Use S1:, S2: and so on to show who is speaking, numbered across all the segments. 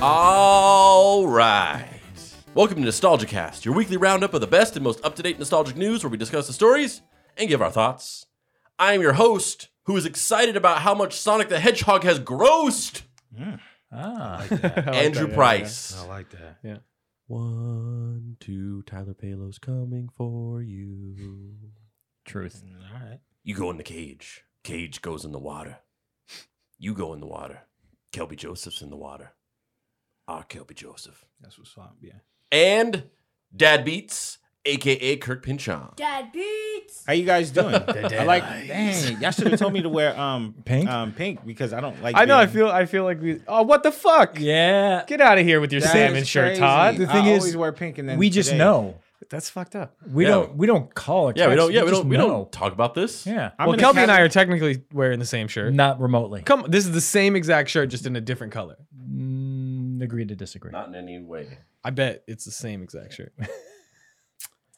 S1: All right. Welcome to NostalgiaCast, your weekly roundup of the best and most up to date nostalgic news where we discuss the stories and give our thoughts. I am your host, who is excited about how much Sonic the Hedgehog has grossed,
S2: Ah,
S1: Andrew Price.
S3: I like that.
S1: One, two, Tyler Palos coming for you.
S2: truth.
S3: All right.
S1: You go in the cage. Cage goes in the water. You go in the water. Kelby Joseph's in the water. Our Kelby Joseph.
S3: That's what's up. Yeah.
S1: And Dad Beats, aka Kirk Pinchon.
S4: Dad beats.
S3: How you guys doing? I like.
S1: Deadites.
S3: Dang, y'all should have told me to wear um
S2: Pink?
S3: Um, pink because I don't like.
S5: I know. I
S3: being-
S5: feel. I feel like we. Oh, what the fuck?
S2: Yeah.
S5: Get out of here with your
S3: That
S5: salmon
S3: is
S5: shirt,
S3: crazy.
S5: Todd.
S2: The thing
S3: I
S2: is,
S3: always wear pink, and then
S2: We just
S3: today-
S2: know.
S5: That's fucked up.
S2: We
S1: Yeah.
S2: don't. We don't call it.
S1: Yeah, we
S2: text,
S1: don't. Yeah, we
S2: just
S1: don't. We
S2: know.
S1: don't talk about this.
S2: Yeah.
S3: I'm
S5: well,
S3: in a
S5: Kelby and I
S3: casual-
S5: are technically wearing the same shirt.
S2: Not remotely.
S5: Come, this is the same exact shirt, just in a different color.
S2: Mm, agree to disagree.
S1: Not in any way.
S5: I bet it's the same exact shirt.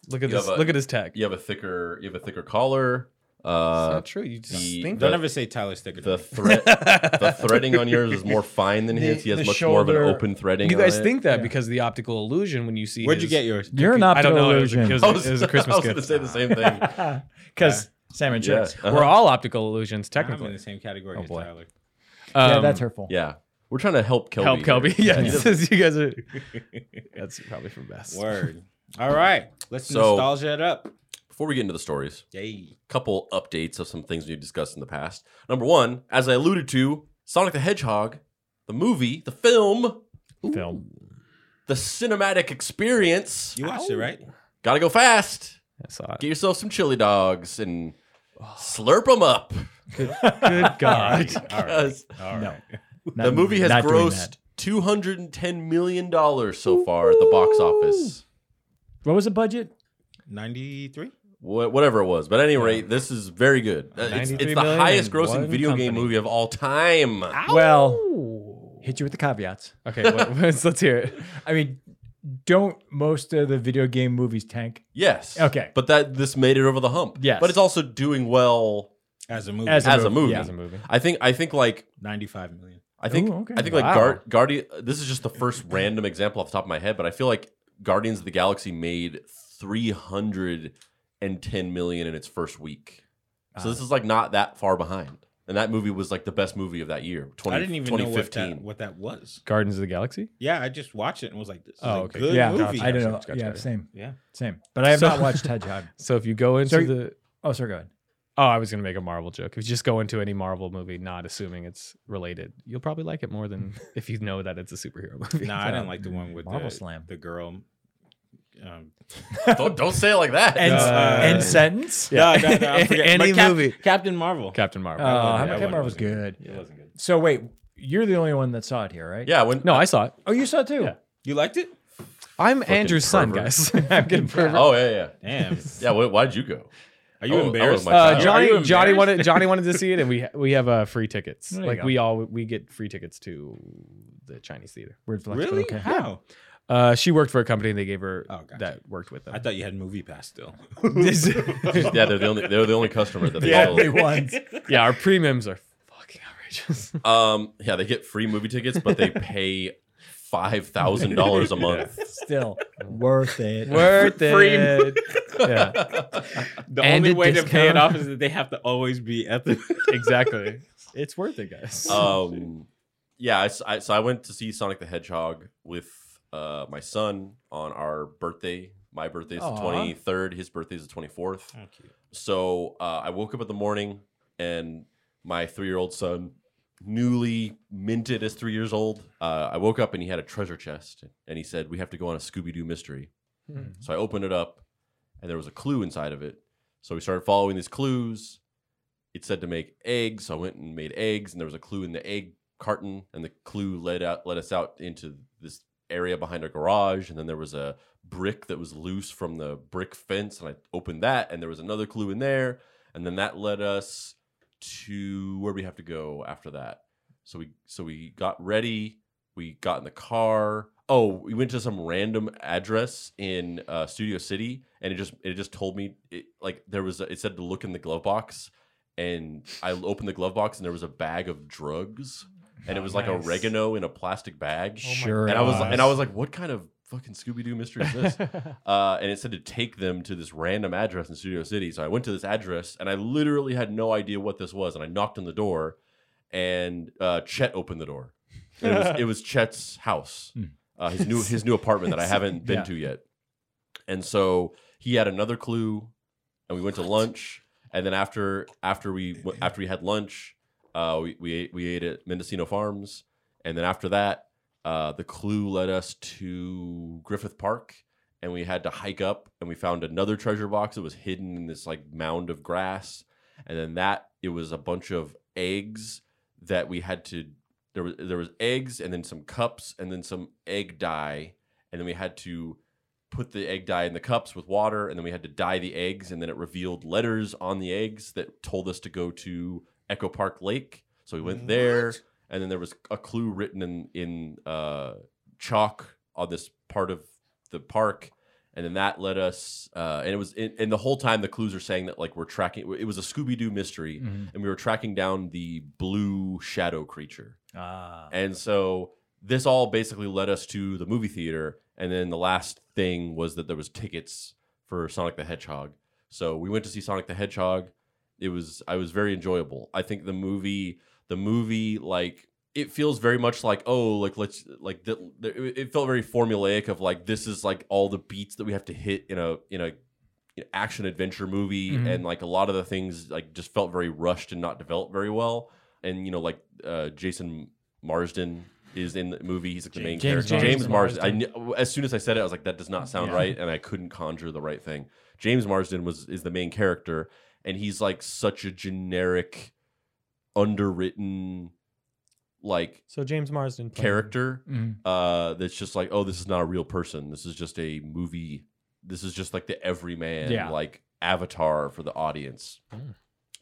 S5: look at
S1: You
S5: this.
S1: have a-
S5: look at his tag.
S1: You have a thicker. You have a thicker collar.
S5: It's
S1: Uh,
S5: not true. You just
S1: the-
S5: stink.
S3: Don't ever say Tyler Sticker.
S1: the thread. the threading on yours is more fine than his.
S2: The-
S1: He has
S2: the
S1: much more of an
S2: shoulder-
S1: open threading.
S5: you guys
S1: on it.
S5: think that because of the optical illusion when you see.
S3: Where'd you
S5: his-
S3: get yours?
S2: You're an
S5: I don't
S2: optical
S5: know. It was, a-
S2: illusion.
S5: it was,
S1: I
S5: a-
S1: was,
S5: it was a Christmas
S1: I was going to
S5: gift.
S1: say the same thing.
S2: Because salmon
S1: yeah,
S2: shirts.
S1: uh-huh.
S5: We're all optical illusions,
S3: I'm in
S5: technically.
S3: the same category
S5: Oh,
S3: as
S5: boy.
S3: Tyler.
S2: Yeah,
S5: Um,
S2: that's hurtful.
S1: yeah. We're trying to help Kelby.
S5: Help Kelby.
S1: here.
S5: Yeah,
S1: He doesn't-
S5: says you guys are. That's probably for best.
S3: Word. All right. Let's
S1: So-
S3: nostalgia it up.
S1: Before we get into the stories,
S3: Yay.
S1: couple updates of some things we've discussed in the past. Number one, as I alluded to, Sonic the Hedgehog, the movie, the film,
S2: Film.
S1: the cinematic experience.
S3: You watched it, right?
S1: Gotta go fast.
S5: I saw it.
S1: Get yourself some chili dogs and slurp them up.
S5: Good God.
S3: All right.
S1: Because
S3: All
S2: No.
S3: right.
S1: the movie has
S2: not doing
S1: grossed
S2: that.
S1: $210 million so far at the box office.
S2: What was the budget?
S3: 93?
S1: Wha- Whatever it was, but at any rate, this is very good. Uh, It's, it's
S5: 93
S1: the
S5: million
S1: highest
S5: and
S1: grossing
S5: one
S1: video game
S5: company.
S1: movie of all time.
S2: Ah. Well, hit you with the caveats.
S5: Okay, what, let's, let's hear it.
S2: I mean, don't most of the video game movies tank
S1: Yes.
S2: Okay.
S1: But that this made it over the hump.
S2: Yes.
S1: But it's also doing well
S3: As a movie.
S2: As a-
S1: as a
S2: movie,
S1: movie.
S2: yeah.
S5: As a movie.
S1: I think I think like
S3: 95 million.
S1: I think
S2: Ooh, okay.
S1: I think
S2: Wow.
S1: like Guard Guardian this is just the first random example off the top of my head, but I feel like Guardians of the Galaxy made 310 million in its first week. So this is like not that far behind. And that movie was like the best movie of that year, 20,
S3: I didn't even know what
S1: 2015.
S3: that, what that was.
S5: Gardens of the Galaxy?
S3: Yeah, I just watched it and was like, this is
S5: Oh,
S3: a
S5: okay.
S3: good
S2: yeah,
S3: movie.
S2: I don't know.
S5: Gotcha, gotcha,
S2: yeah,
S5: gotcha.
S2: same,
S3: Yeah.
S2: same. But I have
S5: So-
S2: not watched Hedgehog.
S5: So if you go into
S2: So you-
S5: the.
S2: Oh, sorry, go ahead.
S5: Oh, I was going to make a Marvel joke. If you just go into any Marvel movie, not assuming it's related, you'll probably like it more than if you know that it's a superhero movie.
S3: No, I didn't like the one with
S2: Marvel
S3: the,
S2: Slam.
S3: the girl. Um,
S1: don't, don't say it like that.
S2: End,
S3: Uh,
S2: end sentence.
S3: yeah, no, no, I forget.
S5: Any
S3: But Cap-
S5: movie.
S3: Captain Marvel.
S5: Captain Marvel.
S2: Oh,
S3: wasn't- that
S2: how about
S3: one
S2: Kevin was
S3: wasn't
S2: good.
S3: it wasn't good.
S2: So wait, you're the only one that saw it here, right?
S1: yeah, when
S5: no, I saw it.
S2: Oh, you saw it too.
S5: Yeah.
S3: You liked it?
S5: I'm
S1: Fucking
S5: Andrew's
S1: pervert.
S5: son, guys. I'm getting pervert.
S1: Oh yeah, yeah.
S3: Damn.
S1: Yeah, why, why'd you go?
S3: Are you
S1: Oh, that was
S3: embarrassed?
S1: my
S5: Uh,
S1: child.
S3: Are you
S5: Johnny Johnny
S3: embarrassed?
S5: wanted Johnny wanted to see it, and we we have uh, free tickets.
S2: There you
S5: like
S2: go.
S5: we all we get free tickets to the Chinese theater.
S2: Weird flex, but
S3: Really?
S2: okay.
S3: How?
S5: Uh, she worked for a company, and they gave her
S3: Oh, gotcha.
S5: that worked with them.
S3: I thought you had movie pass still.
S5: This-
S1: Yeah, they're the only they're the only customer that they
S2: The
S1: sold.
S2: only ones.
S5: yeah, our premiums are fucking outrageous.
S1: Um, yeah, they get free movie tickets, but they pay five thousand dollars a month.
S2: Still worth it.
S5: Worth
S3: Free-
S5: it. yeah,
S3: The
S5: And
S3: only
S5: a
S3: way to pay it
S5: discount.
S3: off is that they have to always be at the.
S5: exactly. It's worth it, guys.
S1: Um, yeah, I s I so I went to see Sonic the Hedgehog with uh, my son on our birthday. My birthday is the
S2: Aw.
S1: twenty third. His birthday is the twenty fourth. So uh, I woke up in the morning, and my three year old son, newly minted as three years old, uh, I woke up and he had a treasure chest, and he said, "We have to go on a Scooby Doo mystery." Mm-hmm. So I opened it up, and there was a clue inside of it. So we started following these clues. It said to make eggs, so I went and made eggs, and there was a clue in the egg carton, and the clue led out led us out into this area behind our garage, and then there was a brick that was loose from the brick fence, and I opened that, and there was another clue in there, and then that led us to where we have to go after that. So we so we got ready. We got in the car. Oh, we went to some random address in uh, Studio City, and it just it just told me it, like there was a, it said to look in the glove box, and I opened the glove box and there was a bag of drugs, and it
S5: Oh,
S1: was like
S5: nice.
S1: oregano in a plastic bag.
S5: Oh my Sure
S1: And I was
S5: gosh.
S1: and I was like, what kind of fucking Scooby Doo mystery is this? uh, and it said to take them to this random address in Studio City. So I went to this address, and I literally had no idea what this was. And I knocked on the door, and uh, Chet opened the door. And it, was, it was Chet's house,
S2: Hmm.
S1: uh, his new his new apartment that I haven't been
S5: Yeah.
S1: to yet. And so he had another clue, and we went to lunch. And then after after we after we had lunch, uh, we we ate, we ate at Mendocino Farms. And then after that, uh, the clue led us to Griffith Park, and we had to hike up, and we found another treasure box that was hidden in this like mound of grass. And then that it was a bunch of eggs that we had to there was there was eggs, and then some cups, and then some egg dye, and then we had to put the egg dye in the cups with water, and then we had to dye the eggs, and then it revealed letters on the eggs that told us to go to Echo Park Lake. So we went there
S3: What?
S1: and then there was a clue written in in uh, chalk on this part of the park, and then that led us. Uh, and it was and and the whole time the clues are saying that like we're tracking. It was a Scooby Doo mystery,
S2: Mhm.
S1: and we were tracking down the blue shadow creature.
S2: Ah.
S1: And so this all basically led us to the movie theater, and then the last thing was that there was tickets for Sonic the Hedgehog. So we went to see Sonic the Hedgehog. It was I was very enjoyable. I think the movie the movie like it feels very much like oh like let's like th- th- it it felt very formulaic of like this is like all the beats that we have to hit in a in a action adventure movie
S5: Mhm.
S1: and like a lot of the things like just felt very rushed and not developed very well and you know like uh Jason Marsden is in the movie he's like the main
S2: James
S1: character
S2: Marsden.
S1: James Marsden I knew, as soon as I said it I was like that does not sound right and I couldn't conjure the right thing James Marsden was is the main character and he's like such a generic underwritten like
S4: So James Marsden played him.
S1: character
S2: Mhm.
S5: Mm-hmm.
S1: uh that's just like oh this is not a real person this is just a movie this is just like the everyman
S5: Yeah.
S1: like avatar for the audience
S5: Mm.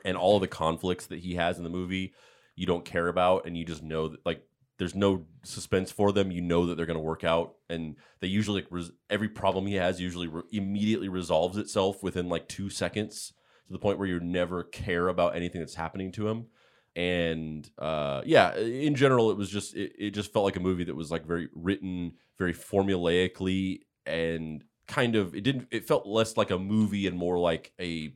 S1: and all of the conflicts that he has in the movie you don't care about and you just know that like there's no suspense for them you know that they're going to work out and they usually like, res- every problem he has usually re- immediately resolves itself within like 2 seconds to the point where you never care about anything that's happening to him and uh, yeah in general it was just it, it just felt like a movie that was like very written very formulaically and kind of it didn't it felt less like a movie and more like a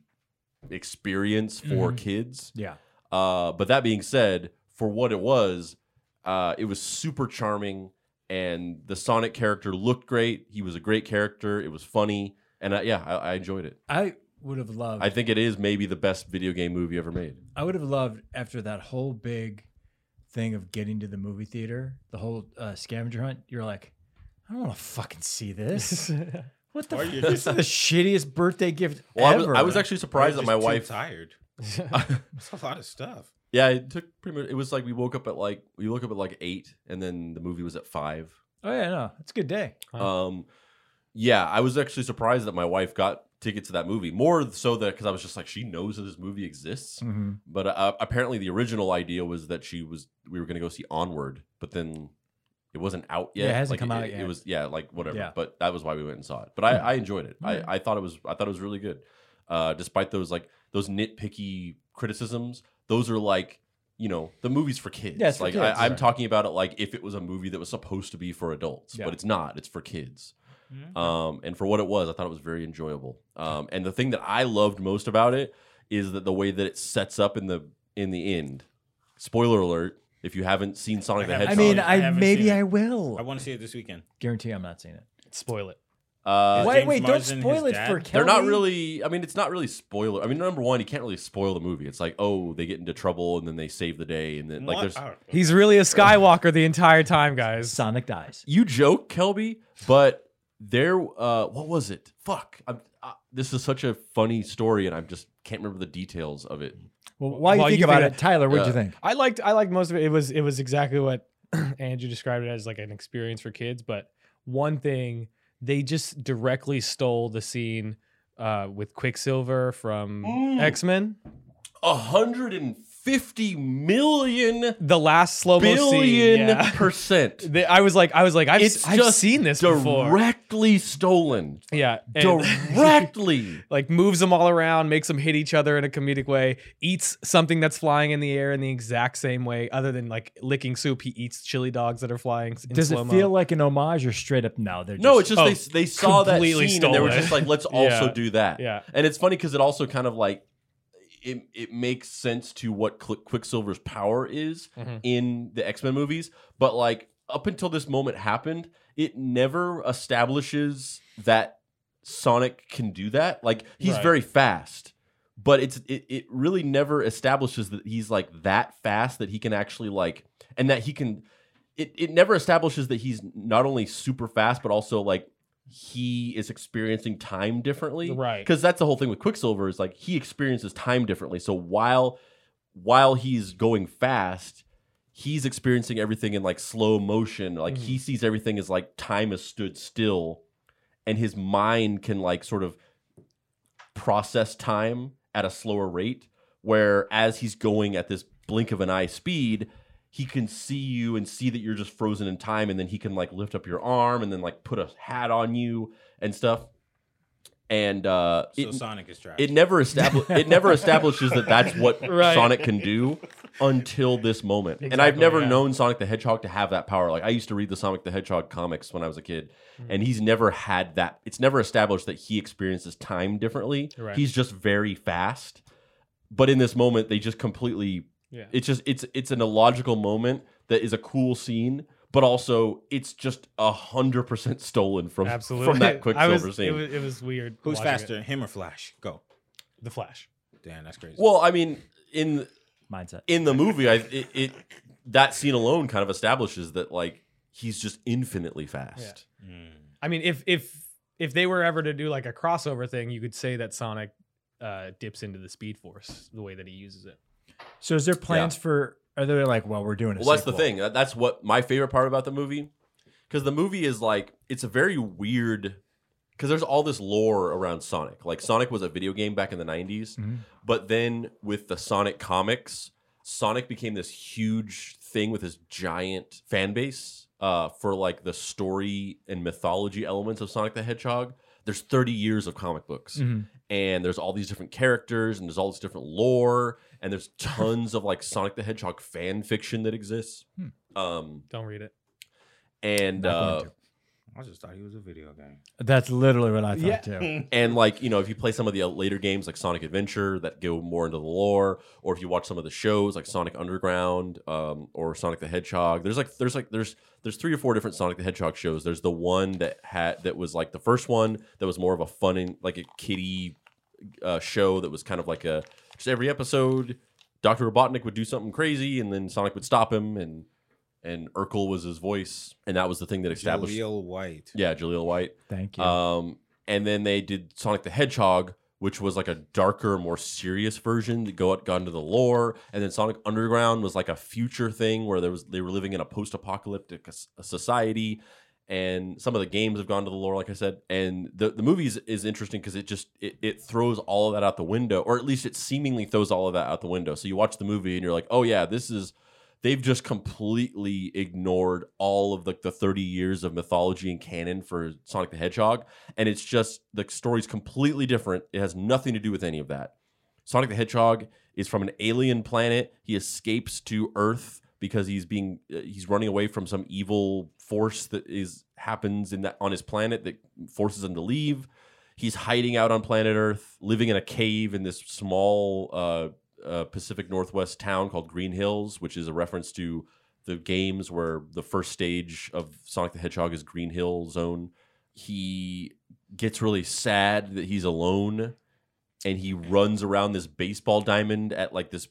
S1: experience for
S5: Mhm.
S1: kids
S2: Yeah.
S1: uh, but that being said for what it was uh, it was super charming and the sonic character looked great he was a great character it was funny and I, yeah I, I enjoyed it
S2: I would have loved.
S1: i think it is maybe the best video game movie ever made
S2: I would have loved after that whole big thing of getting to the movie theater, the whole uh, scavenger hunt. You're like, I don't want to fucking see this. what the?
S3: Why
S2: F-
S3: you
S2: this is the shittiest birthday gift
S1: well I was,
S2: ever.
S1: I was actually surprised
S3: You're
S1: that my wife
S3: just too tired. It's a lot of stuff.
S1: Yeah, it took pretty much. It was like we woke up at like we woke up at like eight, and then the movie was at five.
S2: Oh yeah, no, it's a good day.
S1: Um, yeah, I was actually surprised that my wife got tickets to that movie. More so that because I was just like, she knows that this movie exists.
S2: Mm-hmm.
S1: But uh, apparently, the original idea was that she was we were going to go see Onward, but then it wasn't out
S2: Yeah,
S1: yet.
S2: it hasn't
S1: Like,
S2: come out
S1: It
S2: yet.
S1: was yeah, like whatever.
S2: Yeah. Hmm.
S1: But that was why we went and saw it. But I, I enjoyed it.
S2: Alright.
S1: I, I thought it was I thought it was really good. Uh, despite those like those nitpicky criticisms, those are like you know the movies for kids.
S4: Yeah, it's for
S1: like
S4: kids.
S1: I, I'm
S4: Right.
S1: talking about it like if it was a movie that was supposed to be for adults,
S2: Yeah.
S1: but it's not. It's for kids.
S3: Mhm.
S1: Um, and for what it was, I thought it was very enjoyable. Um, and the thing that I loved most about it is that the way that it sets up in the in the end. Spoiler alert: if you haven't seen Sonic the
S3: I haven't
S2: I
S1: Hedgehog,
S2: mean,
S3: Sorry,
S2: I,
S3: I haven't
S2: maybe
S3: seen it.
S2: I will.
S3: I want to see it this weekend.
S2: Guarantee I'm not seeing it.
S5: Spoil it.
S1: uh,
S3: Is
S2: wait,
S3: James
S2: wait,
S3: Marsden
S2: don't spoil
S3: his
S2: it for
S3: dad?
S2: Kelly.
S1: they're not really. I mean, it's not really spoiler. I mean, number one, you can't really spoil the movie. It's like, oh, they get into trouble and then they save the day, and then like,
S3: What?
S1: there's
S3: Oh,
S5: He's really a Skywalker the entire time, guys.
S2: Sonic dies.
S1: you joke, Kelby, but there. Uh, what was it? Fuck. I'm, uh, this is such a funny story, and I just can't remember the details of it.
S2: Well, while you
S5: While
S2: think
S5: you
S2: about
S5: think
S2: it, Tyler, what'd you
S1: Uh,
S2: think?
S5: I liked I liked most of it. It was it was exactly what Andrew described it as like an experience for kids. But one thing they just directly stole the scene uh, with Quicksilver from
S1: Mm.
S5: X Men.
S1: hundred and fifty fifty million
S5: The last slow mo scene.
S1: billion
S5: Yeah.
S1: percent.
S5: The- I was like, I was like, I've,
S1: It's
S5: I've
S1: just
S5: seen this before.
S1: directly stolen.
S5: Yeah. and-
S1: Directly.
S5: like moves them all around, makes them hit each other in a comedic way, eats something that's flying in the air in the exact same way, other than like licking soup, he eats chili dogs that are flying s- in
S2: Does
S5: slow
S2: it feel like an homage or straight up? No, they're
S1: No, it's
S2: just,
S1: just they, they saw that
S5: Oh, completely
S1: scene and they were
S5: stolen.
S1: just like, let's also
S5: Yeah.
S1: do that.
S5: Yeah.
S1: And it's funny because it also kind of like it it makes sense to what Cl- Quicksilver's power is
S5: Mhm.
S1: in the X Men movies, but like up until this moment happened, it never establishes that Sonic can do that. Like he's
S5: Right.
S1: very fast. But it's it, it really never establishes that he's like that fast that he can actually like and that he can it, it never establishes that he's not only super fast but also like he is experiencing time differently
S5: Right.
S1: because that's the whole thing with quicksilver is like he experiences time differently so while while he's going fast he's experiencing everything in like slow motion like
S5: Mhm.
S1: he sees everything as like time has stood still and his mind can like sort of process time at a slower rate where as he's going at this blink of an eye speed he can see you and see that you're just frozen in time and then he can like lift up your arm and then like put a hat on you and stuff and uh
S3: So
S1: it,
S3: Sonic is trash.
S1: it never establishes it never establishes that that's what
S5: Right.
S1: Sonic can do until this moment. and I've
S5: Exactly,
S1: never
S5: yeah.
S1: known Sonic the Hedgehog to have that power. Like I used to read the Sonic the Hedgehog comics when I was a kid,
S5: Hmm.
S1: and he's never had that. It's never established that he experiences time differently.
S5: Right.
S1: He's just very fast. But in this moment, they just completely
S5: yeah.
S1: it's just it's it's an illogical moment that is a cool scene, but also it's just a hundred percent stolen from
S5: Absolutely.
S1: from that
S5: I
S1: Quicksilver
S5: was,
S1: scene.
S5: It was, it was weird.
S3: Who's
S5: watching
S3: faster,
S5: it.
S3: him or Flash? Go.
S5: The Flash.
S3: Damn, that's crazy.
S1: well, I mean, in
S2: mindset.
S1: in the movie, I it, it that scene alone kind of establishes that like he's just infinitely fast.
S3: Mm.
S5: I mean, if if if they were ever to do like a crossover thing, you could say that Sonic uh, dips into the Speed Force the way that he uses it.
S2: So is there plans for? Are they like, well, we're doing? A
S1: Well, that's the
S2: sequel.
S1: thing. That- That's what my favorite part about the movie, because the movie is like it's a very weird. Because there's all this lore around Sonic. Like Sonic was a video game back in the '90s,
S2: Mhm.
S1: but then with the Sonic comics, Sonic became this huge thing with his giant fan base uh, for like the story and mythology elements of Sonic the Hedgehog. There's 30 years of comic books.
S2: Mhm.
S1: and there's all these different characters and there's all this different lore and there's tons of like Sonic the Hedgehog fan fiction that exists. Um
S5: Don't read it.
S1: and
S2: Not going
S1: uh,
S2: to.
S3: I just thought he was a video game.
S2: That's literally what I thought
S5: Yeah.
S2: too.
S1: and like you know if you play some of the uh, later games like Sonic Adventure that go more into the lore or if you watch some of the shows like Sonic Underground um or Sonic the Hedgehog there's like there's like there's there's three or four different Sonic the Hedgehog shows there's the one that had that was like the first one that was more of a fun and like a kiddie uh, show that was kind of like a just every episode Dr. Robotnik would do something crazy and then Sonic would stop him and and Urkel was his voice and that was the thing that established
S3: Jaleel White.
S1: yeah Jaleel White
S2: Thank you.
S1: um, and then they did Sonic the Hedgehog, which was like a darker, more serious version that go out got into the lore. And then Sonic Underground was like a future thing where there was they were living in a post-apocalyptic s- society. And some of the games have gone to the lore, like I said. And the the movies is interesting because it just it, it throws all of that out the window, or at least it seemingly throws all of that out the window. So you watch the movie and you're like, oh yeah, this is they've just completely ignored all of like the 30 years of mythology and canon for Sonic the Hedgehog and it's just the story's completely different it has nothing to do with any of that Sonic the Hedgehog is from an alien planet he escapes to earth because he's being uh, he's running away from some evil force that is happens in that on his planet that forces him to leave he's hiding out on planet earth living in a cave in this small uh uh, Pacific Northwest town called Green Hills, which is a reference to the games where the first stage of Sonic the Hedgehog is Green Hill Zone. He gets really sad that he's alone and he runs around this baseball diamond at like this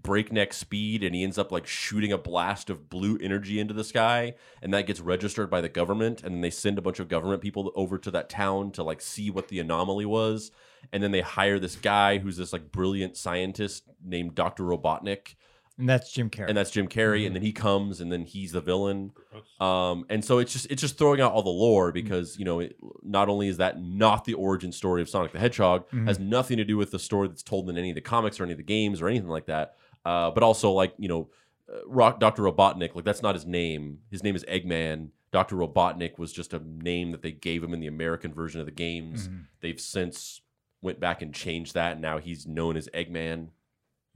S1: breakneck speed and he ends up like shooting a blast of blue energy into the sky and that gets registered by the government and then they send a bunch of government people over to that town to like see what the anomaly was and then they hire this guy who's this like brilliant scientist named Dr. Robotnik
S2: and that's Jim Carrey.
S1: and that's Jim Carrey and then he comes and then he's the villain um and so it's just it's just throwing out all the lore because you know it, not only is that not the origin story of Sonic the Hedgehog
S2: Mhm.
S1: has nothing to do with the story that's told in any of the comics or any of the games or anything like that Uh, but also like you know, uh, Rock Doctor Robotnik. Like that's not his name. His name is Eggman. Doctor Robotnik was just a name that they gave him in the American version of the games.
S2: Mhm.
S1: They've since went back and changed that, and now he's known as Eggman.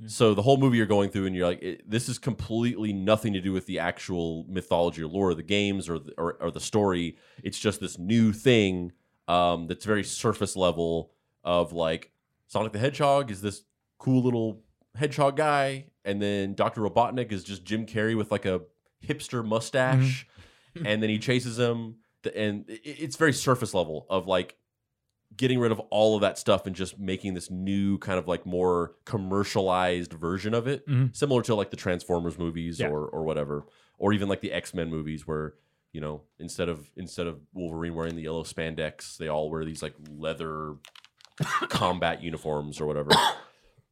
S2: Yeah.
S1: So the whole movie you're going through, and you're like, it, this is completely nothing to do with the actual mythology or lore of the games or the, or, or the story. It's just this new thing um, that's very surface level of like Sonic the Hedgehog is this cool little hedgehog guy, and then Doctor Robotnik is just Jim Carrey with like a hipster mustache, and then he chases him, th- and i- i- it's very surface level of like getting rid of all of that stuff and just making this new kind of like more commercialized version of it,
S2: Mhm.
S1: similar to like the Transformers movies
S5: Yeah.
S1: or or whatever, or even like the X Men movies where you know instead of instead of Wolverine wearing the yellow spandex, they all wear these like leather combat uniforms or whatever.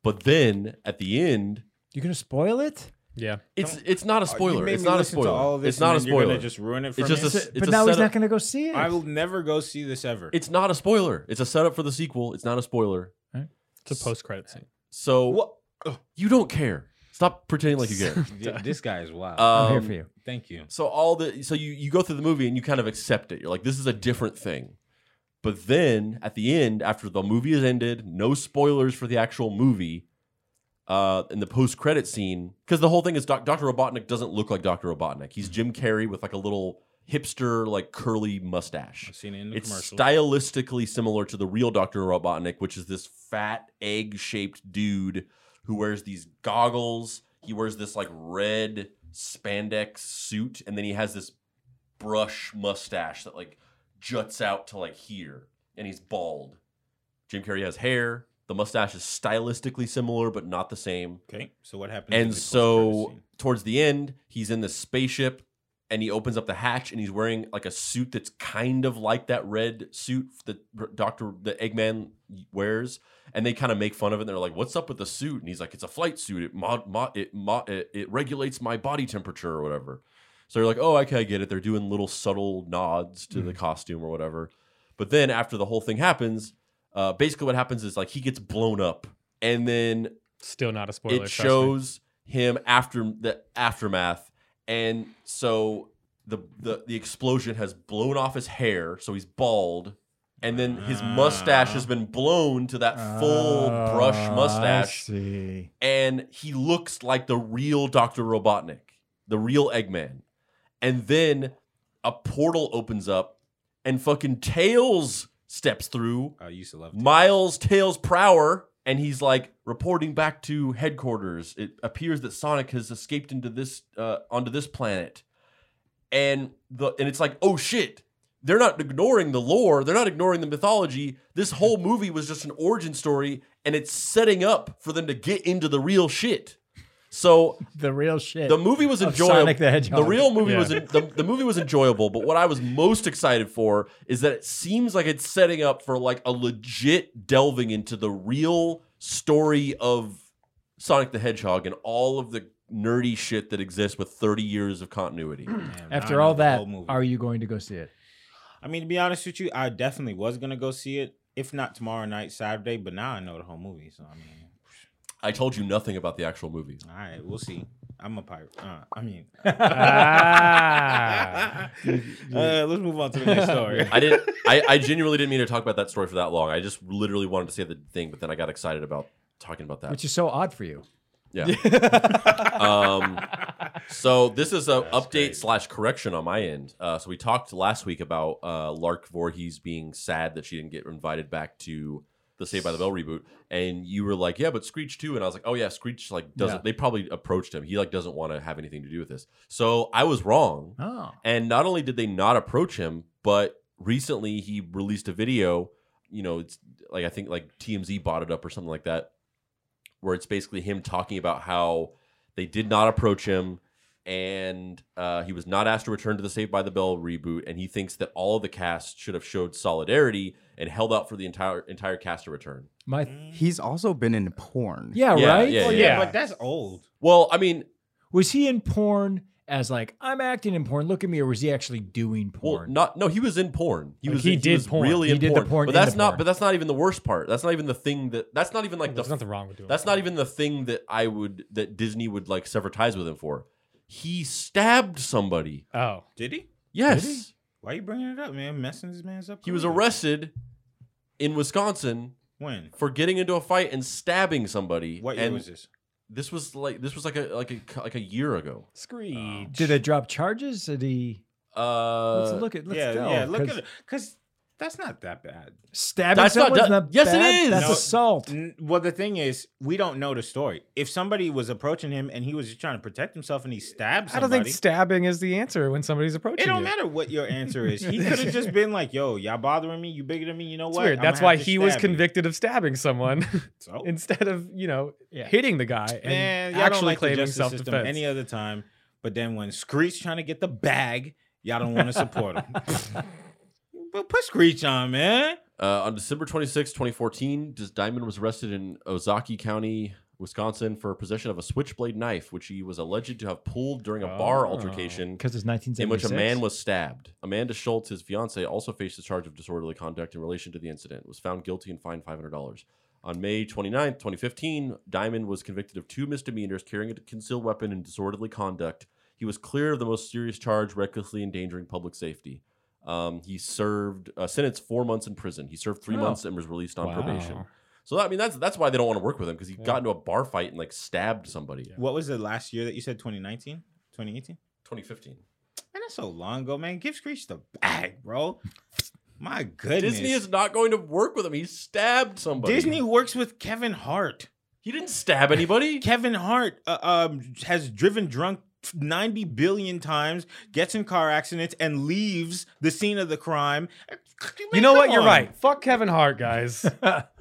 S1: But then at the end,
S2: You gonna spoil it?
S5: Yeah.
S1: it's it's
S3: Oh,
S2: Oh,
S1: not a spoiler. It's not a spoiler. it's
S3: and
S1: not a
S3: then you're gonna
S1: spoiler.
S3: Just ruin it for
S1: It's just
S3: me?
S1: a, s- it's
S2: but
S1: a
S2: now he's
S1: setup.
S2: not gonna go see it.
S3: I will never go see this ever.
S1: It's not a spoiler. It's a setup for the sequel. It's not a spoiler.
S5: It's a post credit scene.
S1: So
S3: What?
S1: you don't care. Stop pretending like you care.
S3: Th- this guy is wild.
S2: I'm here
S1: Um,
S2: for you.
S3: Thank you.
S1: So all the so you you go through the movie and you kind of accept it. You're like, this is a different thing. But then at the end, after the movie is ended, no spoilers for the actual movie, uh, in the post credit scene, because the whole thing is Doc, Dr. Robotnik doesn't look like Dr. Robotnik. He's Jim Carrey with like a little hipster, like curly mustache.
S3: I've seen it in the
S1: It's
S3: commercial.
S1: stylistically similar to the real Dr. Robotnik, which is this fat egg shaped dude who wears these goggles. He wears this like red spandex suit, and then he has this brush mustache that like juts out to like here, and he's bald. Jim Carrey has hair. The mustache is stylistically similar, but not the same.
S3: okay. So what happens? in
S1: And
S3: the post-credit
S1: so
S3: scene?
S1: towards the end, he's in this spaceship and he opens up the hatch and he's wearing like a suit that's kind of like that red suit that Dr. the Eggman wears. And they kind of make fun of it. And they're like, what's up with the suit? And he's like, it's a flight suit. It mod, mod, it, mod, it, it regulates my body temperature or whatever. So they're like, oh, okay, I get it. They're doing little subtle nods to the costume or whatever. But then after the whole thing happens, uh, basically what happens is like he gets blown up. And then
S5: Still not a spoiler.
S1: it
S5: trust me.
S1: shows him after the aftermath, and so the, the the explosion has blown off his hair, so he's bald, and then his mustache has been blown to that full brush
S2: Oh,
S5: Ah,
S2: I
S1: mustache,
S2: see.
S1: and he looks like the real Doctor Robotnik, the real Eggman, and then a portal opens up, and fucking Tails steps through,
S3: I used to love
S1: Miles Tails Prower, and he's like reporting back to headquarters. It appears that Sonic has escaped into this uh, onto this planet, and the and it's like, oh shit, they're not ignoring the lore, they're not ignoring the mythology. This whole movie was just an origin story, and it's setting up for them to get into the real shit. So
S2: The real shit.
S1: the movie was
S2: of
S1: enjoyable.
S2: Sonic the Hedgehog.
S1: real movie was
S5: Yeah.
S1: the, the movie was enjoyable, but what I was most excited for is that it seems like it's setting up for like a legit delving into the real story of Sonic the Hedgehog and all of the nerdy shit that exists with 30 years of continuity.
S2: After all that, are you going to go see it?
S3: I mean, to be honest with you, I definitely was gonna go see it, if not tomorrow night, Saturday. But now I know the whole movie, so I mean,
S1: I told you nothing about the actual movie.
S3: all right, we'll see. I'm a pirate. Uh, I mean,
S5: Ah.
S3: Uh, let's move on to the next story.
S1: I didn't I, I genuinely didn't mean to talk about that story for that long. I just literally wanted to say the thing, but then I got excited about talking about that.
S2: Which is so odd for you.
S1: Yeah. um, so this is a update slash correction on my end. Uh, so we talked last week about uh, Lark Voorhees being sad that she didn't get invited back to the Saved by the Bell reboot, and you were like, "Yeah, but Screech too." And I was like, "Oh yeah, Screech like doesn't."
S2: Yeah.
S1: They probably approached him. He like doesn't want to have anything to do with this. So I was wrong.
S2: Oh.
S1: And not only did they not approach him, but recently he released a video. You know, it's like I think like TMZ bought it up or something like that, where it's basically him talking about how they did not approach him and uh, he was not asked to return to the Saved by the Bell reboot. And he thinks that all of the cast should have showed solidarity and held out for the entire entire cast to return.
S2: My
S4: He's also been in porn.
S2: Yeah,
S1: Yeah,
S2: right?
S1: yeah, yeah.
S3: Oh, yeah,
S5: Yeah.
S3: but that's old.
S1: Well, I mean,
S2: Was he in porn as like I'm acting in porn. Look at me, or was he actually doing
S1: Well,
S2: porn?
S1: not no. He was in porn. He
S5: Like,
S1: was.
S5: he
S1: in-
S5: did
S1: was
S5: porn.
S1: Really
S2: He
S1: in
S2: did the
S1: porn.
S2: porn
S1: But
S2: and
S1: that's
S2: the
S1: not.
S2: porn.
S1: But that's not even the worst part. That's not even the thing that. That's not even like
S5: There's
S1: the.
S5: nothing wrong with doing.
S1: That's
S5: that.
S1: not even the thing that I would that Disney would like sever ties with him for. He stabbed somebody.
S5: Oh,
S3: Did he?
S1: Yes.
S2: Did he?
S3: Why you bringing it up, man? Messing this man's up.
S1: He was
S3: career.
S1: arrested in Wisconsin
S3: When?
S1: for getting into a fight and stabbing somebody.
S3: What year
S1: and
S3: was this?
S1: this was like this was like a like a like a year ago.
S3: Oh,
S5: Screech.
S2: Did they drop charges? Did he?
S1: Uh,
S2: let's look at. Let's
S3: yeah,
S2: tell,
S3: yeah. Look
S2: 'cause
S3: at it, because that's not that bad.
S2: Stabbing
S1: That's not
S2: someone's
S1: done-
S2: not
S1: Yes, it
S2: bad.
S1: is.
S2: That's
S3: No.
S2: assault.
S3: N- Well, the thing is, we don't know the story. If somebody was approaching him and he was just trying to protect himself and he stabbed
S5: I don't
S3: somebody,
S5: think stabbing is the answer when somebody's approaching.
S3: it don't
S5: you.
S3: matter what your answer is. He could have just been like, "Yo, y'all bothering me? You bigger than me? You know
S5: It's
S3: what?
S5: weird.
S3: I'ma
S5: That's why
S3: have to
S5: he was
S3: stab you."
S5: convicted of stabbing someone
S3: So,
S5: instead of you know
S2: Yeah.
S5: hitting the guy and
S3: man, y'all don't
S5: actually
S3: like the
S5: claiming
S3: justice
S5: self
S3: system
S5: defense.
S3: any other time. But then when Screech trying to get the bag, y'all don't want to support him. but put Screech on, man.
S1: Uh, on December 26, 2014, just Diamond was arrested in Ozaki County, Wisconsin, for possession of a switchblade knife, which he was alleged to have pulled during a bar
S3: Ah.
S5: Oh.
S1: altercation
S2: Because it's
S1: in which
S2: 1976.
S1: a man was stabbed. Amanda Schultz, his fiancee, also faced a charge of disorderly conduct in relation to the incident, was found guilty and fined $500. On May 29, 2015, Diamond was convicted of two misdemeanors carrying a concealed weapon and disorderly conduct. He was clear of the most serious charge, recklessly endangering public safety. Um, he served a sentence four months in prison. He served three
S2: Oh.
S1: months and was released on
S5: Wow.
S1: probation. So I mean, that's that's why they don't want to work with him because he
S5: Yeah.
S1: got into a bar fight and like stabbed somebody.
S3: What was the last year that you said? 2019, 2018.
S1: 2015.
S3: Man, that's so long ago, man. Give Screech the bag, bro. My goodness.
S1: Disney is not going to work with him. He stabbed somebody.
S3: Disney works with Kevin Hart.
S1: He didn't stab anybody.
S3: Kevin Hart uh, um, has driven drunk 90 billion times, gets in car accidents, and leaves the scene of the crime.
S5: You
S3: Man,
S5: know what?
S3: come
S5: You're
S3: on.
S5: right. Fuck Kevin Hart, guys.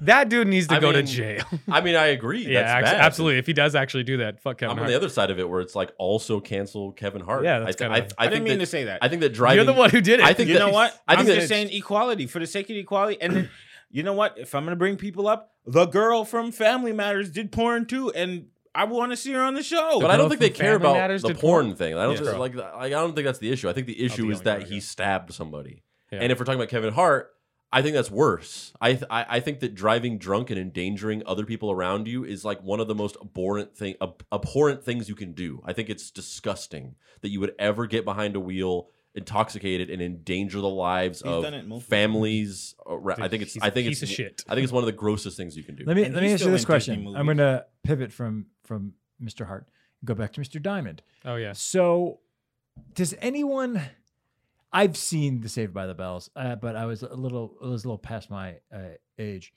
S5: that dude needs to
S1: I
S5: go
S1: mean,
S5: to jail.
S1: I mean, I agree.
S5: yeah,
S1: That's
S5: act-
S1: bad.
S5: absolutely. If he does actually do that, fuck Kevin
S1: I'm on the
S5: Hart.
S1: other side of it where it's like also cancel Kevin Hart.
S5: Yeah, that's
S1: I, th-
S5: kinda-
S1: I,
S3: I,
S1: I think
S3: didn't mean
S1: that,
S3: to say that.
S1: I think that driving.
S5: You're the one who did it.
S1: I think
S3: you
S1: that,
S3: know what?
S1: I think that
S3: I'm just saying equality for the sake of equality. And then, you know what? If I'm gonna bring people up, the girl from Family Matters did porn too, and I want to see her on the show.
S1: But I don't
S5: girl
S1: think they
S5: from
S1: care
S5: Family
S1: about
S5: Matters
S1: the
S5: did
S1: porn, thing. I don't
S3: Yeah.
S1: think, like, like I don't think that's the issue. I think the issue
S5: the
S1: is
S5: only
S1: that
S5: girl,
S1: he
S5: yeah.
S1: stabbed somebody.
S5: Yeah.
S1: And if we're talking about Kevin Hart, I think that's worse. I, th- I I think that driving drunk and endangering other people around you is like one of the most abhorrent thing ab- abhorrent things you can do. I think it's disgusting that you would ever get behind a wheel intoxicated and endanger the lives
S3: He's done it
S1: of
S3: multiple
S1: families. Around. I think it's
S5: He's
S1: I
S5: a
S1: think
S5: piece
S1: it's
S5: of shit.
S1: I think it's one of the grossest things you can do.
S2: Let me
S3: And
S2: let me
S3: he's
S2: ask you
S3: still
S2: this
S3: in Disney
S2: question. I'm
S3: movies.
S2: going to pivot from from Mr. Hart, go back to Mr. Diamond.
S5: Oh yeah.
S2: So, does anyone? I've seen The Saved by the Bells, uh, but I was a little I was a little past my uh, age.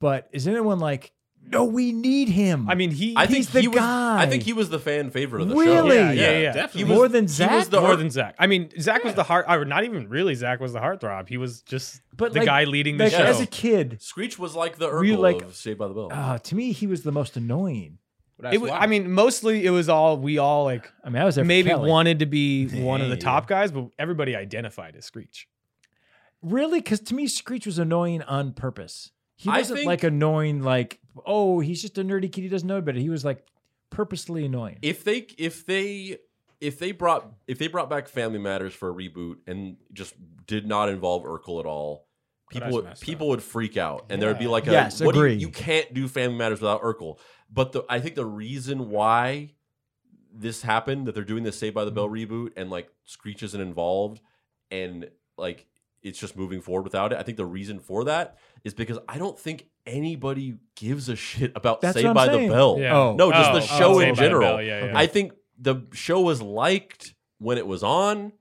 S2: But is anyone like, no, we need him?
S5: I mean, he.
S1: I
S5: he-
S1: think
S2: He's the
S1: he was, I
S2: guy.
S1: think he was the fan favorite of the show.
S2: Really?
S5: Yeah, yeah, yeah.
S1: He
S3: Definitely.
S1: was-
S2: more than
S1: he
S2: Zach.
S1: was the
S5: more
S1: heart-
S5: than Zach. I mean, Zach was
S3: Yeah.
S5: the heart. Or not even really. Zach was the heartthrob. He was just
S2: But
S5: the
S2: like-
S5: guy leading the
S2: like,
S5: show.
S2: as a kid,
S1: Screech was like the
S2: Were you
S1: Urkel
S2: like-
S1: of Saved by the Bell.
S2: uh, to me, he was the most annoying.
S3: That's
S5: it, wa-
S3: why.
S5: I mean, mostly it was all we all like
S2: I mean, I was there for
S5: maybe
S2: Kelly.
S5: wanted to be one of the
S3: Yeah.
S5: top guys, but everybody identified as Screech.
S2: Really? Because to me, Screech was annoying on purpose. He
S1: I
S2: wasn't
S1: think-
S2: like annoying, like, oh, he's just a nerdy kid. He doesn't know better. He was like purposely annoying.
S1: if they if they if they brought if they brought back Family Matters for a reboot and just did not involve Urkel at all,
S3: Oh, that's
S1: people would
S3: messed
S1: people would freak out and there would be
S5: Yeah.
S1: like a
S2: Yes,
S1: what do you-
S2: agree.
S1: You, can't do Family Matters without Urkel. But the, I think the reason why this happened that they're doing the Saved by the Bell
S5: Mm-hmm.
S1: reboot and like Screech isn't involved and like it's just moving forward without it. I think the reason for that is because I don't think anybody gives a shit about
S2: That's
S1: Saved
S2: what
S1: by
S2: I'm
S1: the
S2: saying.
S1: Bell.
S5: Yeah.
S2: Oh.
S1: No, just the show in
S5: Saved by the
S1: general.
S5: Bell, yeah, yeah.
S1: I think the show was liked when it was on.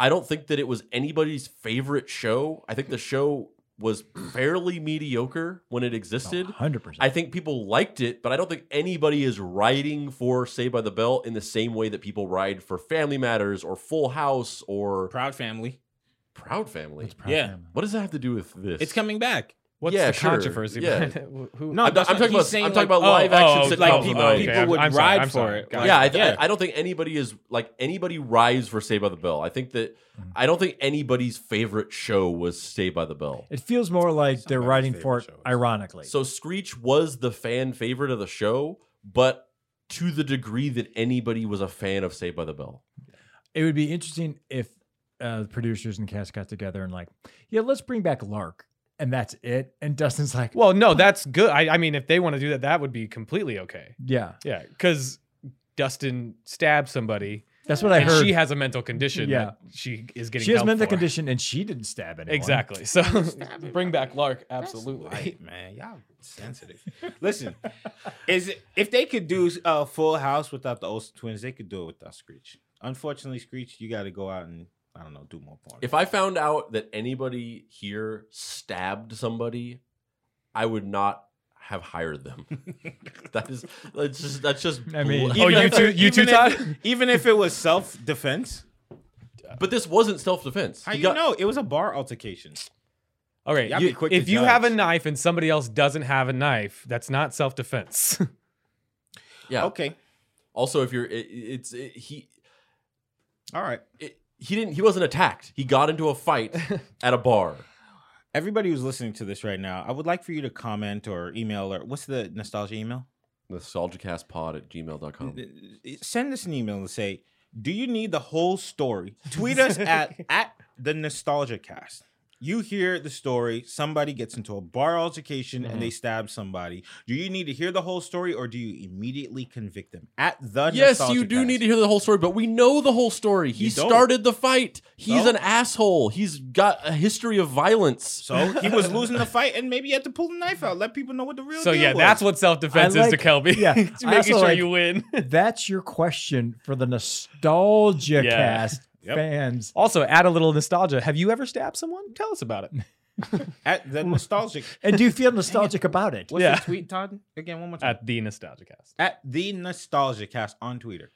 S1: I don't think that it was anybody's favorite show. I think the show was fairly mediocre when it existed.
S3: Oh,
S2: 100%.
S1: I think people liked it, but I don't think anybody is riding for Saved by the Bell in the same way that people ride for Family Matters or Full House or
S3: proud family.
S1: Proud Family.
S2: That's probably
S3: Yeah.
S2: him.
S1: What does that have to do with this?
S3: It's coming back.
S5: What's
S1: Yeah,
S5: the
S1: sure.
S5: controversy?
S1: Yeah.
S5: behind it? Wh- Who,
S3: No,
S1: I'm,
S3: that's
S1: I'm
S3: what
S1: talking
S3: he's
S1: about,
S3: saying,
S1: I'm talking
S3: like-
S1: about
S5: oh,
S1: live
S5: oh,
S1: action
S5: okay,
S1: sitcoms.
S3: Like
S5: Oh,
S3: people,
S5: oh, okay.
S3: people
S5: I'm-
S3: would
S5: I'm sorry,
S3: ride
S5: I'm
S3: for
S5: sorry.
S3: it.
S5: Got
S3: Like,
S1: yeah, I, th-
S3: yeah.
S1: I, I don't think anybody is like anybody rides for Saved by the Bell. I think that
S3: Mm-hmm.
S1: I don't think anybody's favorite show was Saved by the Bell.
S2: It feels more like they're
S3: Somebody's
S2: writing
S3: favorite
S2: for it
S3: show is-
S2: ironically.
S1: So Screech was the fan favorite of the show, but to the degree that anybody was a fan of Saved by the Bell.
S2: it would be interesting if uh, the producers and cast got together and like, yeah, let's bring back Lark, and that's it. And Dustin's like,
S5: Well, no, that's good. I, I mean, if they want to do that, that would be completely okay.
S2: yeah,
S5: Yeah, because Dustin stabbed somebody,
S2: that's what I
S5: and
S2: heard.
S5: she
S2: She,
S5: has a mental condition.
S2: Yeah.
S5: that she is getting.
S2: has
S5: help
S2: mental
S5: for.
S2: condition, and she didn't stab anyone.
S5: Exactly. So
S3: Stab it,
S5: bring
S3: right?
S5: back Lark.
S3: That's
S5: Absolutely.
S3: light, man. Y'all sensitive. Listen, is it, if they could do a full house without the Olsen twins, they could do it without Screech. Unfortunately, Screech, you got to go out and I don't know, do more porn.
S1: If I found out that anybody here stabbed somebody, I would not have hired them. that is that's just that's just
S2: I mean-
S5: Oh, you
S3: Even
S5: too,
S3: if-
S5: you too,
S3: even
S5: Todd.
S3: if- even if it was self defense,
S1: But this wasn't self-defense.
S3: how
S1: He
S3: you
S1: got-
S3: know it was a bar altercation?
S5: Okay,
S3: Y'all
S5: you-
S3: be quick to
S5: if you have a
S3: judge.
S5: knife and somebody else doesn't have a knife, that's not self defense.
S1: Yeah.
S3: Okay,
S1: Also, if you're it, it's it, he
S3: all right.
S1: it, he didn't he wasn't attacked. He got into a fight at a bar.
S3: Everybody who's listening to this right now, I would like for you to comment or email or what's the nostalgia email?
S1: Nostalgicastpod at gmail.com.
S3: send us an email and say, "Do you need the whole story?" Tweet us at at the Nostalgia Cast. You hear the story. Somebody gets into a bar altercation and they stab somebody. Do you need to hear the whole story, or do you immediately convict them? At the
S1: Yes,
S3: Nostalgia
S1: you do
S3: Cast.
S1: need to hear the whole story, but we know the whole story. He
S3: You don't.
S1: started the fight. He's
S3: No.
S1: an asshole. He's got a history of violence.
S3: So he was losing the fight, and maybe you had to pull the knife out. Let people know what the real.
S5: so
S3: deal
S5: yeah,
S3: was.
S5: that's what self defense
S2: I
S5: is to
S2: like-
S5: Kelby.
S2: yeah,
S5: It's
S2: I
S5: making
S2: also
S5: sure
S2: like-
S5: you win.
S2: That's your question for the nostalgia
S5: Yeah.
S2: cast
S3: Yep.
S2: fans.
S5: Also, add a little nostalgia. Have you ever stabbed someone? Tell us about it.
S3: at the nostalgic.
S2: And do you feel nostalgic about it?
S3: What's
S5: Yeah.
S3: the tweet, Todd? Again, one more time.
S5: At the nostalgia cast.
S3: At, the nostalgia cast on Twitter.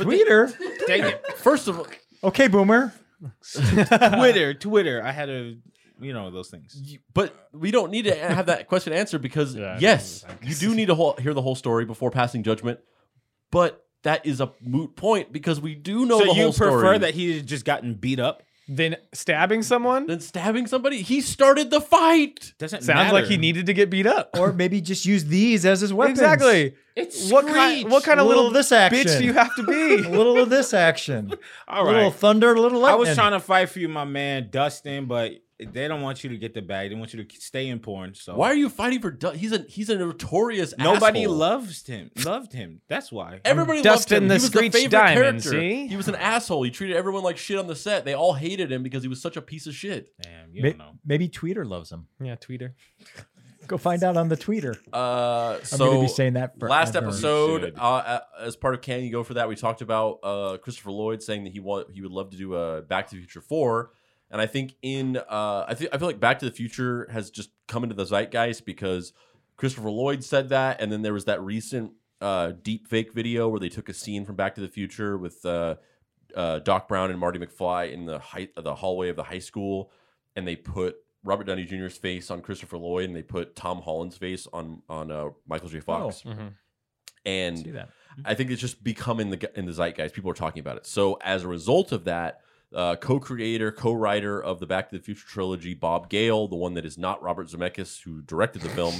S2: Twitter.
S3: Dang it.
S1: First of all,
S2: Okay, boomer.
S3: Twitter, Twitter. I had a, you know, those things.
S1: you- but we don't need to have that question answered because
S5: Yeah, I
S1: yes,
S5: know.
S1: you do need to whole, hear the whole story before passing judgment. But that is a moot point because we do know
S3: so
S1: the
S3: you
S1: whole
S3: prefer
S1: story.
S3: that he had just gotten beat up?
S5: Then stabbing someone
S1: than stabbing somebody. He started the fight.
S3: Doesn't
S5: sounds like he
S3: matter.
S5: needed to get beat up.
S2: Or maybe just use these as his weapons.
S5: Exactly.
S3: It's
S5: What kind, what kind of
S2: Little
S5: little
S2: this action.
S5: bitch do you have to
S2: A
S5: be?
S2: little of this action.
S3: All
S2: A little
S3: right.
S2: thunder, a little
S3: I
S2: lightning.
S3: was trying to fight for you, my man Dustin, but they don't want you to get the bag. They want you to stay in porn. So
S1: Why are you fighting for? Du- he's a he's a notorious.
S3: nobody
S1: asshole.
S3: loves him? Loved him. That's why.
S1: Everybody
S5: Dustin
S1: loved him.
S5: the
S1: he was the
S5: Screech
S1: favorite
S5: Diamond,
S1: character.
S5: see?
S1: He was an asshole. He treated everyone like shit on the set. They all hated him because he was such a piece of shit.
S3: Damn, you
S2: Ma-
S3: don't know.
S2: maybe Tweeter loves him.
S5: yeah, tweeter.
S2: Go find out on the Tweeter.
S1: Uh,
S2: I'm
S1: so
S2: going to be saying that for
S1: last
S3: You
S1: episode,
S3: should.
S1: uh, uh, as part of Can You Go for That, we talked about uh, Christopher Lloyd saying that he want he would love to do a Back to the Future Four, and I think in uh, I think I feel like Back to the Future has just come into the zeitgeist because Christopher Lloyd said that, and then there was that recent uh, deep fake video where they took a scene from Back to the Future with uh, uh, Doc Brown and Marty McFly in the height the hallway of the high school, and they put. Robert Downey Jr.'s face on Christopher Lloyd, and they put Tom Holland's face on on uh, Michael J. Fox
S2: See
S1: and
S2: that.
S1: I think it's just become in the in the zeitgeist. People are talking about it. So as a result of that, uh, co-creator, co-writer of the Back to the Future trilogy, Bob Gale, the one that is not Robert Zemeckis, who directed the film,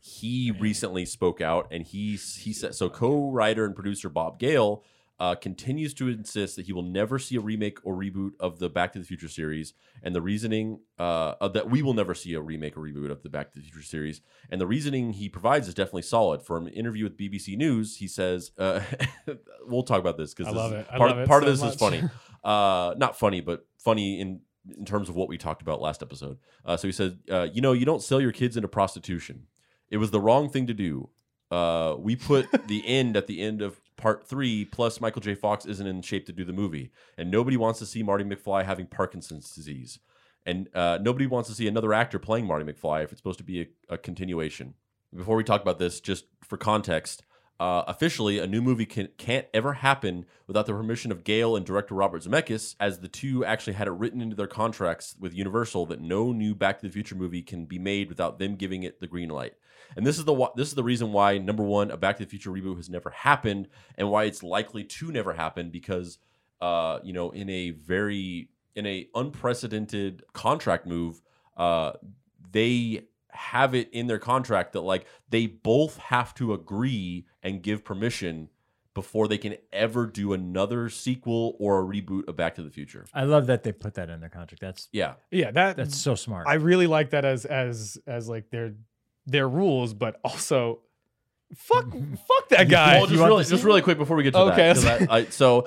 S1: he recently spoke out, and he he said so. Co-writer and producer Bob Gale. Uh, continues to insist that he will never see a remake or reboot of the Back to the Future series, and the reasoning uh, of that we will never see a remake or reboot of the Back to the Future series, and the reasoning he provides is definitely solid. From an interview with BBC News, he says, uh, "We'll talk about this
S5: I
S1: because
S5: love it. I
S1: part,
S5: love it
S1: part of
S5: so
S1: this is
S5: much.
S1: funny. Uh, not funny, but funny in in terms of what we talked about last episode. Uh, so he said, uh, "You know, you don't sell your kids into prostitution. It was the wrong thing to do. Uh, we put the end at the end of." Part three, plus Michael J. Fox isn't in shape to do the movie, and nobody wants to see Marty McFly having Parkinson's disease and uh, nobody wants to see another actor playing Marty McFly if it's supposed to be a, a continuation. Before we talk about this, just for context, uh, officially, a new movie can, can't ever happen without the permission of Gale and director Robert Zemeckis, as the two actually had it written into their contracts with Universal that no new Back to the Future movie can be made without them giving it the green light. And this is the wh- this is the reason why number one, a Back to the Future reboot has never happened, and why it's likely to never happen because, uh, you know, in a very in a unprecedented contract move, uh, they have it in their contract that like they both have to agree and give permission before they can ever do another sequel or a reboot of Back to the Future.
S2: I love that they put that in their contract. That's
S1: Yeah,
S5: yeah, that
S2: that's so smart.
S5: I really like that as as as like their their rules, but also fuck fuck that guy.
S1: Well, just, really, just really quick before we get to
S5: Okay.
S1: that. 'cause I- I- so,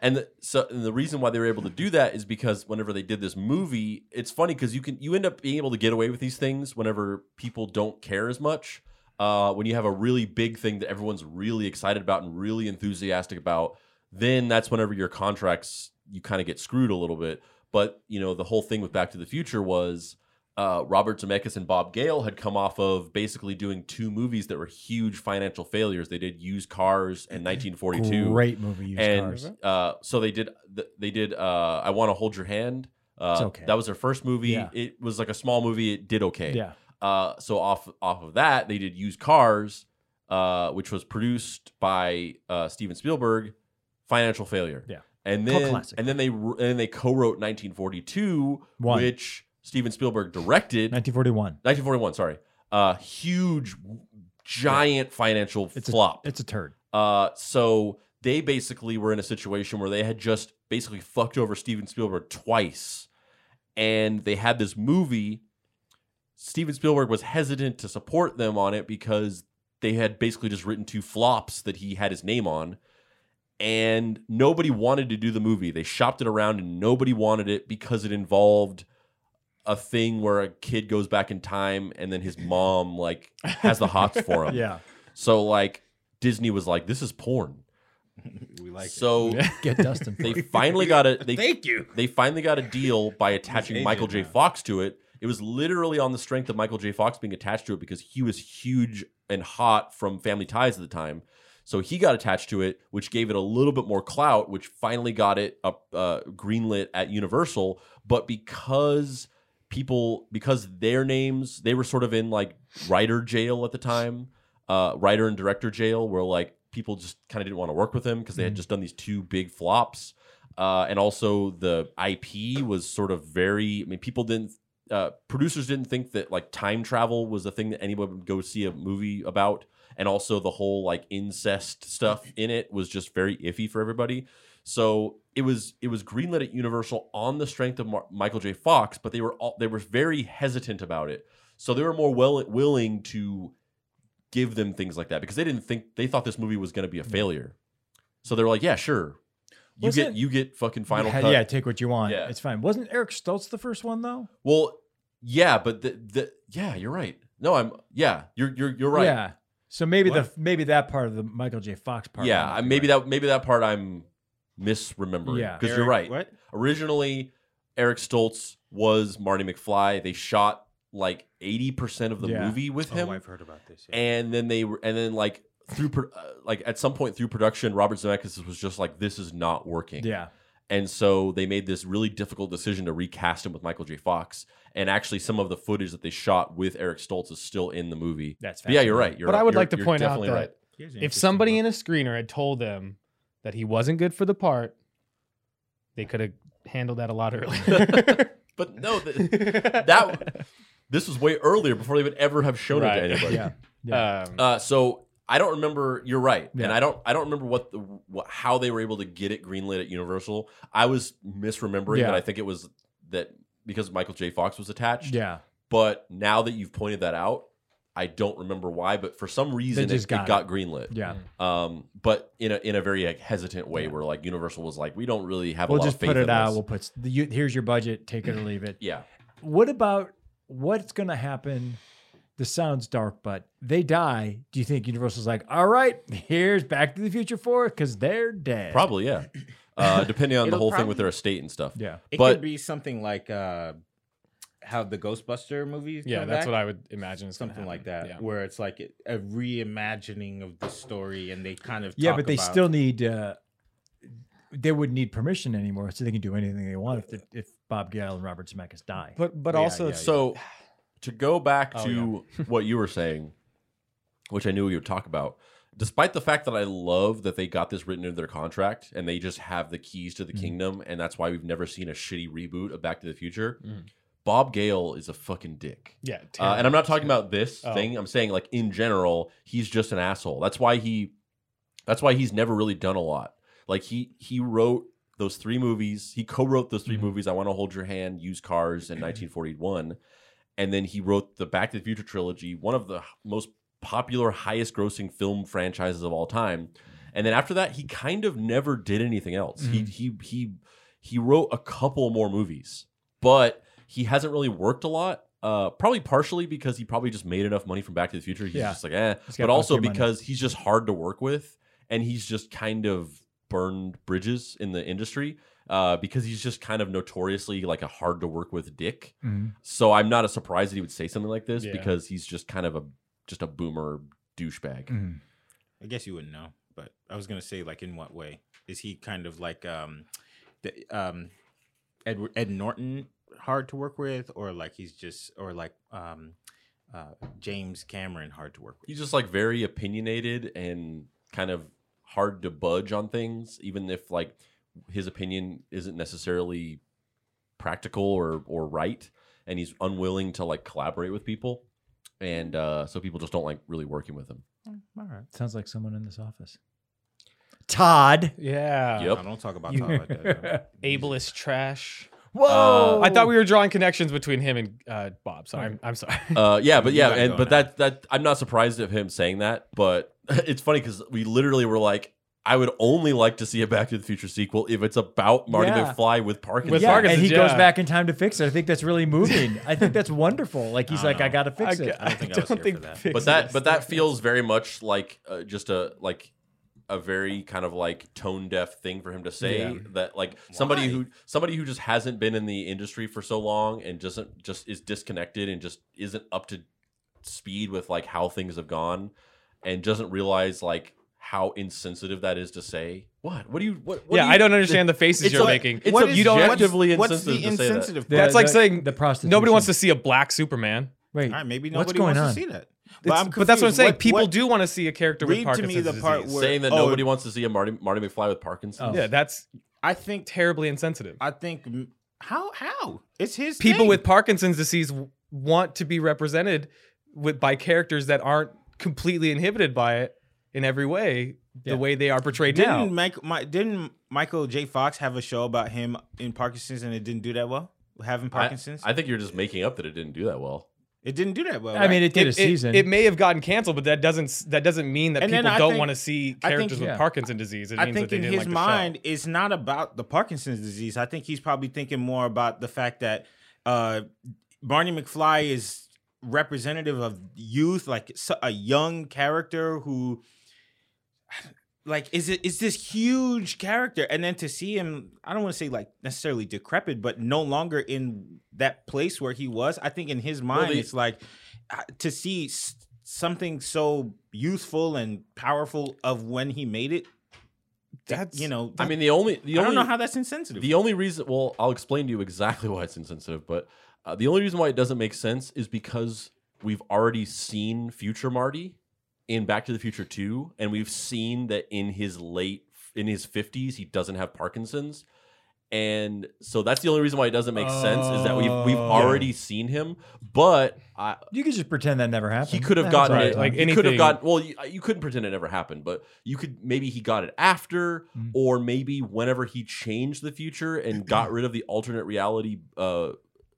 S1: and the, so and the reason why they were able to do that is because whenever they did this movie, it's funny because you can you end up being able to get away with these things whenever people don't care as much. Uh, when you have a really big thing that everyone's really excited about and really enthusiastic about, then that's whenever your contracts you kind of get screwed a little bit. But you know the whole thing with Back to the Future was uh, Robert Zemeckis and Bob Gale had come off of basically doing two movies that were huge financial failures. They did Used Cars in 1942,
S2: Great movie. Used cars.
S1: and uh, so they did. th- They did. Uh, I want to hold your hand. Uh,
S2: It's okay.
S1: That was their first movie.
S2: Yeah.
S1: It was like a small movie. It did okay.
S2: Yeah.
S1: Uh, so off off of that, they did Used Cars, uh, which was produced by uh, Steven Spielberg. Financial failure.
S2: Yeah.
S1: And
S2: Cult
S1: then
S2: classic.
S1: and then they and then they co-wrote 1942,
S2: One.
S1: which Steven Spielberg directed.
S2: 1941.
S1: 1941, sorry. Uh, huge, giant financial
S2: It's
S1: flop.
S2: A, it's a turd.
S1: uh, so they basically were in a situation where they had just basically fucked over Steven Spielberg twice, and they had this movie. Steven Spielberg was hesitant to support them on it because they had basically just written two flops that he had his name on, and nobody wanted to do the movie. They shopped it around, and nobody wanted it because it involved a thing where a kid goes back in time, and then his mom like has the hots for him.
S2: Yeah.
S1: So like Disney was like, this is porn.
S3: We like it.
S1: so
S2: Get Dustin. for
S1: they
S2: it.
S1: finally got a they
S3: Thank you.
S1: they finally got a deal by attaching
S3: aged
S1: Michael J.
S3: now.
S1: Fox to it. It was literally on the strength of Michael J. Fox being attached to it because he was huge and hot from Family Ties at the time. So he got attached to it, which gave it a little bit more clout, which finally got it up uh, greenlit at Universal. But because people, because their names, they were sort of in like writer jail at the time, uh, writer and director jail, where like people just kind of didn't want to work with them because they had just done these two big flops uh, and also the IP was sort of very. I mean, people didn't. Uh, producers didn't think that like time travel was a thing that anyone would go see a movie about, and also the whole like incest stuff in it was just very iffy for everybody. So it was it was greenlit at Universal on the strength of Mar- Michael J. Fox, but they were all they were very hesitant about it. So they were more well willing to give them things like that because they didn't think they thought this movie was going to be a failure. So they were like, yeah, sure, you
S2: Wasn't-
S1: get you get fucking final
S2: yeah,
S1: cut.
S2: yeah, take what you want.
S1: Yeah.
S2: It's fine. Wasn't Eric Stoltz the first one though?
S1: Well, yeah, but the, the yeah, you're right. No, I'm yeah, you're you're you're right. Yeah,
S2: Yeah. So maybe
S3: What?
S2: the maybe that part of the Michael J. Fox part. might
S1: I-
S2: be
S1: maybe
S2: right.
S1: that maybe that part I'm misremembering.
S2: Yeah.
S1: because you're right.
S3: Eric- What?
S1: Originally, Eric Stoltz was Marty McFly. They shot like eighty percent of the
S2: Yeah.
S1: movie with him.
S3: Oh, I've heard about this. yeah.
S1: and then they were, and then like through pro- uh, like at some point through production, Robert Zemeckis was just like, "This is not working."
S2: Yeah.
S1: And so they made this really difficult decision to recast him with Michael J. Fox. And actually, some of the footage that they shot with Eric Stoltz is still in the movie.
S2: That's.
S1: But yeah, you're right. You're,
S5: but I would
S1: you're-
S5: like to
S1: you're
S5: point out
S1: definitely
S5: that
S1: right.
S3: Here's an
S5: if
S3: interesting
S5: somebody
S3: one.
S5: in a screener had told them that he wasn't good for the part, they could have handled that a lot earlier.
S1: But no, th- that this was way earlier before they would ever have shown it
S5: Right.
S1: to anybody.
S2: Yeah.
S5: um,
S1: Uh, so I don't remember. You're right, and
S2: Yeah.
S1: I don't. I don't remember what the what, how they were able to get it greenlit at Universal. I was misremembering
S2: Yeah.
S1: that. I think it was that because Michael J. Fox was attached.
S2: Yeah.
S1: But now that you've pointed that out, I don't remember why. But for some reason, it,
S2: just
S1: it
S2: got
S1: got,
S2: it.
S1: greenlit.
S2: Yeah.
S1: um, but in a in a very like, hesitant way, where like Universal was like, we don't really have
S2: We'll
S1: a lot
S2: just
S1: of faith
S2: put
S1: in
S2: it out.
S1: this."
S2: We'll put s- the, you, here's your budget. Take it or leave it.
S1: yeah,
S2: What about what's going to happen? This sounds dark, but they die. Do you think Universal's like, all right, here's Back to the Future Four because they're dead?
S1: probably yeah. Uh, depending on the
S3: It'll
S1: whole thing
S3: probably-
S1: with their estate and stuff.
S2: Yeah.
S3: It
S1: But-
S3: could be something like uh, how the Ghostbuster movies.
S5: yeah,
S3: come
S5: that's
S3: back,
S5: what I would imagine. is gonna
S3: Something like that,
S5: happen. Yeah.
S3: where it's like a reimagining of the story, and they kind of
S2: Yeah,
S3: talk
S2: but they
S3: about-
S2: still need. Uh, they wouldn't need permission anymore, so they can do anything they want if the, if Bob Gale and Robert Zemeckis die.
S5: But but
S3: Yeah,
S5: also
S3: yeah,
S5: it's
S1: So to go back
S5: Oh,
S1: to what you were saying, which I knew you would talk about, despite the fact that I love that they got this written into their contract and they just have the keys to the
S2: Mhm.
S1: kingdom, and that's why we've never seen a shitty reboot of Back to the Future.
S2: Mm.
S5: Mhm.
S1: Bob Gale is a fucking dick.
S5: yeah,
S1: Uh, and I'm not talking about this
S5: Oh.
S1: thing. I'm saying like in general, he's just an asshole. That's why he That's why he's never really done a lot. Like he he wrote those three movies. He co-wrote those 3
S5: Mhm.
S1: movies. I want to hold your hand, Use Cars, and 1941, and then he wrote the Back to the Future trilogy, one of the h- most popular, highest-grossing film franchises of all time. And then after that, he kind of never did anything else. He he he he wrote a couple more movies, but he hasn't really worked a lot. Uh, probably partially because he probably just made enough money from Back to the Future. He's
S2: Yeah.
S1: just like, eh.
S2: He's got
S1: But also
S2: plenty of money.
S1: because he's just hard to work with, and he's just kind of burned bridges in the industry. Uh, because he's just kind of notoriously like a hard to work with dick.
S2: Mhm.
S1: So I'm not surprised that he would say something like this
S5: Yeah.
S1: because he's just kind of a just a boomer douchebag.
S2: Mhm.
S3: I guess you wouldn't know, but I was gonna say like in what way is he kind of like um, the, um, Edward Ed Norton hard to work with, or like he's just or like um, uh, James Cameron hard to work with?
S1: He's just like very opinionated and kind of hard to budge on things, even if like his opinion isn't necessarily practical or or right, and he's unwilling to like collaborate with people, and uh, so people just don't like really working with him.
S3: All right.
S2: Sounds like someone in this office. Todd.
S5: Yeah.
S1: Yep.
S3: I don't talk about
S5: You-
S3: Todd like that.
S5: Ableist trash.
S1: Whoa!
S5: Uh, I thought we were drawing connections between him and uh, Bob. Sorry, I'm, I'm sorry.
S1: Uh, yeah, but
S3: You
S1: yeah,
S3: gotta
S1: and
S3: go
S1: but
S3: now.
S1: that that I'm not surprised of him saying that, but it's funny because we literally were like. I would only like to see a Back to the Future sequel if it's about Marty
S2: Yeah.
S1: McFly with Parkinson's.
S5: With Parkinson's,
S2: and he
S5: yeah.
S2: goes back in time to fix it. I think that's really moving. I think that's wonderful. Like he's
S3: I
S2: like,
S3: don't
S2: I
S3: know.
S2: gotta fix
S5: I
S2: it.
S3: I don't think I was here for that.
S5: fix
S1: but that
S5: this.
S1: but that feels very much like uh, just a like a very kind of like tone deaf thing for him to say
S5: Yeah.
S1: that like somebody
S3: Why?
S1: who somebody who just hasn't been in the industry for so long and doesn't just is disconnected and just isn't up to speed with like how things have gone and doesn't realize like how insensitive that is to say what what do you what, what
S5: yeah,
S1: do you-
S5: I don't understand the faces
S1: it's
S5: you're
S1: a-
S5: making.
S1: it's
S5: What
S1: a-
S5: is- you don't.
S1: object- objectively
S3: what's,
S1: insensitive to
S3: What's the
S1: say that.
S3: insensitive?
S2: The-
S3: part?
S5: That's like saying
S2: the prostitution.
S5: nobody wants to see a black Superman.
S2: wait.
S3: All right, maybe
S2: what's
S3: nobody
S2: going
S3: wants to
S2: on?
S3: see that.
S5: It's-
S3: I'm
S5: that's what I'm
S3: confused.
S5: saying.
S3: What-
S5: People
S3: what-
S5: do want to see a character with
S3: Read to
S5: Parkinson's
S3: me the part
S5: disease.
S3: where-
S1: saying that
S3: oh,
S1: nobody wants to see a Marty Marty McFly with Parkinson's
S2: Oh.
S5: yeah, that's
S3: I think
S5: terribly insensitive.
S3: I think m- how how it's his
S5: People
S3: thing.
S5: with Parkinson's disease w- want to be represented with by characters that aren't completely inhibited by it in every way,
S2: Yeah.
S5: the way they are portrayed
S3: didn't
S5: now.
S3: Mike, my, didn't Michael J. Fox have a show about him in Parkinson's and it didn't do that well? Having
S1: I-
S3: Parkinson's,
S1: I think you're just making up that it didn't do that well
S3: it didn't do that well.
S2: I mean,
S3: right?
S2: it did a season.
S5: It, may have gotten canceled, but that doesn't that doesn't mean that
S3: And then
S5: people
S3: I
S5: don't
S3: think-
S5: want to
S3: I
S5: see
S3: think-
S5: characters with
S2: yeah.
S5: Parkinson's disease. It means
S3: I think
S5: that they
S3: in
S5: didn't
S3: his
S5: like the show.
S3: mind, it's not about the Parkinson's disease. I think he's probably thinking more about the fact that uh, Barney McFly is representative of youth, like so- a young character who, like, is it is this huge character, and then to see him, I don't want to say like necessarily decrepit, but no longer in that place where he was. I think in his mind,
S1: the-
S3: it's like uh, to see. s- Something so youthful and powerful of when he made it
S5: That's
S3: you know.
S1: I mean the only the
S3: I
S1: only
S3: don't know how that's insensitive.
S1: The only reason, well, I'll explain to you exactly why it's insensitive, but uh, the only reason why it doesn't make sense is because we've already seen future Marty in Back to the Future 2, and we've seen that in his late, in his 50s, he doesn't have Parkinson's. And so that's the only reason why it doesn't make sense is that we've we've
S2: Oh.
S1: already seen him, but I,
S2: You could just pretend that never happened.
S1: he could have
S2: That
S1: gotten
S5: right.
S1: it. Like
S5: Like
S1: he could have
S5: anything.
S1: gotten. Well, you, you couldn't pretend it never happened, but you could. Maybe he got it after,
S2: Mm.
S1: or maybe whenever he changed the future and got rid of the alternate reality uh,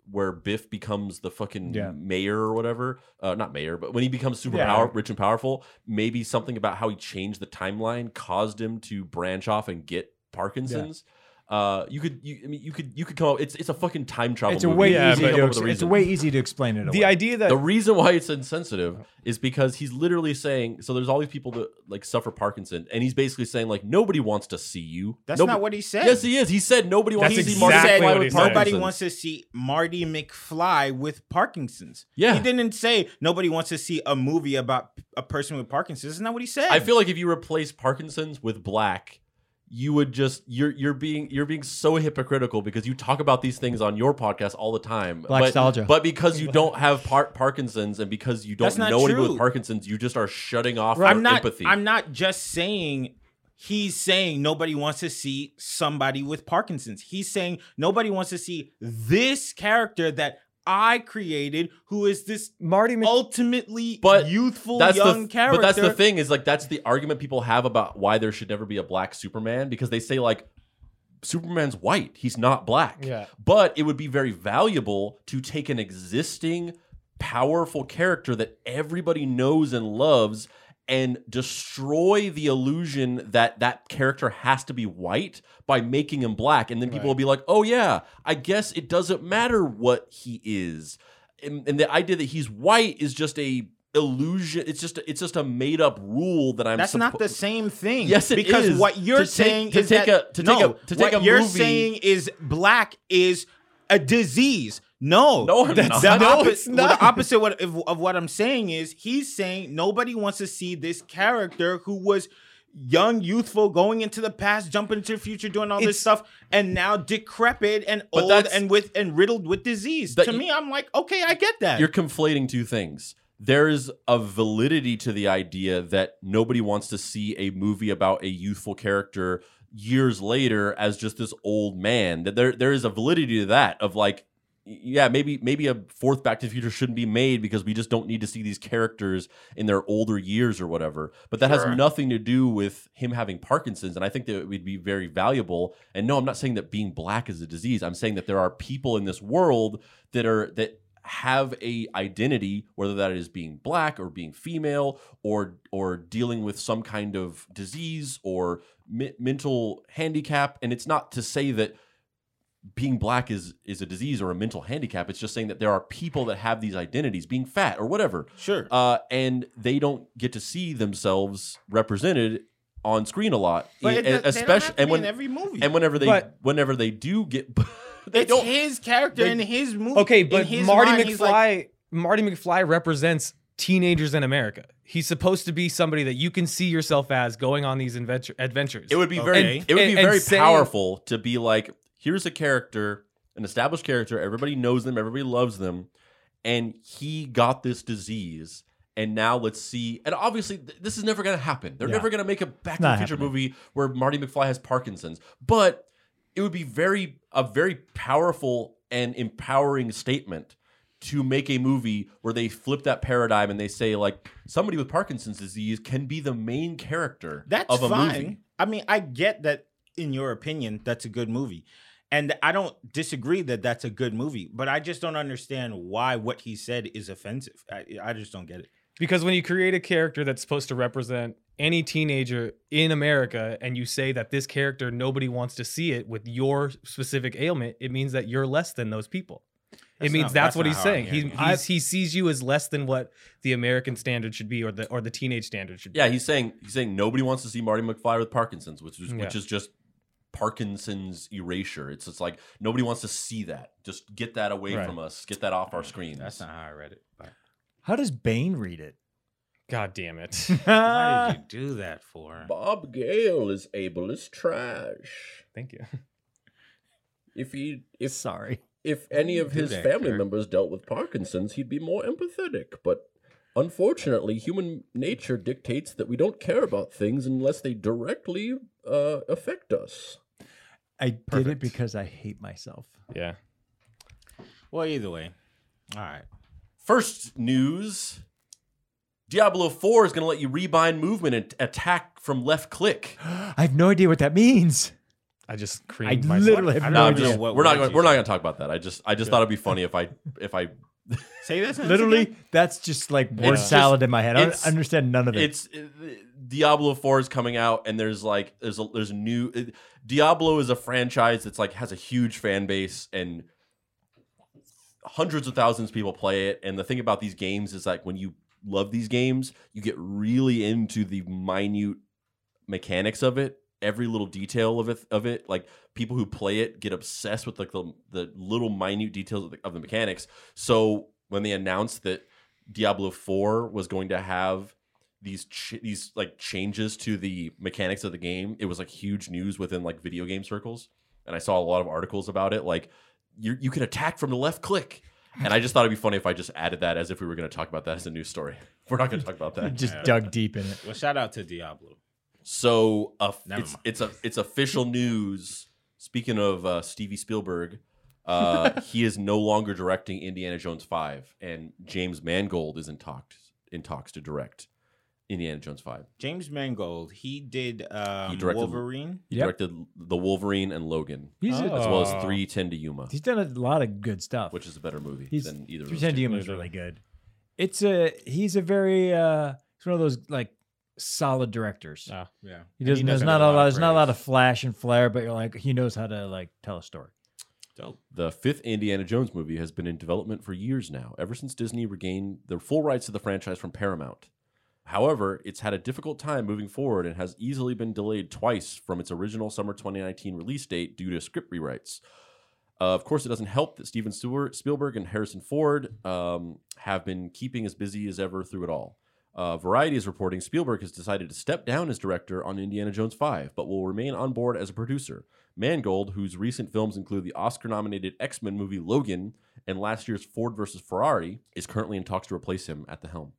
S1: where Biff becomes the fucking
S2: Yeah.
S1: mayor or whatever. Uh, not mayor, but when he becomes super
S2: Yeah.
S1: power, rich and powerful, maybe something about how he changed the timeline caused him to branch off and get Parkinson's. Uh, you could, you, I mean, you could, you could come up. It's it's a fucking time travel.
S2: It's a
S1: movie.
S2: way
S1: You can
S5: Yeah,
S2: easy.
S1: come
S5: but-
S1: up with a
S2: To, ex- it's
S1: reason.
S2: way easy to explain it. Away.
S5: the idea that
S1: The reason why it's insensitive is because he's literally saying so. There's all these people that like suffer Parkinson, and he's basically saying like nobody wants to see you.
S3: that's
S1: Nobo-
S3: not what he said.
S1: Yes, he is. He said nobody wants
S5: That's
S1: to see Marty
S5: exactly
S1: McFly
S5: what
S1: with
S5: he said.
S1: Parkinson's.
S3: Nobody wants to see Marty McFly with Parkinson's.
S1: Yeah.
S3: He didn't say nobody wants to see a movie about a person with Parkinson's. Isn't that what he said?
S1: I feel like if you replace Parkinson's with black, you would just you're you're being you're being so hypocritical because you talk about these things on your podcast all the time.
S2: Black
S1: but,
S2: nostalgia.
S1: but because you don't have par- Parkinson's and because you don't
S3: That's not
S1: know anybody
S3: true.
S1: with Parkinson's, you just are shutting off
S3: I'm
S1: your
S3: not.
S1: empathy.
S3: I'm not just saying. He's saying nobody wants to see somebody with Parkinson's. He's saying nobody wants to see this character that I created, who is this
S5: Marty
S3: Oh.
S5: Mc-
S3: ultimately
S1: But
S3: youthful
S1: that's
S3: young
S1: the
S3: character.
S1: but that's the thing is like that's the argument people have about why there should never be a black Superman because they say like Superman's white, he's not black.
S5: Yeah.
S1: But it would be very valuable to take an existing powerful character that everybody knows and loves and destroy the illusion that that character has to be white by making him black and then people
S5: Right.
S1: will be like, "Oh yeah, I guess it doesn't matter what he is." and, and the idea that he's white is just a illusion. It's just it's just a made up rule that I'm.
S3: That's
S1: suppo-
S3: not the same thing.
S1: Yes, it
S3: because
S1: is.
S3: what you're
S1: To take-
S3: saying
S1: to
S3: is
S1: take
S3: that,
S1: a- to
S3: no,
S1: take a- to take
S3: what
S1: a
S3: you're
S1: movie-
S3: saying is black is a disease. No,
S1: No, I'm not.
S3: that's The
S1: No,
S3: oppo-
S1: it's not.
S3: The opposite what, of, of what I'm saying is he's saying nobody wants to see this character who was young, youthful, going into the past, jumping into the future, doing all this
S5: It's-
S3: stuff, and now decrepit and
S1: But
S3: old
S1: that's-
S3: and with and riddled with disease.
S1: That
S3: to
S1: you-
S3: me, I'm like, okay, I get that.
S1: You're conflating two things. There is a validity to the idea that nobody wants to see a movie about a youthful character years later as just this old man. That there there is a validity to that of like yeah, maybe maybe a fourth Back to the Future shouldn't be made because we just don't need to see these characters in their older years or whatever. But that
S3: Sure.
S1: has nothing to do with him having Parkinson's, and I think that it would be very valuable. And no, I'm not saying that being black is a disease. I'm saying that there are people in this world that are that have a identity, whether that is being black or being female or or dealing with some kind of disease or me- mental handicap. And it's not to say that being black is is a disease or a mental handicap. It's just saying that there are people that have these identities, being fat or whatever,
S3: sure.
S1: uh, and they don't get to see themselves represented on screen a lot,
S3: but
S1: E-
S3: it, does- they don't have
S1: especially
S3: to
S1: and
S3: be in
S1: when
S3: every movie.
S1: and whenever they
S5: But-
S1: whenever they do get they
S3: it's
S1: don't
S3: his character
S1: they-
S3: in his movie.
S5: Okay,
S3: In
S5: but
S3: his
S5: Marty
S3: mind,
S5: McFly
S3: he's like-
S5: Marty McFly represents teenagers in America. He's supposed to be somebody that you can see yourself as going on these adventure, adventures.
S1: It would be
S3: Okay.
S1: very it would
S5: And-
S1: be
S5: and
S1: very
S5: saying-
S1: powerful to be like, here's a character, an established character, everybody knows them, everybody loves them, and he got this disease. And now let's see. And obviously, th- this is never going to happen. They're
S2: Yeah.
S1: never going to make a Back to
S2: Not
S1: the Future
S2: happening.
S1: movie where Marty McFly has Parkinson's. But it would be very a very powerful and empowering statement to make a movie where they flip that paradigm and they say like somebody with Parkinson's disease can be the main character
S3: That's
S1: of a
S3: fine.
S1: movie.
S3: I mean, I get that. In your opinion, that's a good movie, and I don't disagree that that's a good movie. But I just don't understand why what he said is offensive. I, I just don't get it.
S5: because when you create a character that's supposed to represent any teenager in America and you say that this character nobody wants to see it with your specific ailment, it means that you're less than those people.
S3: That's
S5: it means
S3: not- that's
S5: that's, what
S3: not
S5: he's
S3: how I'm
S5: saying. He,
S3: hearing it.
S5: he's, he sees you as less than what the American standard should be, or the or the teenage standard should be.
S1: Yeah, he's saying he's saying nobody wants to see Marty McFly with Parkinson's, which is which
S5: Yeah.
S1: is just Parkinson's erasure. It's just like nobody wants to see that. Just get that away
S5: Right.
S1: from us. Get that off our screens.
S3: That's not how I read it. But
S2: How does Bane read it?
S5: God damn it.
S3: why did you do that for?
S1: Bob Gale is ableist trash.
S5: Thank you.
S1: If he if
S2: Sorry.
S1: if any of
S3: Do
S1: his
S3: that,
S1: family
S3: Kirk.
S1: members dealt with Parkinson's, he'd be more empathetic. But unfortunately, human nature dictates that we don't care about things unless they directly uh, affect us.
S2: I did it
S5: Perfect.
S2: because I hate myself.
S5: Yeah.
S3: Well, either way, all right.
S1: First news Diablo 4 is going to let you rebind movement and attack from left click.
S2: I have no idea what that means.
S5: I just
S2: I
S5: creamed myself.
S2: literally
S3: I don't
S2: have no
S1: No, I'm
S3: even
S2: idea.
S1: just,
S3: know what
S1: we're not
S3: word
S1: gonna,
S3: you
S1: we're not
S3: said.
S1: going to talk about that. I just I just thought it'd be funny if I if I
S3: Say that sentence
S2: Literally,
S3: again.
S2: that's just like word
S1: just-
S2: salad in my head. I don't
S1: it's-
S2: understand none of it.
S1: it's Diablo 4 is coming out and there's like there's a there's a new it- Diablo is a franchise that's like has a huge fan base and hundreds of thousands of people play it and the thing about these games is like when you love these games you get really into the minute mechanics of it every little detail of it of it like people who play it get obsessed with like the, the little minute details of the, of the mechanics so when they announced that diablo 4 was going to have these ch- these like changes to the mechanics of the game it was like huge news within like video game circles and i saw a lot of articles about it like you you can attack from the left click and i just thought it'd be funny if i just added that as if we were going to talk about that as a news story we're not going to talk about
S2: I
S1: that
S2: just dug deep in it.
S3: Well, shout out to Diablo.
S1: so uh,
S3: Never
S1: it's
S3: mind.
S1: it's a it's official news. Speaking of uh, Stevie Spielberg, Uh, he is no longer directing Indiana Jones Five, and James Mangold is in talks in talks to direct Indiana Jones Five.
S3: James Mangold, he did um,
S1: directed-
S3: Wolverine.
S1: He
S2: Yep.
S1: directed the Wolverine and Logan,
S2: He's
S5: Oh.
S1: as well as
S5: Aw.
S1: Three Ten to Yuma,
S2: he's done a lot of good stuff.
S1: which is a better movie
S2: He's-
S1: than either. of
S2: Three
S1: those
S2: Ten
S1: two.
S2: Demon is really good. It's a he's a very uh he's one of those like solid directors.
S5: Ah.
S3: Yeah.
S5: And
S2: He doesn't.
S5: he
S2: there's
S5: doesn't
S2: not
S5: get a
S2: a
S5: lot
S2: lot.
S5: of
S2: There's not a lot
S5: praise.
S2: of flash and flair, but you're like he knows how to like tell a story.
S1: The fifth Indiana Jones movie has been in development for years now, ever since Disney regained the full rights to the franchise from Paramount. However, it's had a difficult time moving forward and has easily been delayed twice from its original summer 2019 release date due to script rewrites. Uh, of course, it doesn't help that Steven Stewart, Spielberg, and Harrison Ford um, have been keeping as busy as ever through it all. Uh, Variety is reporting Spielberg has decided to step down as director on Indiana Jones 5, but will remain on board as a producer. Mangold, whose recent films include the Oscar nominated X Men movie Logan and last year's Ford versus Ferrari, is currently in talks to replace him at the helm.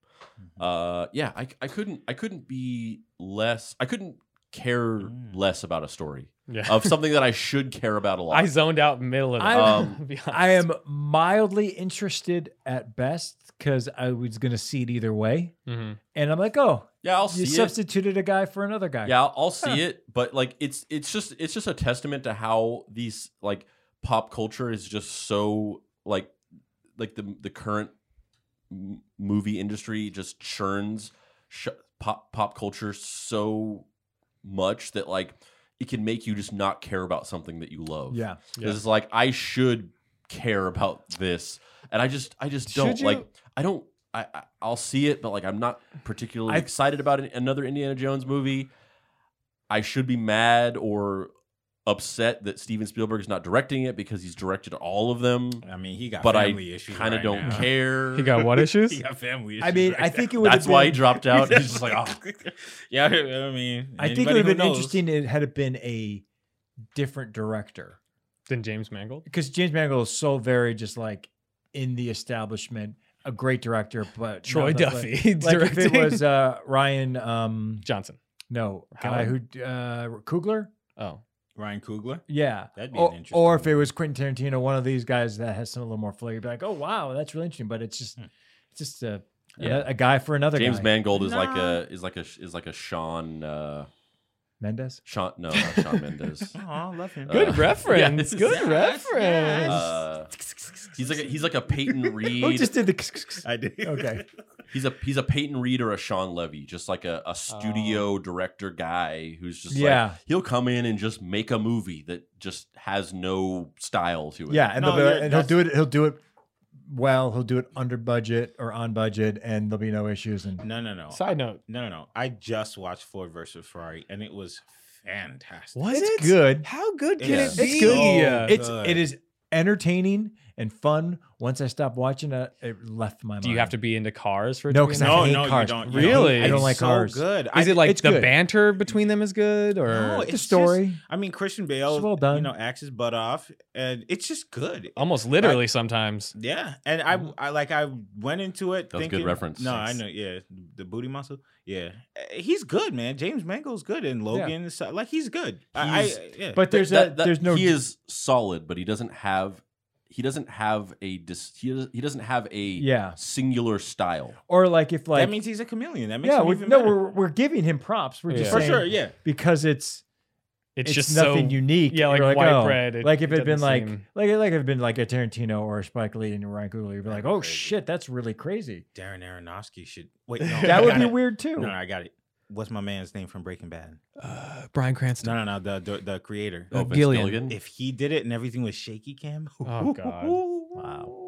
S1: Uh, yeah, I, I couldn't I couldn't be less I couldn't care
S3: Mm.
S1: less about a story
S5: Yeah.
S1: of something that I should care about a lot.
S5: I zoned out in the middle of it.
S2: I-
S1: Um,
S5: to be honest.
S2: I am mildly interested at best because I was gonna see it either way,
S5: Mhm.
S2: and I'm like, oh,
S1: yeah, I'll
S2: you
S1: see it.
S2: substituted a guy for another guy.
S1: Yeah, I'll, I'll see it, but like it's it's just it's just a testament to how these like pop culture is just so like like the the current m- movie industry just churns sh- pop pop culture so much that like it can make you just not care about something that you love.
S2: yeah.
S5: Yeah.
S1: It's like I should care about this, and I just I just don't
S5: Should you-
S1: like I don't. I, I I'll see it, but like I'm not particularly
S2: I-
S1: excited about an- another Indiana Jones movie. I should be mad or upset that Steven Spielberg is not directing it because he's directed all of them,
S3: I mean, he got
S1: but I
S3: family issues.
S1: kind of
S3: right
S1: don't
S3: now.
S1: care.
S5: He got what
S3: He
S5: issues?
S3: got family issues.
S2: I mean,
S3: right
S2: I think it
S3: now.
S2: would. have
S1: That's why he
S2: been-
S1: dropped out. He's just like, oh,
S3: yeah, I mean,
S2: I think it
S3: anybody
S2: would have
S3: who
S2: been
S3: knows.
S2: interesting it had it been a different director
S5: Then James Mangold.
S2: because James Mangold is so very just like in the establishment, a great director, but
S5: Troy
S2: not the-
S5: Duffy
S2: Like, like if
S5: directing.
S2: it was uh, Ryan, um,
S5: Johnson.
S2: no guy who
S5: Howard?
S2: uh, Kugler,
S5: Oh,
S3: Ryan Coogler.
S2: yeah,
S3: That'd be
S2: or,
S3: an interesting.
S2: or if it was Quentin Tarantino, one of these guys that has some a little more flair, you'd be like, oh wow, that's really interesting, but it's just,
S3: Hmm.
S2: it's just a,
S1: Yeah.
S2: a, a guy for another
S1: James
S2: guy.
S1: Mangold is like
S3: Nah.
S1: a is like a is like a Sean uh,
S2: Mendez.
S1: Sean no not Sean Mendes.
S3: Oh, love him.
S1: Good Uh,
S5: reference.
S1: yeah.
S5: Good
S1: Yes,
S5: reference.
S1: Uh, he's like a, he's like a Peyton Reed.
S2: Who Oh, just did the?
S3: I did.
S2: Okay.
S1: He's a he's a Peyton Reed or a Sean Levy, just like a, a studio director guy who's just like
S2: Oh. Yeah.
S1: he'll come in and just make a movie that just has no style to it.
S2: Yeah, and,
S3: No,
S2: they'll be like-
S3: yeah,
S2: and he'll
S3: that's-
S2: do it. He'll do it well. He'll do it under budget or on budget, and there'll be no issues. And
S3: No, no, no.
S5: Side note.
S3: No, no, no. I just watched Ford versus Ferrari, and it was fantastic.
S5: Was
S2: it's
S5: it?
S2: good.
S5: How Oh, good
S3: It
S5: can
S3: is
S5: it be?
S2: It's good.
S3: so
S2: It's
S3: good.
S2: it is entertaining and fun. Once I stopped watching it, it left my mind.
S5: Do you have to be into cars for it
S2: No,
S5: to be
S2: because
S5: in-
S2: I
S3: No,
S2: hate
S3: no, you
S2: cars.
S3: don't.
S2: I hate-
S5: Really?
S2: I don't
S3: It's
S2: like
S3: so
S2: cars.
S3: Good.
S5: Is
S3: I-
S5: it like
S2: it's
S5: the
S2: good.
S5: banter between them is good, or
S3: No,
S2: The
S3: it's
S2: story.
S3: I mean, Christian
S2: It's
S3: Bale,
S2: well done.
S3: you know, acts his butt off, and it's just good.
S5: almost literally sometimes?
S3: Yeah, and I, I like I went into it.
S1: That was a good
S3: thinking,
S1: reference.
S3: No, I
S1: Thanks.
S3: know. Yeah, the booty muscle. Yeah, Uh, he's good, man. James Mangold's good, and Logan, is like he's good. I,
S1: He's-
S3: I yeah.
S2: but there's
S1: That-
S2: a
S1: that-
S2: there's no.
S1: he is solid, but he doesn't have he doesn't have a dis, he doesn't, he doesn't have a
S2: yeah,
S1: singular style.
S2: or like if like
S3: that means he's a chameleon. That makes
S2: yeah,
S3: him
S2: we're,
S3: even
S2: no,
S3: better.
S2: we're we're giving him props. We're just
S5: Yeah.
S3: for
S2: saying
S3: sure. Yeah,
S2: because it's
S5: It's,
S2: it's,
S5: just
S2: nothing
S5: so
S2: unique.
S5: yeah, like
S2: You're
S5: white
S2: oh.
S5: bread, it-
S2: like if
S5: it
S2: it had been
S5: doesn't
S2: like
S5: seem-
S2: like like it'd been like a Tarantino or a Spike Lee and Ryan Coogler, you'd be like, oh
S3: Crazy.
S2: shit, that's really crazy.
S3: Darren Aronofsky should wait. No, I
S2: That would
S3: got
S2: be
S3: it.
S2: weird too.
S3: No, I got it. What's my man's name from Breaking Bad?
S5: uh, Brian Cranston.
S3: No, no, no. The the, the creator.
S5: Oh,
S1: Vince
S5: Gillian.
S3: If he did it and everything was shaky cam.
S5: Oh, God.
S3: Wow.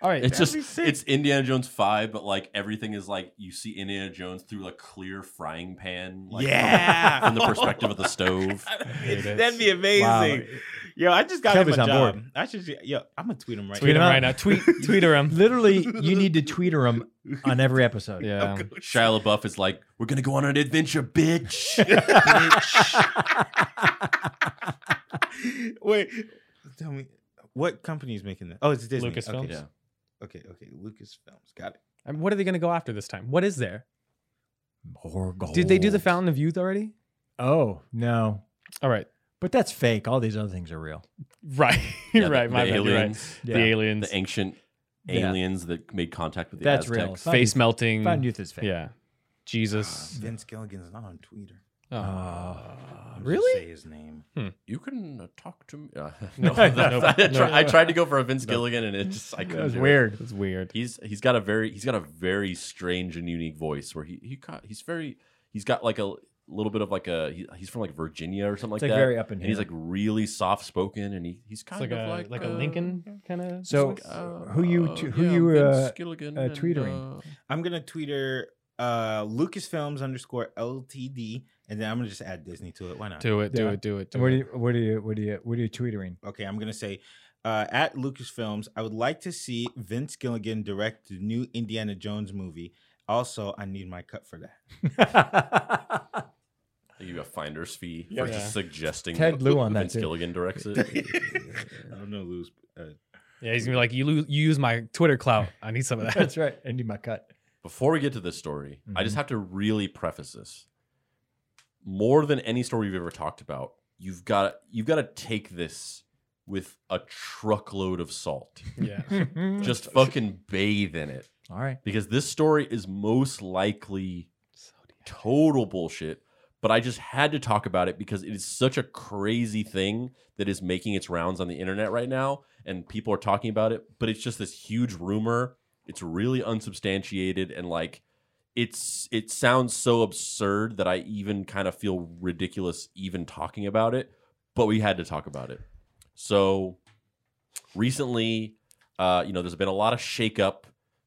S5: All right,
S1: It's just
S3: That'd be sick.
S1: it's Indiana Jones five, but like everything is like you see Indiana Jones through a clear frying pan, like from-
S3: yeah.
S1: from the perspective of the stove.
S5: Dude, that's-
S3: That'd be amazing. Yo, I just got
S2: Kevin's
S3: him a
S2: on
S3: job.
S2: board.
S3: I should. Yo, I'm gonna tweet him right
S5: tweet him
S3: now.
S5: right now. Tweet tweeter him.
S2: Literally, you need to tweeter him on every episode.
S3: Oh,
S5: Yeah.
S1: Shia LaBeouf is like, "We're gonna go on an adventure, bitch."
S3: Wait, tell me what company is making that? Oh, it's Disney.
S5: Lucasfilms?
S3: Okay,
S1: yeah.
S3: okay, okay. Lucasfilms. Got it.
S5: I mean, what are they going to go after this time? What is there?
S2: More gold.
S5: Did they do the Fountain of Youth already?
S2: Oh no,
S5: All right.
S2: But that's fake. All these other things are real.
S5: Right.
S1: Yeah, the-
S5: right. My
S1: the
S5: bad. You're right.
S1: aliens,
S5: The aliens.
S1: the ancient
S2: Yeah.
S1: aliens that made contact with the
S2: That's real.
S1: Aztecs.
S2: Found
S5: face
S2: youth-
S5: melting.
S2: Found youth is fake.
S5: Yeah. Jesus.
S3: Ah, Vince Gilligan's not on Twitter.
S5: Oh.
S2: Oh.
S3: I'm just
S5: Really?
S3: Say his name.
S1: You can uh, talk to me. Uh, no, that- I, try- I tried to go for a Vince Gilligan, and it just I couldn't.
S2: That was
S1: do it.
S2: weird.
S5: That's weird.
S1: He's he's got a very he's got a very strange and unique voice where he he ca- he's very he's got like a little bit of like a he, he's from like Virginia or something
S2: It's
S1: like
S2: like
S1: that.
S2: very up in
S1: and
S2: here.
S1: he's like really soft spoken, and he, he's kind
S5: It's like
S1: of
S5: a
S1: like
S5: like, a
S1: uh,
S5: Lincoln kind of.
S2: so
S1: like, uh,
S2: who you t-
S1: uh,
S2: who
S1: yeah,
S2: you
S1: Vince
S2: uh,
S1: Gilligan
S2: uh,
S1: and,
S2: tweetering?
S1: uh,
S3: I'm gonna Twitter uh, Lucasfilms underscore LTD, and then I'm gonna just add Disney to it. Why not?
S5: do it. Do
S2: Yeah.
S5: it. Do it. Do
S2: what
S5: it.
S2: do you what do you what do you what are you tweetering?
S3: Okay, I'm gonna say uh, at Lucasfilms, I would like to see Vince Gilligan direct the new Indiana Jones movie. Also, I need my cut for that.
S1: They give you a finder's fee
S5: Yeah.
S1: for
S5: Yeah.
S1: just suggesting
S2: Ted Lieu on that,
S1: Vince
S2: too.
S1: Gilligan directs it.
S3: I don't know, Lou's. Uh,
S5: yeah. He's gonna be like, you, lo- you use my Twitter clout. I need some of that.
S2: That's right. I need my cut.
S1: Before we get to this story, I
S2: Mm-hmm.
S1: just have to really preface this. More than any story you've ever talked about, you've got you've got to take this with a truckload of salt.
S5: yeah.
S2: All
S1: Just fucking bathe in it
S2: right.
S1: because this story is most likely
S5: So
S1: total bullshit. But I just had to talk about it because it is such a crazy thing that is making its rounds on the internet right now, and people are talking about it. But it's just this huge rumor. It's really unsubstantiated, and like, it's it sounds so absurd that I even kind of feel ridiculous even talking about it. But we had to talk about it. So recently, uh, you know, there's been a lot of shakeup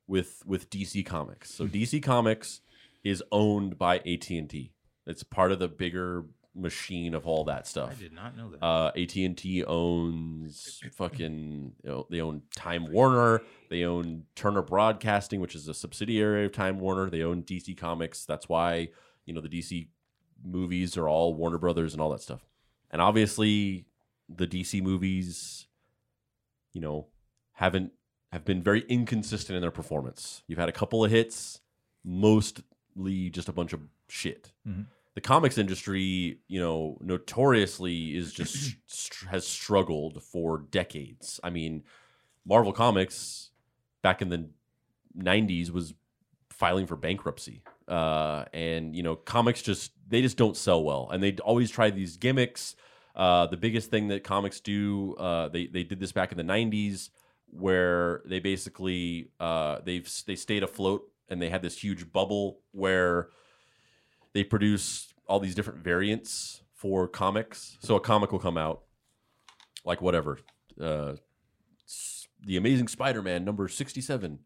S1: with with DC Comics. So DC Comics is owned by AT&T. It's part of the bigger machine of all that
S3: I
S1: stuff.
S3: did not know that.
S1: Uh, AT&T owns fucking you know, they own Time Warner, they own Turner Broadcasting, which is a subsidiary of Time Warner, they own DC Comics. That's why, you know, the DC movies are all Warner Brothers and all that stuff. And obviously the DC movies you know, haven't have been very inconsistent in their performance. You've had a couple of hits, mostly just a bunch of shit.
S2: Mhm.
S1: The comics industry, you know, notoriously is just str- has struggled for decades. I mean, Marvel Comics back in the 90s was filing for bankruptcy. Uh, and you know, comics just they just don't sell well, and they always try these gimmicks. Uh, the biggest thing that comics do, uh, they they did this back in the '90s, where they basically uh, they've they stayed afloat and they had this huge bubble where they produce all these different variants for comics. So a comic will come out, like whatever, uh, s- the Amazing Spider-Man number sixty-seven,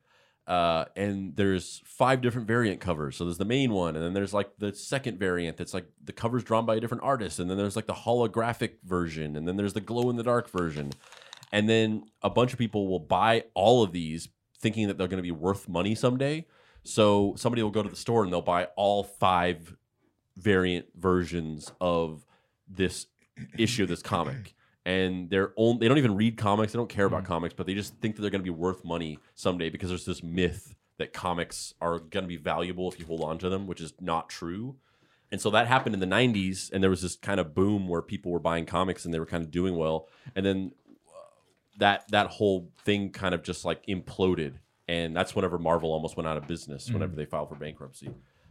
S1: uh, and there's five different variant covers. So there's the main one, and then there's like the second variant that's like the covers drawn by a different artist, and then there's like the holographic version, and then there's the glow in the dark version, and then a bunch of people will buy all of these thinking that they're going to be worth money someday. So somebody will go to the store and they'll buy all five variant versions of this issue of this comic. And they're only, they don't even read comics. They don't care about comics, but they just think that they're going to be worth money someday because there's this myth that comics are going to be valuable if you hold on to them, which is not true. And so that happened in the 90s, and there was this kind of boom where people were buying comics and they were kind of doing well. And then that that whole thing kind of just like imploded and that's whenever marvel almost went out of business
S2: Mm.
S1: whenever they filed for bankruptcy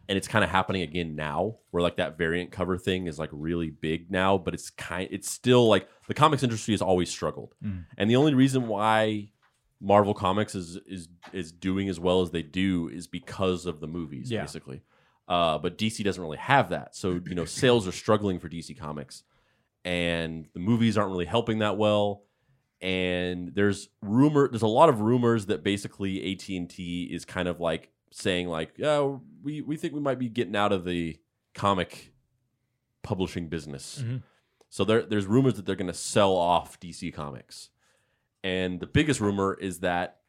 S1: and it's kind of happening again now where like that variant cover thing is like really big now but it's kind it's still like the comics industry has always struggled
S2: Mm.
S1: and the only reason why marvel comics is is is doing as well as they do is because of the movies
S2: Yeah.
S1: basically uh, but dc doesn't really have that so you know sales are struggling for dc comics and the movies aren't really helping that well and there's rumor there's a lot of rumors that basically AT&T is kind of like saying like yeah we we think we might be getting out of the comic publishing business.
S2: Mhm.
S1: So there there's rumors that they're going to sell off DC Comics. And the biggest rumor is that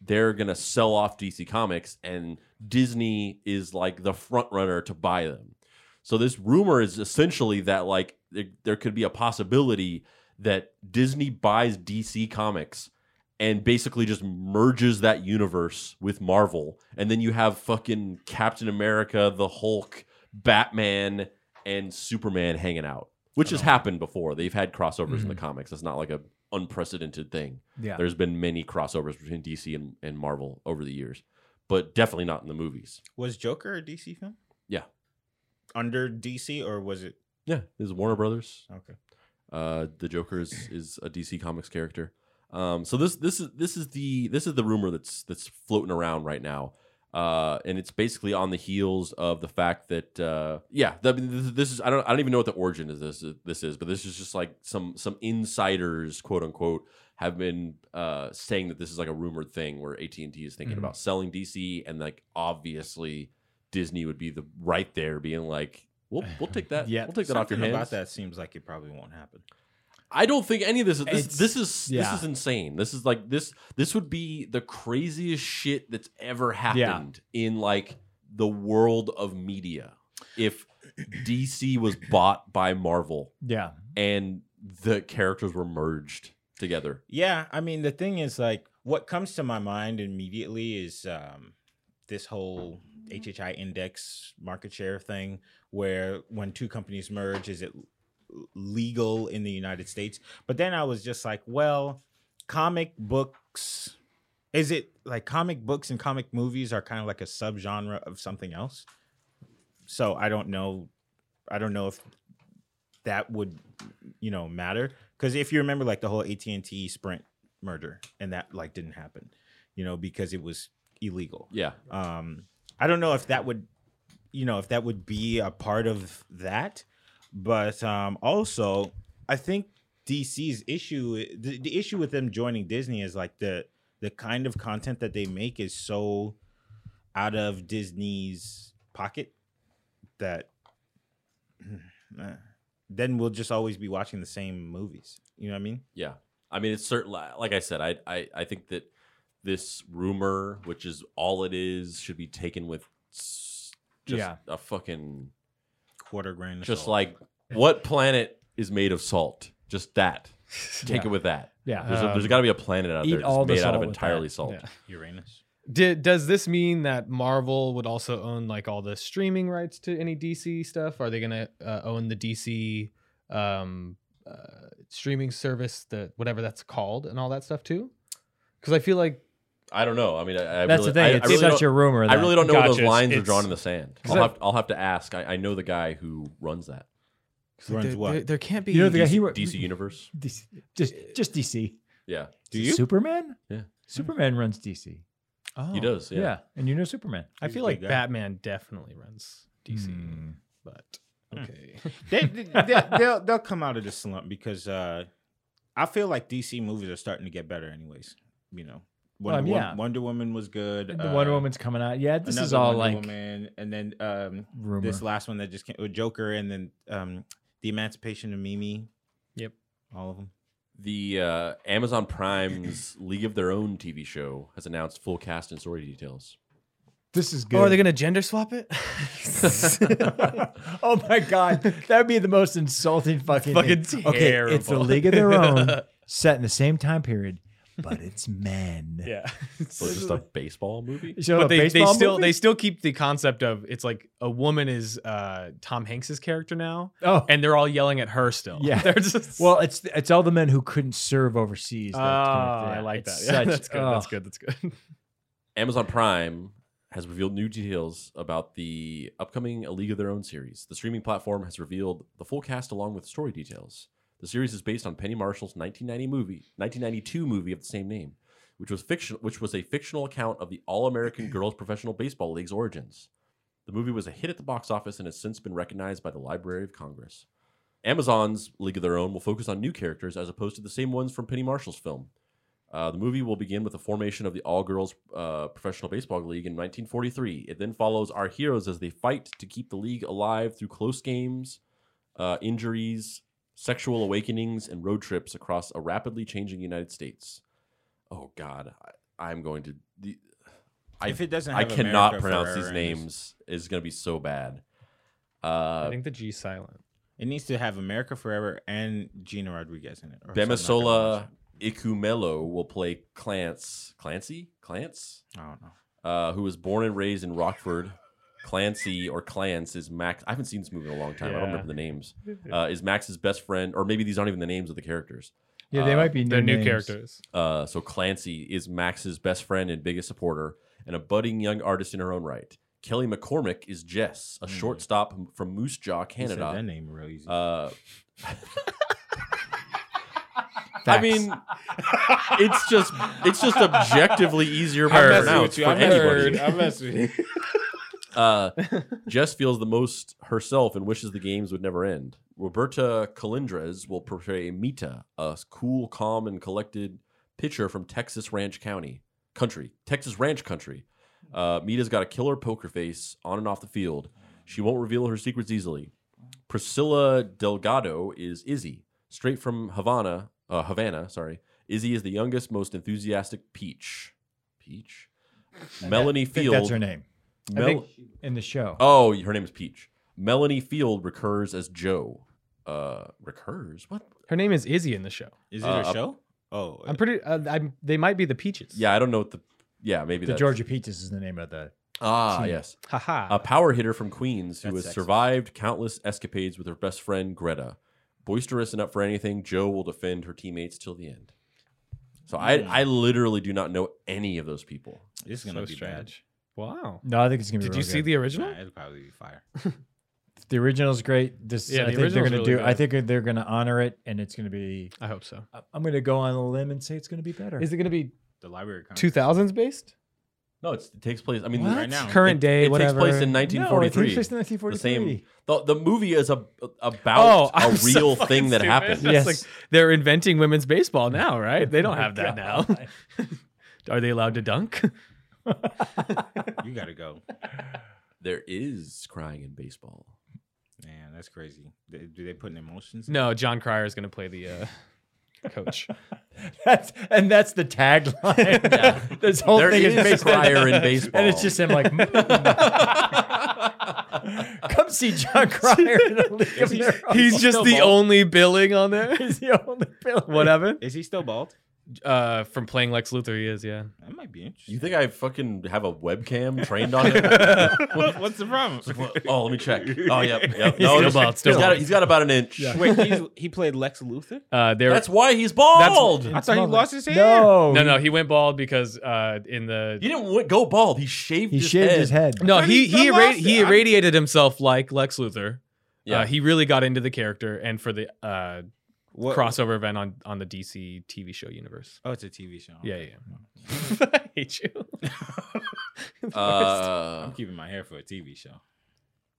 S1: they're going to sell off DC Comics and Disney is like the front runner to buy them. So this rumor is essentially that like there, there could be a possibility that Disney buys DC Comics and basically just merges that universe with Marvel. And then you have fucking Captain America, the Hulk, Batman, and Superman hanging out, which has happened before. They've had crossovers in the comics. It's not like a unprecedented thing.
S2: Yeah.
S1: There's been many crossovers between DC and, and Marvel over the years, but definitely not in the movies.
S3: Was Joker a DC film?
S1: Yeah.
S3: Under DC or was it?
S1: Yeah, this is Warner Brothers.
S3: Okay.
S1: Uh, the Joker is, is a DC Comics character. Um, so this this is this is the this is the rumor that's that's floating around right now, uh, and it's basically on the heels of the fact that uh, yeah, th- th- this is I don't I don't even know what the origin of this this is, but this is just like some some insiders quote unquote have been uh, saying that this is like a rumored thing where AT and T is thinking
S5: Mhm.
S3: Mm-hmm.
S1: about selling DC, and like obviously Disney would be the right there being like. We'll, we'll take that.
S2: Yeah.
S1: we'll take that off your
S3: Something
S1: hands.
S3: About that seems like it probably won't happen.
S1: I don't think any of this. is This,
S2: It's-
S1: this is
S2: yeah.
S1: this is insane. This is like this. This would be the craziest shit that's ever happened in like the world of media. If DC was bought by Marvel
S2: Yeah.
S1: and the characters were merged together,
S3: Yeah, I mean the thing is like what comes to my mind immediately is um this whole HHI index market share thing where when two companies merge is it l- legal in the United States? But then I was just like, well, comic books is it like comic books and comic movies are kind of like a subgenre of something else? So I don't know I don't know if that would you know matter because if you remember like the whole AT&T Sprint merger and that like didn't happen you know because it was illegal
S1: yeah,
S3: um I don't know if that would you know if that would be a part of that but um also I think DC's issue the, the issue with them joining Disney is like the the kind of content that they make is so out of Disney's pocket that uh, then we'll just always be watching the same movies. You know what I mean?
S1: yeah. I mean, it's certainly like I said. I I, I think that this rumor, which is all it is, should be taken with s- just
S2: Yeah.
S1: a fucking
S3: Quarter grain. of
S1: just
S3: salt.
S1: like what planet is made of salt? Just that. Take
S2: Yeah.
S1: it with that.
S2: Yeah.
S1: There's, a- there's
S5: Um,
S1: got to be a planet out
S2: eat
S1: there
S2: all
S1: that's
S2: the
S1: made out
S2: salt
S1: of
S2: with
S1: entirely
S2: that.
S1: salt.
S5: Yeah.
S3: Uranus.
S5: Did, does this mean that Marvel would also own like all the streaming rights to any DC stuff? Are they gonna uh, own the DC um, uh, streaming service, the whatever that's called, and all that stuff too? Because I feel like
S1: I don't know. I mean, I, I
S2: That's
S1: really,
S2: the thing.
S1: I,
S2: it's
S1: I really
S2: such
S1: don't,
S2: a rumor.
S1: I
S2: that-
S1: really don't know where
S5: Gotcha,
S1: those
S5: it's-
S1: lines are
S5: it's-
S1: drawn in the sand.
S5: 'Cause
S1: I'll
S5: that-
S1: have, I'll have to ask. I, I know the guy who runs that.
S3: Runs
S5: there,
S3: what?
S5: there- there can't be.
S2: You know the guy
S1: DC,
S2: he wrote-
S1: DC Universe.
S2: DC, just just DC.
S1: Yeah,
S3: Do you?
S2: Superman?
S1: Yeah.
S2: Superman runs DC.
S5: Oh.
S1: he does.
S2: Yeah.
S1: Yeah.
S2: And you know Superman.
S5: I
S3: He's
S5: feel
S3: a
S5: like
S3: big guy.
S5: Batman definitely runs DC,
S2: Mm.
S5: but
S3: Hmm.
S5: okay.
S3: they, they, they- they'll they'll come out of the slump because uh, I feel like DC movies are starting to get better, anyways. You know, Wonder,
S2: Um,
S3: Wo-
S2: yeah.
S3: Wonder Woman was good.
S2: The
S3: uh,
S2: Wonder Woman's coming out. Yeah, this is
S3: another
S2: all
S3: Wonder
S2: like
S3: Woman, and then um,
S2: rumor.
S3: this last one that just came with Joker, and then um, the Emancipation of Mimi.
S5: Yep.
S3: all of them.
S1: The uh, Amazon Prime's League of Their Own TV show has announced full cast and story details.
S2: this is good.
S5: Oh, are they gonna gender swap it?
S2: oh my god, that'd be the most insulting fucking.
S5: Fucking
S2: thing. Okay, it's the
S5: terrible.
S2: League of Their Own, set in the same time period, but it's men.
S5: yeah.
S1: So it's just a baseball movie.
S2: So
S5: but
S2: a
S5: they, they
S2: baseball
S5: still
S2: movie?
S5: they still keep the concept of it's like a woman is uh, Tom Hanks's character now,
S2: oh
S5: and they're all yelling at her still.
S2: Yeah.
S5: they're just
S2: well, it's it's all the men who couldn't serve overseas.
S5: Oh,
S2: that come
S5: I
S2: through.
S5: like that.
S2: It's
S5: Yeah,
S2: such-
S5: that's good. That's
S2: oh.
S5: good. That's good.
S1: Amazon Prime has revealed new details about the upcoming A League of Their Own series. The streaming platform has revealed the full cast along with story details. The series is based on Penny Marshall's 1990 movie, 1992 movie of the same name, which was fiction, which was a fictional account of the All-American Girls Professional Baseball League's origins. The movie was a hit at the box office and has since been recognized by the Library of Congress. Amazon's League of Their Own will focus on new characters as opposed to the same ones from Penny Marshall's film. Uh, the movie will begin with the formation of the All Girls uh, Professional Baseball League in 1943. It then follows our heroes as they fight to keep the league alive through close games, uh, injuries, sexual awakenings, and road trips across a rapidly changing United States. Oh God, I, I'm going to. The, I,
S3: if it doesn't,
S1: I
S3: have
S1: cannot
S3: America
S1: pronounce
S3: Ferrera
S1: these
S3: in this-
S1: names. It's going to be so bad.
S5: I
S1: Uh,
S5: think the G silent.
S3: It needs to have America Forever and Gina Rodriguez in it. or something
S1: Bemisola
S3: like
S1: Ikumelo will play Clance. Clancy? Clance?
S3: that. I don't know.
S1: uh, who was born and raised in Rockford, Clancy or Clance is Max. I haven't seen this movie in a long time. I
S5: Yeah.
S1: don't remember the names. Uh, is Max's best friend, or maybe these aren't even the names of the characters.
S2: Yeah, they
S1: Uh,
S2: might be new
S5: They're new
S2: names.
S5: characters.
S1: Uh, so Clancy is Max's best friend and biggest supporter, and a budding young artist in her own right. Kelly McCormick is Jess,
S5: Hmm.
S1: a shortstop from Moose Jaw,
S3: He said
S1: Canada.
S3: that name real easy.
S1: Uh, I
S2: Facts.
S1: mean, it's just it's just objectively easier to
S5: I'm messing
S1: pronounce
S5: with you.
S1: for
S5: I'm messing
S1: anybody.
S5: with you.
S3: I'm messing with you.
S1: Uh, Jess feels the most herself and wishes the games would never end. Roberta Colindres will portray Mita, a cool, calm, and collected pitcher from Texas Ranch County Country, Texas Ranch Country. Uh, Mita's got a killer poker face on and off the field. She won't reveal her secrets easily. Priscilla Delgado is Izzy, straight from Havana. Uh, Havana, sorry. Izzy is the youngest, most enthusiastic peach. Peach. Melanie
S2: I think
S1: Field.
S2: that's her name
S1: Mel-
S5: think-
S2: in the show.
S1: Oh, her name is Peach. Melanie Field recurs as Joe. Uh, recurs? What?
S5: Her name is Izzy in the show.
S3: Is it
S1: Uh,
S3: a show? Oh,
S5: I'm pretty. Uh, I'm, they might be the peaches.
S1: Yeah, I don't know what the. Yeah, maybe
S2: the
S1: that's-
S2: Georgia Peaches is the name of the.
S1: Ah,
S2: team.
S1: yes,
S5: Haha.
S1: a power hitter from Queens who
S3: That's
S1: has
S3: sexist.
S1: survived countless escapades with her best friend Greta. Boisterous and up for anything, Joe will defend her teammates till the end. So I, I literally do not know any of those people.
S3: this is
S5: so
S3: gonna be bad.
S5: strange. Wow.
S2: No, I think it's gonna be.
S5: Did
S2: real
S5: you see
S2: good.
S5: the original?
S3: it'll probably be fire.
S2: The original's great. This,
S5: Yeah,
S2: I
S5: the
S2: think they're
S5: original's
S2: gonna
S5: really
S2: do. I
S5: good.
S2: think they're gonna honor it, and it's gonna be.
S5: I hope so.
S2: I- I'm gonna go on a limb and say it's gonna be better.
S5: Is it going to be
S3: The library. Conference.
S5: 2000s based?
S1: No, it's, it takes place. I mean,
S2: What?
S1: right
S3: Right
S1: now,
S3: now.
S5: Current
S1: it,
S5: day,
S1: it
S5: whatever.
S1: takes place in 1943.
S2: No, I think it's
S1: the
S2: based in
S1: same.
S2: 1943.
S1: The, the movie is a,
S5: Oh,
S1: about a
S5: I'm so
S1: real
S5: fucking
S1: thing that
S5: stupid.
S1: happened.
S5: That's
S2: Yes.
S5: like- Oh they're inventing women's baseball now, right? They don't have that now.
S2: God.
S5: Are they allowed to dunk?
S3: You gotta go.
S1: There is crying in baseball.
S3: Man, that's crazy. They, do they put in emotions?
S5: No, John Cryer is going to play the uh, coach.
S2: That's and that's the tagline. This whole
S1: There
S2: thing is,
S1: is
S2: based
S1: Cryer
S2: on,
S1: in
S2: and it's
S1: baseball.
S2: just him like, "Mm, come see John Cryer in the League of Their Own."
S5: He's just the
S1: Snowball.
S5: only billing on there.
S2: He's the only villain.
S5: What happened?
S3: Is he still bald?
S5: Uh, from playing Lex Luthor, he is. Yeah.
S3: That might be interesting.
S1: You think I fucking have a webcam trained on it?
S3: What- What's the problem?
S1: oh, let me check. Oh, yep, yep.
S5: Still
S1: he's-
S5: bald, still
S1: he's, got,
S5: bald.
S1: he's got about an inch.
S3: Wait, he's, he played Lex Luthor.
S5: Uh, there.
S1: That's why he's bald.
S3: I thought he lost his hair.
S2: No,
S5: no, no. He went bald because uh, in the
S1: he didn't w- go bald. He shaved.
S2: He
S1: his
S2: shaved
S1: head.
S2: his head.
S5: no
S3: thought
S5: he
S3: he
S5: he
S3: still
S5: irra-
S3: lost it.
S5: he
S3: I'm-
S5: irradiated himself like Lex Luthor.
S1: Yeah.
S5: Uh, he really got into the character and for the uh,
S3: What?
S5: crossover event on on the DC TV show universe.
S3: Oh, it's a TV show.
S5: Yeah, yeah. I hate you. The worst.
S1: uh,
S3: I'm keeping my hair for a TV show.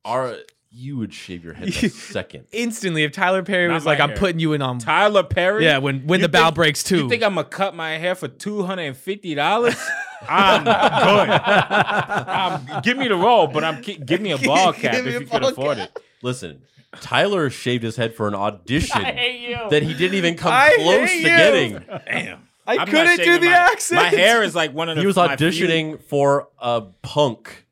S1: are, you would shave your head in a second.
S5: Instantly, if Tyler Perry
S3: Not
S5: was like,
S3: my
S5: "I'm
S3: hair.
S5: putting you in on,"
S3: Tyler Perry.
S5: yeah, when when
S3: You
S5: the bow
S3: think-
S5: breaks too.
S3: You think I'm gonna cut my hair for two hundred and fifty dollars? I'm good. Um, give me the roll, but I'm ki- give me a ball cap
S5: Give me a
S3: if you could
S5: ball
S3: afford it.
S1: Listen, Tyler shaved his head for an audition that he didn't even come
S5: I
S1: close to
S5: hate you.
S1: getting.
S3: Damn,
S5: I
S3: I'm not
S5: couldn't do
S3: shaving
S5: the
S3: my,
S5: accent.
S3: My hair is like one of the.
S1: he was
S3: my
S1: auditioning for a punk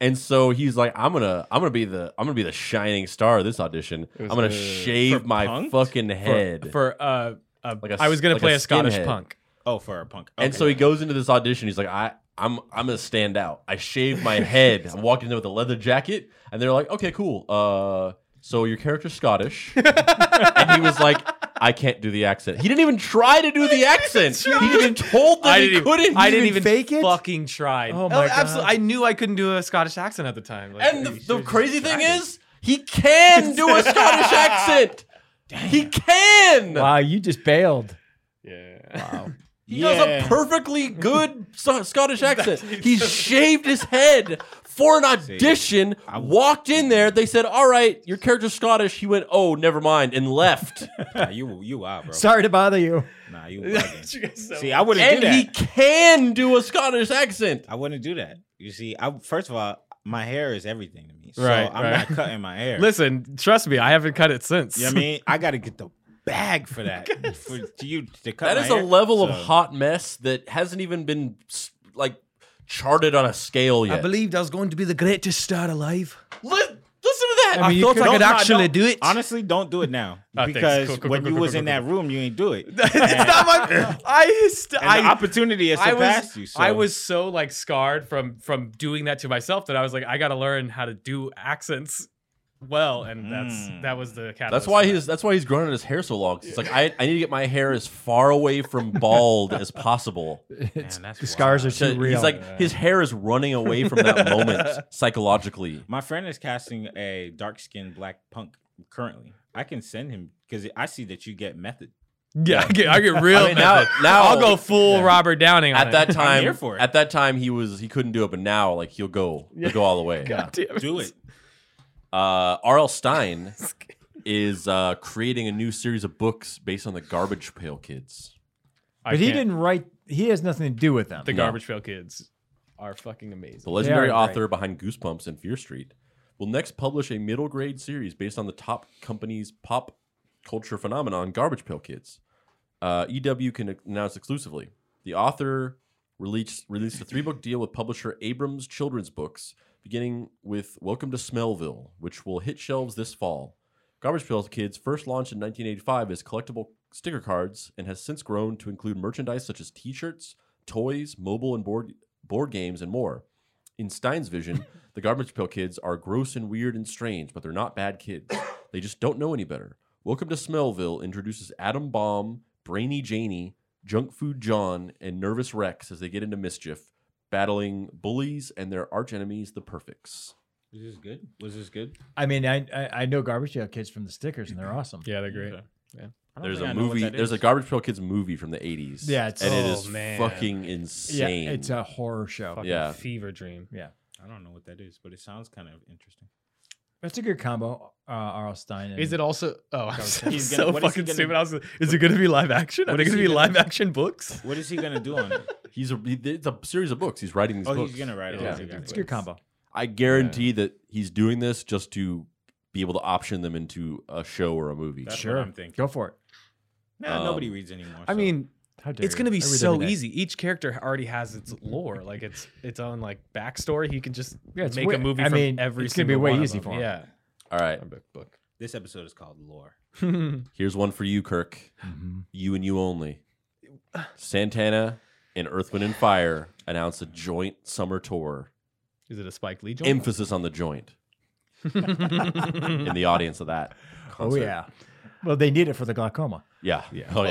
S1: and so he's like i'm gonna i'm gonna be the i'm gonna be the shining star of this audition i'm gonna
S5: good.
S1: shave
S3: For
S1: my
S3: punked?
S1: fucking
S5: for,
S1: head
S5: for uh, uh
S1: Like a
S5: I was gonna
S1: s- like
S5: play
S1: a
S5: a, Scottish
S1: skinhead.
S5: punk.
S3: few- Oh, for a punk.
S1: and so he goes into this audition he's like i I'm, I'm gonna stand out. I shaved my head. I'm walking in with a leather jacket, and they're like, "Okay, cool. Uh, so your character's Scottish," and he was like, "I can't do the accent." He didn't even try to do the accent. He didn't even told them
S5: I
S1: he
S5: didn't.
S1: couldn't.
S5: Even, I didn't
S2: even
S5: even
S2: fake it?
S5: Fucking tried.
S2: Oh my
S5: absolutely.
S2: God.
S5: I knew I couldn't do a Scottish accent at the time. Like,
S1: And the, the crazy thing is, he can do a Scottish accent. He can.
S2: Wow, you just bailed.
S5: yeah.
S1: He does
S3: Yeah.
S1: a perfectly good so- Scottish accent. He shaved his head for an audition. walked in there. They said, "All right, your character's Scottish." He went, "Oh, never mind," and left.
S3: nah, you you are bro.
S2: Sorry to bother you.
S3: Nah, you. bugging.
S5: You guys so-
S3: See, I wouldn't
S1: and
S3: do that.
S1: he can do a Scottish accent.
S3: I wouldn't do that. You see, I first of all, my hair is everything to me. So
S5: Right,
S3: I'm
S5: right.
S3: not cutting my hair.
S5: Listen, trust me, I haven't cut it since.
S3: You know what I mean? I got to get the bag for that. for you to cut
S1: That
S3: my
S1: is a
S3: hair.
S1: level of
S3: So,
S1: hot mess that hasn't even been s- like charted on a scale yet.
S5: believed I was going to be the greatest star alive.
S1: Li- listen to that?
S5: I mean, you
S3: thought
S5: could-
S3: I could
S5: No, no,
S3: actually
S5: do it.
S3: Honestly, don't do it now
S5: Oh, thanks.
S3: because
S5: Cool, cool,
S3: when
S5: cool,
S3: you
S5: cool,
S3: was
S5: cool,
S3: in
S5: cool,
S3: that room, you ain't do it.
S1: it's not my. I. Hyster-
S3: And the
S1: I
S3: opportunity has
S5: I
S3: surpassed
S5: was,
S3: you. So.
S5: I was so like scarred from from doing that to myself that I was like, I gotta learn how to do accents well, and that's
S3: Mm.
S5: that was the catalyst.
S1: That's why
S5: for
S1: his. That's why he's growing his hair so long. 'cause It's like I. I need to get my hair as far away from bald as possible.
S2: It's,
S3: Man, that's
S2: the scars
S3: wild.
S2: are
S1: So
S2: too real.
S1: he's like his hair is running away from that moment psychologically.
S3: My friend is casting a dark skinned black punk currently. I can send him because I see that you get method.
S5: that. yeah, I get, I get real.
S1: I mean, now-
S5: method.
S1: now-
S5: I'll go full Robert Downing on
S1: At that
S5: it.
S1: time,
S3: here for it.
S1: at that time he was he couldn't do it, but now like he'll go he'll go all the way.
S5: Damn
S3: Do it.
S1: Uh, R.L. Stein is uh, creating a new series of books based on the Garbage Pail Kids.
S5: I
S2: but he
S5: can't.
S2: didn't write. He has nothing to do with them.
S5: The
S1: No.
S5: Garbage Pail Kids are fucking
S1: The
S5: amazing.
S1: legendary
S2: They are
S1: author behind Goosebumps and Fear Street will next publish a middle grade series based on the top company's pop culture phenomenon, Garbage Pail Kids. Uh, EW can announce exclusively. The author released, released a three book deal with publisher Abrams Children's Books, beginning with Welcome to Smellville, which will hit shelves this fall. Garbage Pail Kids first launched in 1985 as collectible sticker cards and has since grown to include merchandise such as t shirts, toys, mobile and board, board games, and more. In Stein's vision, the Garbage Pail Kids are gross and weird and strange, but they're not bad kids. They just don't know any better. Welcome to Smellville introduces Adam Bomb, Brainy Janie, Junk Food John, and Nervous Rex as they get into mischief, battling bullies and their archenemies, the Perfects.
S3: Was this good? Was this good?
S2: I mean, I, I I know Garbage Pail Kids from the stickers, and they're awesome.
S5: Yeah, they're great.
S1: There's a movie. There's a Garbage Pail Kids movie from the 80s.
S2: Yeah, it's-
S1: and it
S5: Oh,
S1: is
S5: man.
S1: fucking
S2: Yeah,
S1: insane.
S2: it's uh, a horror show.
S5: Fucking
S1: Yeah.
S5: fever dream.
S2: Yeah,
S3: I don't know what that is, but it sounds kind of interesting.
S2: that's a good combo. Uh, R.L. Stein. And
S5: Is it also? Oh, I'm
S2: He's
S5: so,
S3: gonna-
S5: so
S3: what is he
S5: fucking
S3: gonna-
S5: stupid. I was, is it going to be live action? Are
S3: what
S5: they
S3: is
S5: going to
S3: he
S5: be
S3: gonna-
S5: live action books?
S3: What is he gonna do on it?
S1: he's a he- it's a series of books. He's writing these
S3: oh,
S1: books.
S3: he's gonna write it.
S5: Yeah.
S3: Okay, got
S2: It's a
S3: it.
S2: good combo.
S1: I guarantee that he's doing this just to be able to option them into a show or a movie.
S3: That's
S2: Sure.
S3: what I'm thinking.
S2: Go for it.
S3: Nah,
S1: Um,
S3: nobody reads anymore.
S5: I
S3: so-
S5: mean,
S2: How dare
S5: it's
S2: you.
S5: going to be
S2: I read
S5: so
S2: every day.
S5: easy. Each character already has its lore, like its its own like backstory. He can just
S2: Yeah, it's
S5: make
S2: way-
S5: a movie
S2: I
S5: from
S2: mean,
S5: every
S2: it's gonna
S5: going
S2: be
S5: to
S2: way easy for him.
S5: Yeah.
S1: All right,
S5: A book. book.
S3: this episode is called Lore.
S1: here's one for you, Kirk.
S2: Mhm.
S1: You and you only. Santana and Earthwind and Fire announce a joint summer tour.
S5: Is it a Spike Lee joint?
S1: Emphasis on the joint in the audience of that.
S2: Oh
S1: concert.
S2: yeah. Well, they need it for the glaucoma.
S1: yeah, yeah. Oh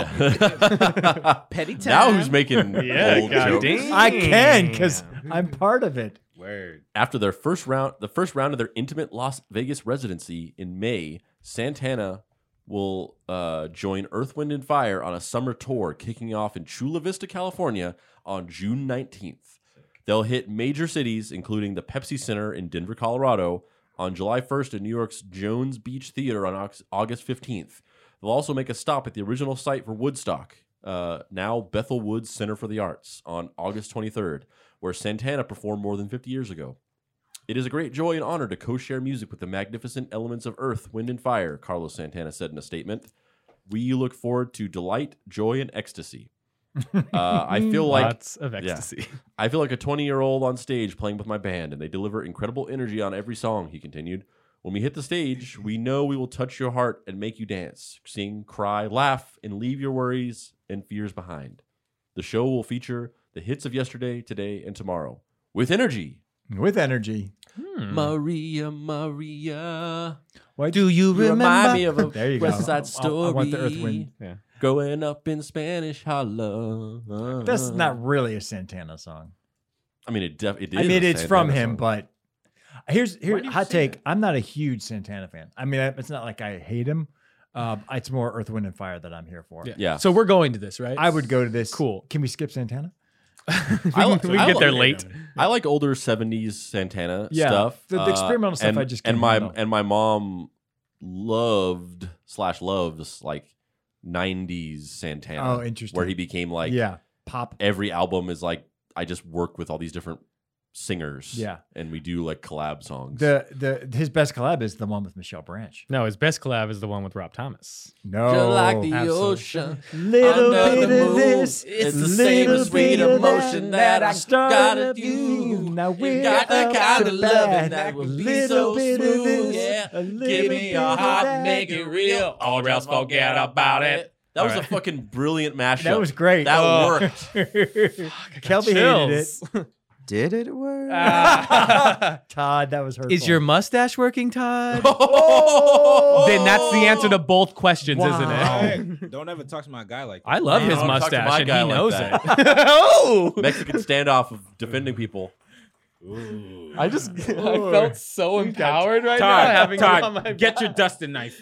S1: yeah.
S3: Petty
S1: now who's making old jokes?
S2: I can because I'm part of it.
S3: Word.
S1: After their first round, the first round of their intimate Las Vegas residency in May, Santana will uh, join Earth, Wind, and Fire on a summer tour kicking off in Chula Vista, California on June 19th. They'll hit major cities, including the Pepsi Center in Denver, Colorado, on July 1st in New York's Jones Beach Theater on Ox- August 15th. They'll also make a stop at the original site for Woodstock, uh, now Bethel Woods Center for the Arts, on August 23rd, where Santana performed more than 50 years ago. It is a great joy and honor to co share music with the magnificent elements of earth, wind, and fire, Carlos Santana said in a statement. We look forward to delight, joy, and ecstasy. Uh, I feel like
S5: Lots of ecstasy.
S1: I feel like a 20 year old on stage playing with my band, and they deliver incredible energy on every song, he continued. When we hit the stage, we know we will touch your heart and make you dance, sing, cry, laugh, and leave your worries and fears behind. The show will feature the hits of yesterday, today, and tomorrow with energy.
S2: With energy. Mm.
S1: Maria, Maria.
S2: Why
S1: Do you, remind
S2: remember?
S1: me of a
S2: There you go.
S1: West Side
S2: I- I
S1: Story?
S2: want the Earth, Wind-
S5: Yeah.
S1: Growing up in Spanish Hollow.
S2: That's not really a Santana song.
S1: I mean, it, def- it is.
S2: I mean,
S1: a
S2: it's from
S1: Santana
S2: him,
S1: song.
S2: but here's
S3: Why
S2: here
S3: do you
S2: hot
S3: say
S2: take.
S3: that?
S2: I'm not a huge Santana fan. I mean, I- it's not like I hate him. Um, it's more Earth, Wind, and Fire that I'm here for.
S1: Yeah.
S5: So we're going to this, right?
S2: I would go to this.
S5: Cool.
S2: Can we skip Santana?
S5: we
S1: I
S5: can,
S1: like-
S5: we can
S1: I
S5: get there
S1: like-
S5: late.
S1: I like older '70s Santana
S2: Yeah,
S1: stuff.
S2: the- the experimental stuff
S1: and-
S2: I just
S1: and
S2: couldn't
S1: my
S2: handle.
S1: and my mom loved slash loves like '90s Santana.
S2: Oh, interesting.
S1: Where he became like
S2: yeah, pop.
S1: every album is like I just work with all these different singers.
S2: Yeah.
S1: and we do like collab songs.
S2: The the his best collab is the one with Michelle Branch.
S5: No, his best collab is the one with Rob Thomas.
S2: No,
S5: absolutely.
S2: oh, little
S1: under
S2: bit
S1: the
S2: of
S1: moon,
S2: this,
S1: it's the
S2: little
S1: same as
S2: bit
S1: sweet
S2: of
S1: emotion that I got
S2: started
S1: of you.
S2: Now
S1: You
S2: we're
S1: got the
S2: up
S1: kind
S2: to
S1: of loving
S2: bat.
S1: that would
S2: A
S1: be
S2: little
S1: so
S2: bit of
S1: smooth,
S2: this,
S1: yeah.
S2: a little
S1: Give me
S2: bit
S1: your
S2: of
S1: heart,
S2: that.
S1: make it real, or else forget about it. That was a fucking brilliant mashup.
S2: That was great.
S1: That
S2: Oh.
S1: worked.
S2: Kelby hated it.
S4: Did it work?
S2: Todd, that was her.
S5: is your mustache working, Todd?
S1: Oh.
S5: then that's the answer to both questions,
S2: Wow.
S5: isn't it?
S3: Hey, don't ever talk to my guy like that.
S5: I love
S1: Man,
S5: his
S1: I don't talk to my
S5: mustache, and
S1: guy
S5: he
S1: like
S5: knows
S1: that.
S5: it. oh,
S1: Mexican standoff of defending people.
S5: I just I felt so empowered right now
S3: Todd,
S5: having
S3: Todd,
S5: you on my
S3: get your dusting knife.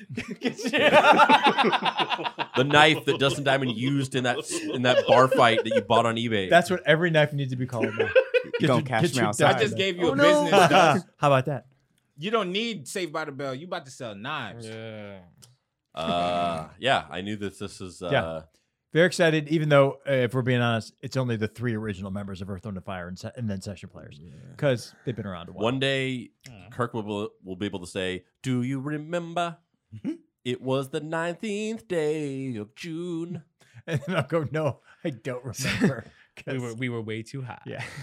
S1: The knife that Dustin Diamond used in that in that bar fight that you bought on eBay.
S2: That's what every knife needs to be called. now. Get
S4: gonna
S2: your-
S4: cash
S2: get
S4: me
S2: your
S4: outside.
S2: dime.
S3: I just gave you
S4: Oh,
S3: a
S4: no.
S3: business. Dust.
S2: How about that?
S3: You don't need Saved by the Bell. You about to sell knives.
S5: Yeah.
S1: uh, yeah, I knew that this is uh,
S2: Yeah. Very excited, even though, uh, if we're being honest, it's only the three original members of Earth, Wind, and Fire and, se- and then session players because they've been around a while.
S1: One day, Kirk will, will be able to say, Do you remember?
S2: Mm-hmm.
S1: It was the 19th day of June.
S2: And then I'll go, no, I don't remember. 'Cause-
S5: we were we were way too high.
S2: Yeah.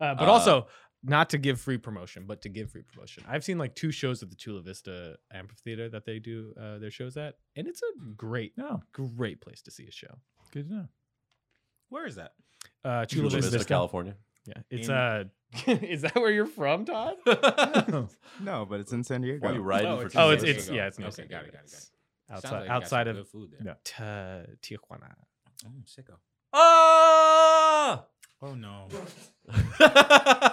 S5: Uh, but
S1: Uh,
S5: also not to give free promotion, but to give free promotion. I've seen like two shows at the Chula Vista Amphitheater that they do uh, their shows at, and it's a great,
S2: no,
S5: great place to see a show.
S2: good to know.
S3: Where is that?
S5: Uh, Chula,
S1: Chula Vista,
S5: Vista,
S1: California.
S5: Yeah, it's
S3: In-
S5: uh, Oh, is that where you're from, Todd?
S4: No, but it's in San Diego.
S1: Why are you riding
S3: Oh,
S1: for
S3: it's-
S5: oh,
S1: Chula
S5: it's
S1: Vista?
S5: it's yeah, it's no
S3: Okay,
S5: San
S3: got it,
S5: Diego.
S3: got it, got it.
S5: It's
S3: Sounds
S5: Outside
S3: like you got
S5: outside
S3: some
S5: of
S3: good food there.
S2: Yeah.
S5: Ta- Tijuana.
S3: Oh, sicko.
S1: Ah!
S3: Oh no.
S1: Macaulay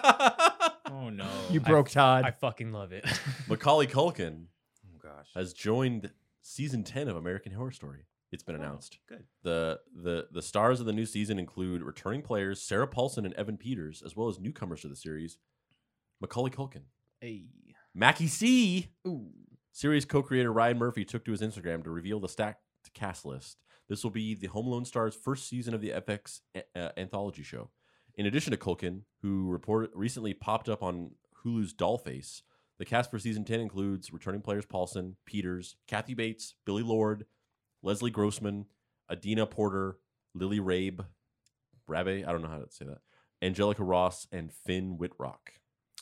S3: Oh no.
S2: You broke Todd.
S5: I fucking love it.
S1: Culkin
S3: oh gosh.
S1: has joined season 10 of American Horror Story. It's
S3: Oh.
S1: been announced.
S3: Good.
S1: The, the the stars of the new season include returning players Sarah Paulson and Evan Peters, as well as newcomers to the series, Macaulay Culkin.
S5: hey.
S1: Mackie C. Series co-creator Ryan Murphy took to his Instagram to reveal the stacked cast list. This will be the Home Alone star's first season of the FX a- uh, anthology show. In addition to Culkin, who report- recently popped up on Hulu's Dollface, the cast for season 10 includes returning players Paulson, Peters, Kathy Bates, Billy Lord, Leslie Grossman, Adina Porter, Lily Rabe, Rabe, I don't know how to say that, Angelica Ross, and Finn Whitrock.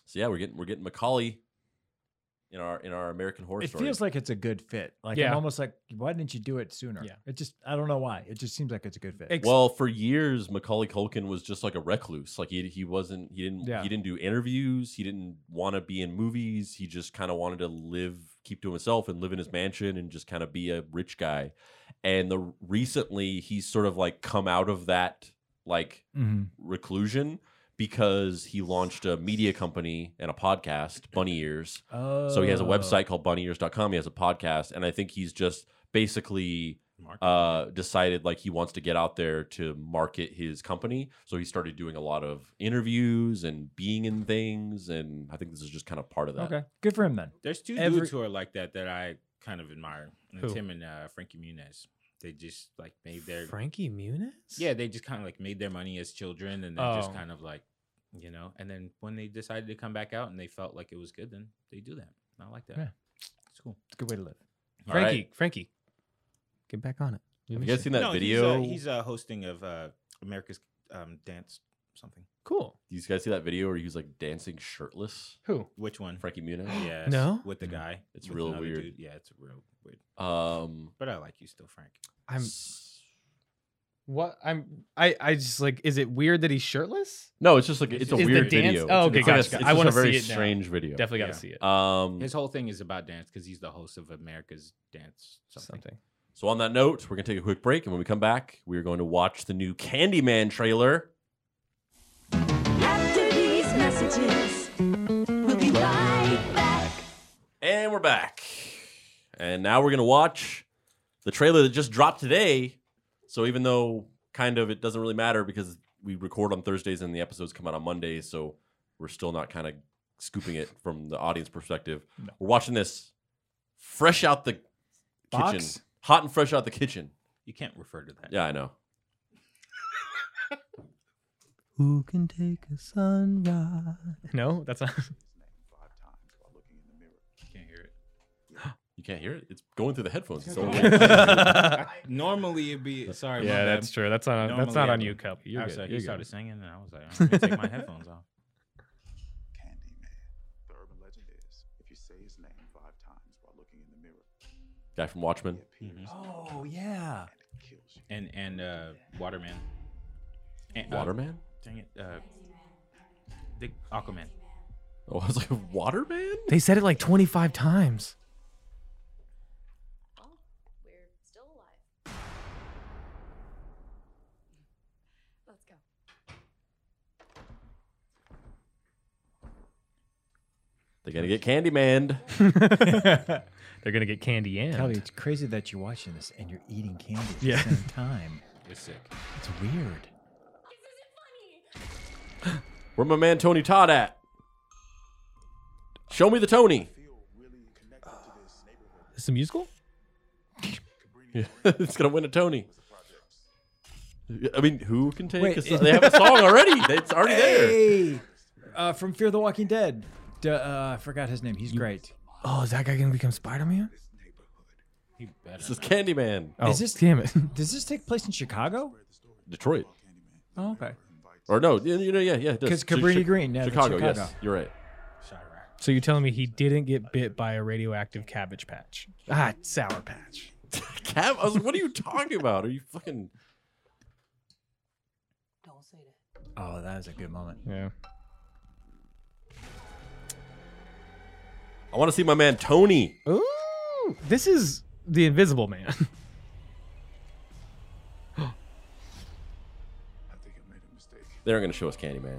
S1: So yeah, we're getting we're getting Macaulay in our in our American Horror
S2: it
S1: Story.
S2: feels like it's a good fit. Like
S5: Yeah.
S2: I'm almost like, why didn't you do it sooner?
S5: Yeah.
S2: It just, I don't know why. It just seems like it's a good fit.
S5: Ex-
S1: well, for years Macaulay Culkin was just like a recluse. Like he he wasn't he didn't
S2: Yeah.
S1: he didn't do interviews. He didn't want to be in movies. He just kind of wanted to live, keep to himself, and live in his mansion and just kind of be a rich guy. And the recently he's sort of like come out of that like
S2: Mhm.
S1: reclusion because he launched a media company and a podcast, Bunny Ears.
S2: Oh.
S1: So he has a website called bunnyears.com. He has a podcast. And I think he's just basically
S3: Mark.
S1: uh, decided like he wants to get out there to market his company. So he started doing a lot of interviews and being in things. And I think this is just kind of part of that.
S2: Okay. Good for him then.
S3: There's two
S2: every-
S3: dudes who are like that that I kind of admire. And
S5: Who?
S3: It's him and uh, Frankie Muniz. They just like made their
S5: Frankie Muniz?
S3: yeah. They just kind of like made their money as children, and they just
S5: Oh.
S3: kind of like you know. And then when they decided to come back out and they felt like it was good, then they do that. And I like that.
S2: Yeah.
S3: It's cool.
S2: It's a good way to live.
S1: All
S5: Frankie,
S1: right.
S5: Frankie, get back on it.
S1: Have you guys seen that
S3: No,
S1: video?
S3: He's, uh, he's uh, hosting of uh, America's um, Dance something.
S5: Cool.
S1: Do you guys see that video where he was like dancing shirtless?
S5: Who?
S3: Which one?
S1: Frankie Muniz.
S3: Yes.
S5: No?
S3: With the guy.
S1: It's
S3: with
S1: real
S3: another
S1: weird.
S3: dude. Yeah, it's real weird.
S1: Um,
S3: But I like you still, Frank.
S5: I'm
S1: s-
S5: what I'm I I just like is it weird that he's shirtless?
S1: no, it's just like it's a
S5: Is the
S1: weird
S5: dance-
S1: video. It's-
S5: Oh, okay,
S1: it's like a- it's
S5: gotcha. I
S1: just
S5: wanna
S1: a very
S5: see it now.
S1: strange video.
S5: Definitely got to
S3: Yeah.
S5: see it.
S1: Um,
S3: His whole thing is about dance because he's the host of America's Dance something.
S5: Something.
S1: So on that note, we're gonna take a quick break, and when we come back, we are going to watch the new Candyman trailer.
S6: After these messages, we'll be right back.
S1: And we're back. And now we're gonna watch the trailer that just dropped today. So even though kind of it doesn't really matter because we record on Thursdays and the episodes come out on Mondays, so we're still not kind of scooping it from the audience perspective. We're watching this fresh out the
S2: Box?
S1: kitchen. Hot and fresh out the kitchen.
S3: You can't refer to that.
S1: Yeah, I know.
S7: Who can take a sunrise?
S5: No, that's not.
S1: You can't hear it. It's going through the headphones. It's the only way.
S5: yeah,
S3: Normally it'd be sorry. my bad.
S5: that's true. That's not.
S3: Normally
S5: that's not
S3: I
S5: on
S3: would-
S5: you, Cup.
S3: I
S5: You're
S3: was
S5: good.
S3: like,
S5: You're
S3: you started
S5: good.
S3: singing, and I was like, I'm gonna take my headphones off.
S7: Candyman. The urban legend is if you say his name five times while looking in the mirror,
S1: Guy from Watchmen.
S7: he appears
S2: Oh yeah.
S7: and it kills you.
S3: And and uh, Waterman. And, uh,
S1: Waterman?
S3: dang it. Uh, the Aquaman.
S1: Oh, I was like, Waterman?
S5: They said it like 25 times.
S6: Well, we're still alive. Let's go.
S1: They're going to get Candyman.
S5: They're gonna get candy and.
S2: Kelly, it's crazy that you're watching this and you're eating candy at
S5: Yeah.
S2: the same time.
S3: It's sick.
S2: It's weird.
S6: This isn't funny.
S1: Where my man Tony Todd at? Show me the Tony.
S5: It's a musical.
S1: it's going to win a Tony. I mean, who can take
S2: Wait,
S1: a song?
S2: is-
S1: They have a song already. It's already there.
S2: Hey, uh, from Fear the Walking Dead. Duh, uh, I forgot his name. He's great.
S5: Oh, is that guy gonna become Spider Man?
S3: He better.
S1: This is Candyman.
S5: Oh,
S2: Is this-
S5: damn it?
S2: Does this take place in Chicago?
S1: Detroit.
S2: Oh, okay.
S1: Or no, you you know, yeah, yeah. it does.
S2: 'Cause
S1: Chi-
S2: Cabrini
S1: Chi-
S2: Green, yeah, that's
S1: Chicago, yes.
S2: Chicago.
S1: You're right.
S3: Chirac.
S5: so you're telling me he didn't get bit by a radioactive cabbage patch? Ah, sour patch.
S1: Cab- I was like, what are you talking about? Are you fucking.
S2: Oh, that was a good moment.
S5: Yeah.
S1: I want to see my man Tony.
S5: Ooh, this is the Invisible Man.
S7: I think I made a mistake.
S1: They aren't going to show us Candyman.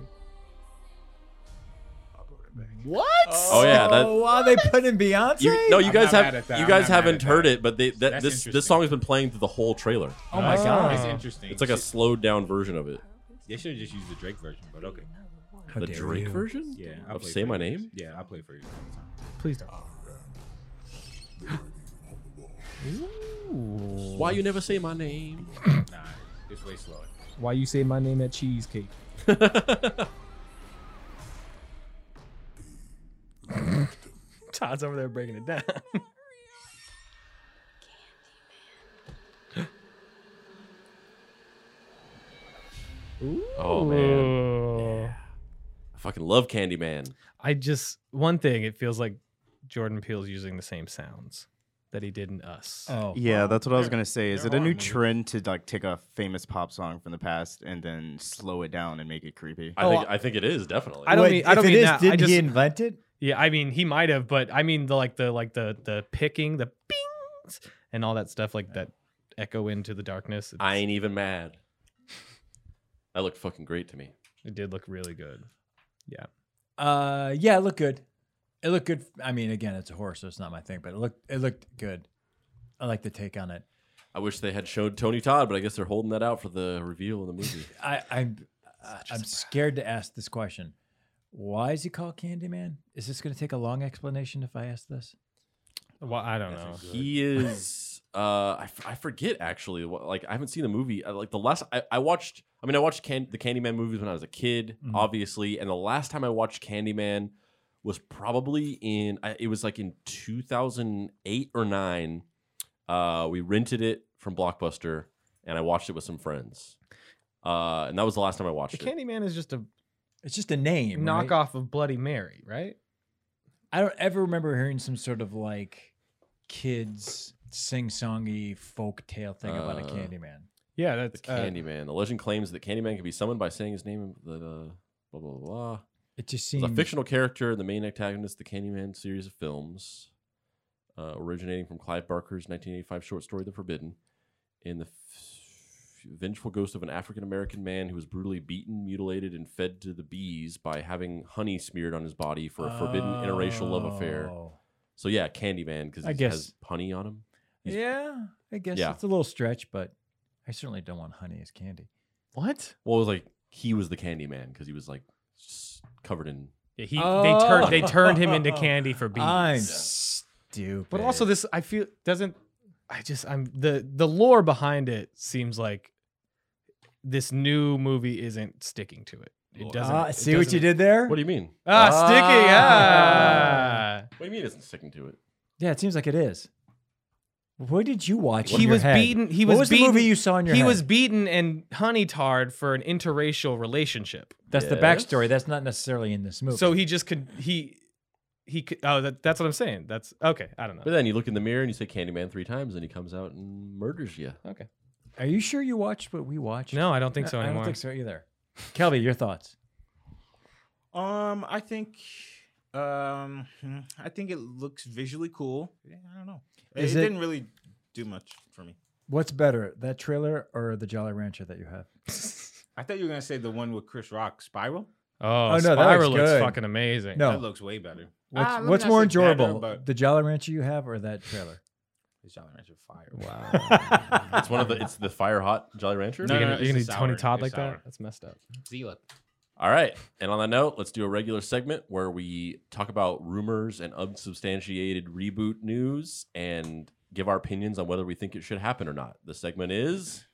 S7: I brought it back.
S5: what?
S1: Oh yeah, that
S2: oh, wow, they put in Beyonce.
S1: you, no, you
S3: I'm
S1: guys
S3: not
S1: have
S3: mad at that.
S1: you
S3: I'm
S1: guys
S3: not mad
S1: haven't
S3: at
S1: heard
S3: that.
S1: it, but they, that
S3: That's
S1: this
S3: interesting.
S1: this song has been playing through the whole trailer.
S2: oh
S5: Ah.
S2: my
S3: It's
S2: god.
S3: interesting.
S1: It's like a slowed down version of it.
S3: They should have just used the Drake version, but okay.
S2: How
S1: the
S2: dare
S1: Drake
S2: you.
S1: version?
S3: Yeah. I'll
S1: Of
S3: play
S1: Say
S3: for
S1: My
S3: you.
S1: Name?
S3: Yeah, I'll play for you. sometime.
S5: Please don't.
S1: Why you never say my name?
S3: Nah, it's way slower.
S5: Why you say my name at cheesecake? Todd's over there breaking it down.
S1: Oh man. I fucking love Candyman.
S5: I just one thing. It feels like Jordan Peele's using the same sounds that he did in Us.
S2: Oh,
S4: Yeah, that's what I was gonna say. Is
S3: there
S4: it a
S3: are
S4: new
S3: movies.
S4: trend to like take a famous pop song from the past and then slow it down and make it creepy?
S1: I think I think it is definitely.
S5: I don't
S2: Wait,
S5: mean. I don't
S2: if
S5: mean
S2: it is,
S5: that.
S2: Did
S5: I just,
S2: he invent it?
S5: Yeah, I mean he might have, but I mean the like the like the the picking, the pings, and all that stuff like that echo into the darkness. It's-
S1: I ain't even mad. That looked fucking great to me.
S5: It did look really good.
S2: Uh, yeah, it looked good. It looked good. I mean, again, it's a horror, so it's not my thing, but it looked it looked good. I like the take on it.
S1: I wish they had showed Tony Todd, but I guess they're holding that out for the reveal in the movie.
S2: I, I'm I'm scared to ask this question. Why is he called Candyman? Is this going to take a long explanation if I ask this?
S5: Well, I don't know.
S1: He is. Uh, I, f- I forget actually. what- Like I haven't seen the movie. I- Like the last I, I watched. I mean, I watched Can- the Candyman movies when I was a kid,
S2: Mhm.
S1: obviously. And the last time I watched Candyman was probably in. I, it was like in two thousand eight or nine. Uh, we rented it from Blockbuster, and I watched it with some friends. Uh, and that was the last time I watched
S5: The
S1: it.
S5: Candyman is just a
S2: It's just a name. right?
S5: knockoff of Bloody Mary, right?
S2: I don't ever remember hearing some sort of like kids sing songy folk tale thing about a
S1: Uh,
S2: Candyman.
S5: Yeah,
S1: the
S5: that's uh,
S1: Candyman. the legend claims that Candyman can be summoned by saying his name. The blah blah blah.
S2: It just
S1: It's
S2: seems
S1: a fictional character and the main antagonist of the Candyman series of films, uh, originating from Clive Barker's 1985 short story *The Forbidden*. In the f- vengeful ghost of an African American man who was brutally beaten, mutilated, and fed to the bees by having honey smeared on his body for a forbidden interracial love affair.
S2: Oh.
S1: So yeah, Candyman because
S2: I
S1: he
S2: guess-
S1: has honey on him. He's-
S2: Yeah, I guess
S1: Yeah.
S2: it's a little stretch, but I certainly don't want honey as candy.
S5: what?
S1: Well, it was like he was the Candyman because he was like s- covered in.
S5: Yeah, he
S2: Oh.
S5: they turned they turned him into candy for bees.
S2: I'm stupid. Uh,
S5: But also this I feel doesn't I just I'm the the lore behind it seems like this new movie isn't sticking to it. It
S1: Lord.
S5: doesn't.
S2: Ah,
S5: it
S2: see what you
S5: doesn't-
S2: did there?
S1: What do you mean?
S5: Ah, sticky. Ah.
S1: What do you mean isn't sticking to it?
S2: yeah, it seems like it is. What did you watch? in
S5: he
S2: your
S5: was
S2: head?
S5: beaten. He
S2: What
S5: was,
S2: was the
S5: beaten,
S2: movie you saw in your
S5: He
S2: head?
S5: was beaten and honey tarred for an interracial relationship.
S2: That's the
S1: Yes.
S2: backstory. That's not necessarily in this movie.
S5: So he just could he he could, oh that, that's what I'm saying. That's okay. I don't know.
S1: But then you look in the mirror and you say Candyman three times, and he comes out and murders you.
S5: okay.
S2: are you sure you watched what we watched?
S5: No, I don't think so
S2: I
S5: anymore.
S2: don't think so either. Kelby, your thoughts?
S3: Um, I think, um, hmm, I think it looks visually cool. Yeah, I don't know. It,
S2: Is
S3: it
S2: it-
S3: didn't really do much for me.
S2: What's better, that trailer or the Jolly Rancher that you have?
S3: I thought you were gonna say the one with Chris Rock, Spiral.
S5: Oh,
S2: Oh, no, that
S5: Spiral
S2: looks
S5: looks
S2: good.
S5: fucking amazing.
S2: No.
S3: That looks way better.
S2: Oh. What's,
S3: Ah, let me
S2: what's
S3: not
S2: more
S3: say better,
S2: enjoyable,
S3: but-
S2: the Jolly Rancher you have or that trailer?
S3: It's Jolly Rancher Fire.
S5: Wow.
S1: It's one of the. It's the fire hot Jolly Rancher.
S3: No,
S5: you're
S3: no,
S5: gonna,
S3: no,
S5: you're
S3: it's
S5: gonna
S3: a
S5: do Tony
S3: sour.
S5: Todd like
S3: It's sour.
S5: that? That's messed up.
S3: Zila.
S1: All right. And on that note, let's do a regular segment where we talk about rumors and unsubstantiated reboot news and give our opinions on whether we think it should happen or not. The segment is.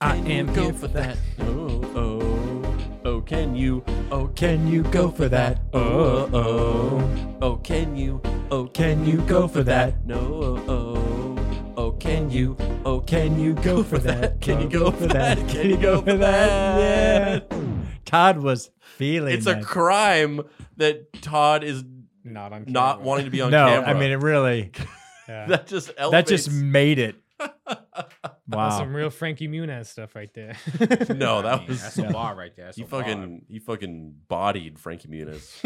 S5: I am here for that.
S1: Oh, oh, oh, can you? Oh,
S2: Can you go for that?
S1: Oh, oh, oh, can you? Oh,
S2: Can you go for that?
S1: No, oh, oh, oh, can you? Oh,
S2: Can you go for that?
S1: Can you go for that? Can you go for that?
S2: Yeah. Todd was feeling
S1: It's a
S2: that.
S1: crime that Todd is
S5: Not on
S1: not
S5: camera.
S1: wanting to be on
S2: no,
S1: camera.
S2: I mean it really.
S5: Yeah.
S1: that just
S2: That
S1: elevates.
S2: just made it.
S5: That's
S2: Wow.
S5: some real Frankie Muniz stuff right there.
S1: no,
S2: Oh,
S3: I
S1: that
S3: mean,
S1: was
S3: that's a bar right there. That's
S1: he
S3: a bar.
S1: fucking he fucking bodied Frankie Muniz.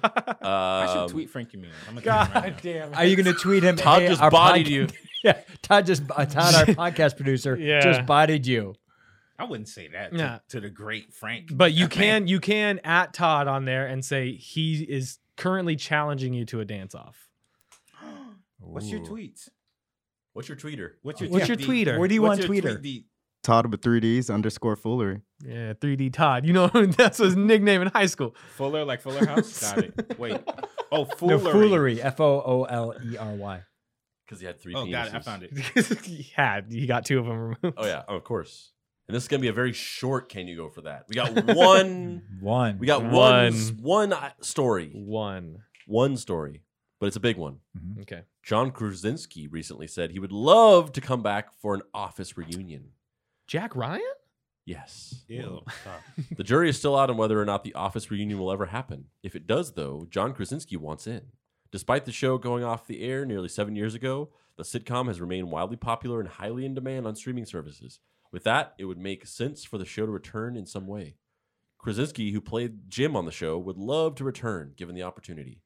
S5: God
S1: Um,
S3: I should tweet Frankie Muniz. I'm gonna God right now.
S5: damn.
S2: Are you going to tweet him?
S1: Todd
S2: "Hey,
S1: just
S2: our
S1: bodied
S2: podca-
S1: you.
S2: yeah, Todd just uh, Todd, our podcast producer,
S5: Yeah.
S2: just bodied you.
S3: I wouldn't say that to,
S5: Nah.
S3: to the great Frank.
S5: But you can you can at Todd on there and say he is currently challenging you to a dance off.
S3: What's your
S2: Ooh.
S3: tweet?
S1: What's your tweeter?
S3: What's your
S2: What's your
S3: tweet?
S5: tweeter?
S2: What do you
S3: What's
S2: want
S3: your
S2: tweeter?
S3: tweet?
S4: Todd with three Ds underscore foolery.
S5: Yeah, 3D Todd. You know that's his nickname in high school.
S3: Fuller like Fuller House. Got it. Wait. Oh, foolery.
S2: No, foolery. F O O L E R Y.
S1: Because he had three.
S3: Oh,
S1: penises.
S3: got it. I found it.
S5: he had he got two of them removed.
S1: Oh yeah, of course. And this is gonna be a very short. Can you go for that? We got one.
S2: One.
S1: we got one. s-
S5: One.
S1: One uh, story.
S5: One.
S1: One story, but it's a big one.
S5: Okay.
S1: John Krasinski recently said he would love to come back for an office reunion.
S5: Jack Ryan?
S1: Yes.
S3: Ew. Stop.
S1: The jury is still out on whether or not the office reunion will ever happen. If it does, though, John Krasinski wants in. Despite the show going off the air nearly seven years ago, the sitcom has remained wildly popular and highly in demand on streaming services. With that, it would make sense for the show to return in some way. Krasinski, who played Jim on the show, would love to return given the opportunity.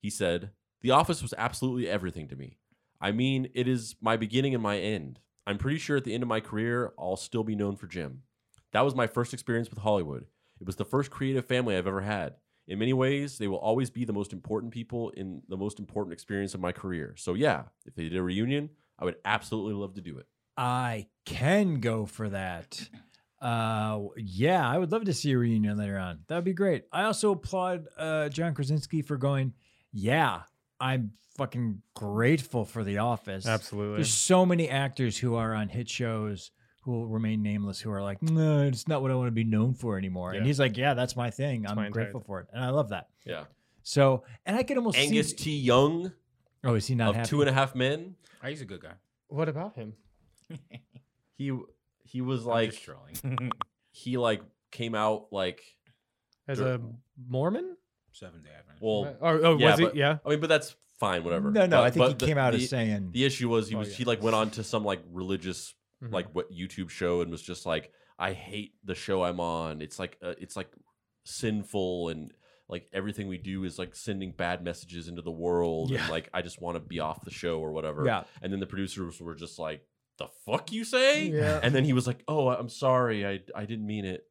S1: He said, The office was absolutely everything to me. I mean, it is my beginning and my end. I'm pretty sure at the end of my career, I'll still be known for Jim. That was my first experience with Hollywood. It was the first creative family I've ever had. In many ways, they will always be the most important people in the most important experience of my career. So, yeah, if they did a reunion, I would absolutely love to do it.
S2: I can go for that. Uh, yeah, I would love to see a reunion later on. That would be great. I also applaud uh, John Krasinski for going, yeah, I'm fucking grateful for The Office.
S5: Absolutely.
S2: There's so many actors who are on hit shows who will remain nameless who are like, no, it's not what I want to be known for anymore.
S5: Yeah.
S2: And he's like, yeah, that's my thing.
S5: my
S2: I'm
S5: entire
S2: grateful for it. And I love that.
S1: Yeah.
S2: So, and I could almost
S1: Angus
S2: see.
S1: T. Young
S2: oh, is he not
S1: of
S2: happy?
S1: Two and a Half Men.
S3: Ah, He's a good guy.
S5: What about him?
S1: He he was
S3: I'm
S1: like
S3: just trolling.
S1: he like came out like
S5: As
S1: Dur-
S5: a Mormon?
S3: Seven Day Adventist.
S1: well.
S5: or oh,
S1: yeah,
S5: was
S1: but-
S5: he? Yeah.
S1: I mean, but that's fine. Whatever.
S2: No, no,
S1: But-
S2: I think he
S1: but the-
S2: came out
S1: the,
S2: as saying.
S1: the issue was he
S5: Oh,
S1: was
S5: yeah.
S1: he like went on to some like religious
S5: Mhm.
S1: like what YouTube show and was just like, I hate the show I'm on. It's like uh, it's like sinful and like everything we do is like sending bad messages into the world
S5: Yeah.
S1: and like I just want to be off the show or whatever.
S2: yeah.
S1: And then the producers were just like, "The fuck you say?"
S5: Mm-hmm. Yeah.
S1: And then he was like, "Oh, I- I'm sorry. I I didn't mean it."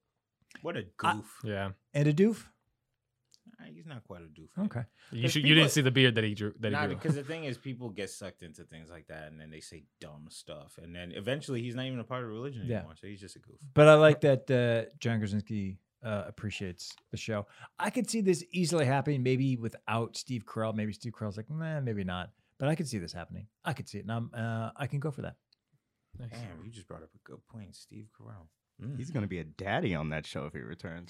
S3: what a
S2: I-
S3: goof.
S5: Yeah.
S2: And a doof?
S3: Ah, he's not quite a doof.
S2: Okay.
S5: You
S3: There's
S5: should, you didn't
S3: people-
S5: see the beard that he drew that he
S3: Nah,
S5: grew.
S3: because the thing is, people get sucked into things like that, and then they say dumb stuff, and then eventually he's not even a part of the religion
S2: Yeah.
S3: anymore, so he's just a goof.
S2: But I like that uh, John Krasinski uh, appreciates the show. I could see this easily happening, maybe without Steve Carell. Maybe Steve Carell's like, nah, maybe not. But I could see this happening. I could see it, and I'm, uh, I can go for that.
S5: Nice.
S3: Damn, you just brought up a good point, Steve Carell. Mm.
S4: He's gonna be a daddy on that show if he returns.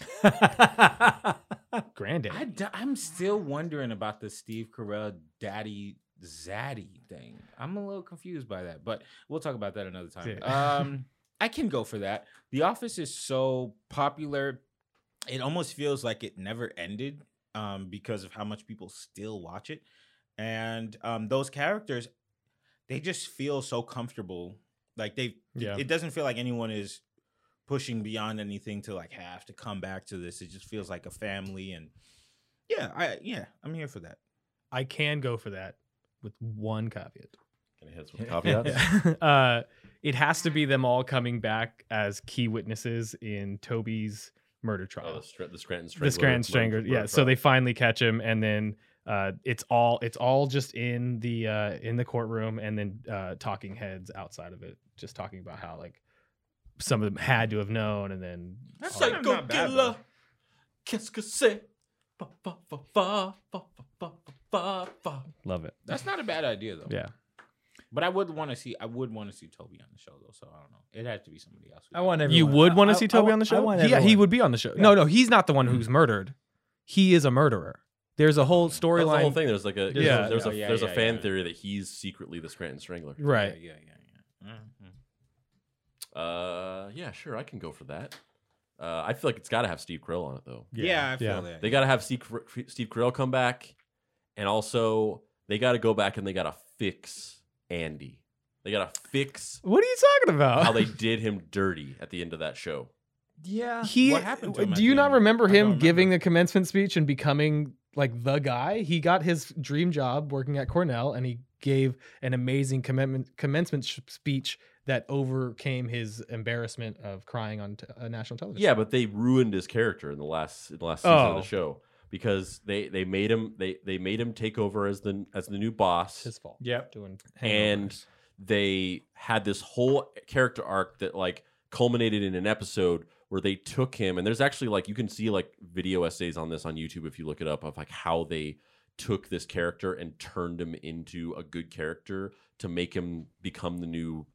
S5: Granddad.
S3: I d- I'm still wondering about the Steve Carell daddy zaddy thing. I'm a little confused by that, but we'll talk about that another time.
S5: Yeah.
S3: Um, I can go for that. The Office is so popular, it almost feels like it never ended um, because of how much people still watch it. And um, those characters, they just feel so comfortable. Like they,
S5: Yeah.
S3: it doesn't feel like anyone is pushing beyond anything to like have to come back to this. It just feels like a family and yeah, I yeah, I'm here for that.
S5: I can go for that with one caveat.
S1: Can I hit some caveats?
S5: uh, it has to be them all coming back as key witnesses in Toby's murder
S1: Oh,
S5: trial.
S1: the, Str- the Scranton Strangler.
S5: the Scranton Strangler. Yeah, so they finally catch him, and then uh, it's all it's all just in the uh, in the courtroom, and then uh, talking heads outside of it, just talking about how like some of them had to have known, and then
S3: That's
S5: all-
S3: like- Psycho killer.
S1: Qu'est-ce que c'est? Fa, fa, fa, fa, fa, fa, fa, fa.
S5: love it.
S3: That's not a bad idea though.
S5: Yeah,
S3: But I would want to see I would want to see Toby on the show though, so I don't know. It had to be somebody else.
S2: I want everyone.
S5: you would want
S2: I-
S5: to see
S2: I
S5: Toby
S2: want-
S5: on the
S2: I
S5: show.
S2: want
S5: yeah, he
S2: everyone. Mm.
S5: would be on the show. No, no, he's not the one who's murdered. He is a murderer. There's a whole
S1: That's the whole
S5: storyline.
S1: thing. There's like a
S5: Yeah.
S1: yeah. There's a
S3: Yeah, yeah,
S1: there's a
S3: yeah,
S1: fan
S3: yeah.
S1: theory that he's secretly the Scranton Strangler.
S5: Right.
S3: Yeah, yeah, yeah, yeah. Mhm.
S1: Uh, yeah, sure, I can go for that. Uh, I feel like it's got to have Steve Krill on it though.
S3: Yeah, I feel
S5: yeah.
S3: that.
S1: They got to have Steve, Cr- Steve Carell come back, and also they got to go back and they got to fix Andy. They got to fix
S5: What are you talking about?
S1: how they did him dirty at the end of that show.
S2: Yeah.
S5: he
S3: What happened to him
S5: do
S3: at
S5: you
S3: the
S5: not
S3: end?
S5: remember
S3: I
S5: him
S3: don't
S5: giving the
S3: remember.
S5: commencement speech and becoming like the guy he got his dream job working at cornell and he gave an amazing commitment commencement sh- speech that overcame his embarrassment of crying on t- uh, national television
S1: Yeah, but they ruined his character in the last in the last season of
S5: Oh.
S1: the show because they they made him they they made him take over as the as the new boss.
S5: it's his fault
S2: Yep.
S5: doing
S1: and
S5: hangovers.
S1: they had this whole character arc that like culminated in an episode where they took him and there's actually like you can see like video essays on this on YouTube if you look it up of like how they took this character and turned him into a good character to make him become the new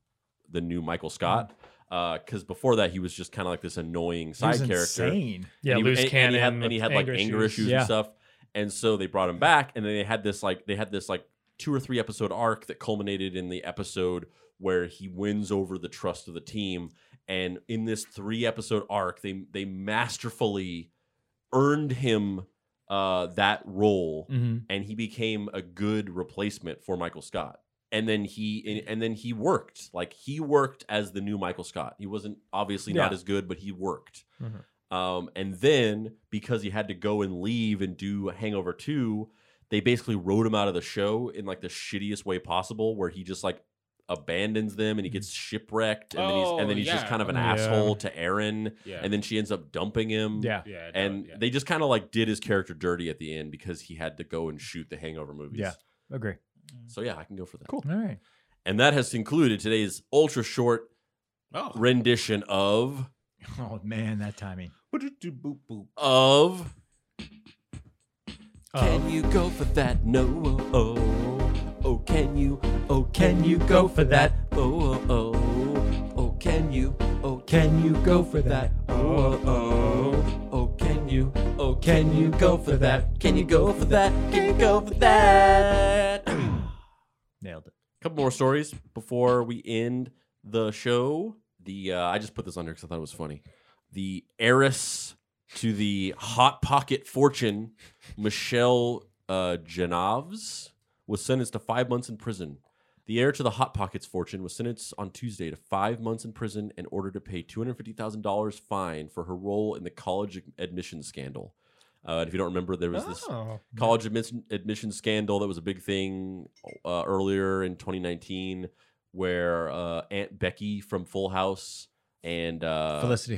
S1: the new Michael Scott because before that he was just kind of like this annoying
S2: Mm. He was
S1: side character
S2: Insane.
S5: yeah
S1: and he-
S5: loose
S1: and- and
S5: cannon
S1: he had,
S5: with
S1: and he had, like anger issues,
S2: Yeah.
S1: and stuff and so they brought him back and then they had this like they had this like two or three episode arc that culminated in the episode where he wins over the trust of the team and in this three episode arc they they masterfully earned him uh that role
S5: Mhm.
S1: and he became a good replacement for Michael Scott. And then he and, and then he worked like he worked as the new Michael Scott. He wasn't obviously not
S5: Yeah.
S1: as good, but he worked.
S5: Mhm.
S1: Um, and then because he had to go and leave and do Hangover Two, they basically wrote him out of the show in like the shittiest way possible, where he just like abandons them and he gets shipwrecked, and then he's and
S3: Oh,
S1: then he's just
S3: yeah.
S1: kind of an
S5: Yeah.
S1: asshole to Aaron,
S3: Yeah.
S1: and then she ends up dumping him
S5: yeah
S3: yeah, it does,
S1: and
S3: yeah.
S1: they just kind of like did his character dirty at the end because he had to go and shoot the Hangover movies.
S2: Yeah. Agree.
S1: So yeah, I can go for that.
S2: All right.
S1: And that has concluded today's ultra short
S3: Oh.
S1: rendition of
S2: Oh man, that timing.
S3: Boop, boop.
S1: of.
S5: Oh.
S1: Can you go for that? No. Oh, oh. Oh, can you? Oh, can you go for that? Oh, oh, oh. Oh, can you? Oh, can you go for that? Oh, oh, oh. Oh, can you? Oh, can you go for that? Can you go for that? Can you go for that?
S2: Nailed it.
S1: couple more stories before we end the show. The uh, I just put this on here because I thought it was funny. The heiress to the hot pocket fortune, Michelle uh, Genovs, was sentenced to five months in prison. The heir to the hot pockets fortune was sentenced on Tuesday to five months in prison and ordered to pay two hundred fifty thousand dollars fine for her role in the college admission scandal. Uh, and if you don't remember, there was this
S5: Oh.
S2: Mm-hmm.
S1: college admission, admission scandal that was a big thing uh, earlier in 2019 where uh, aunt becky from full house and uh, felicity.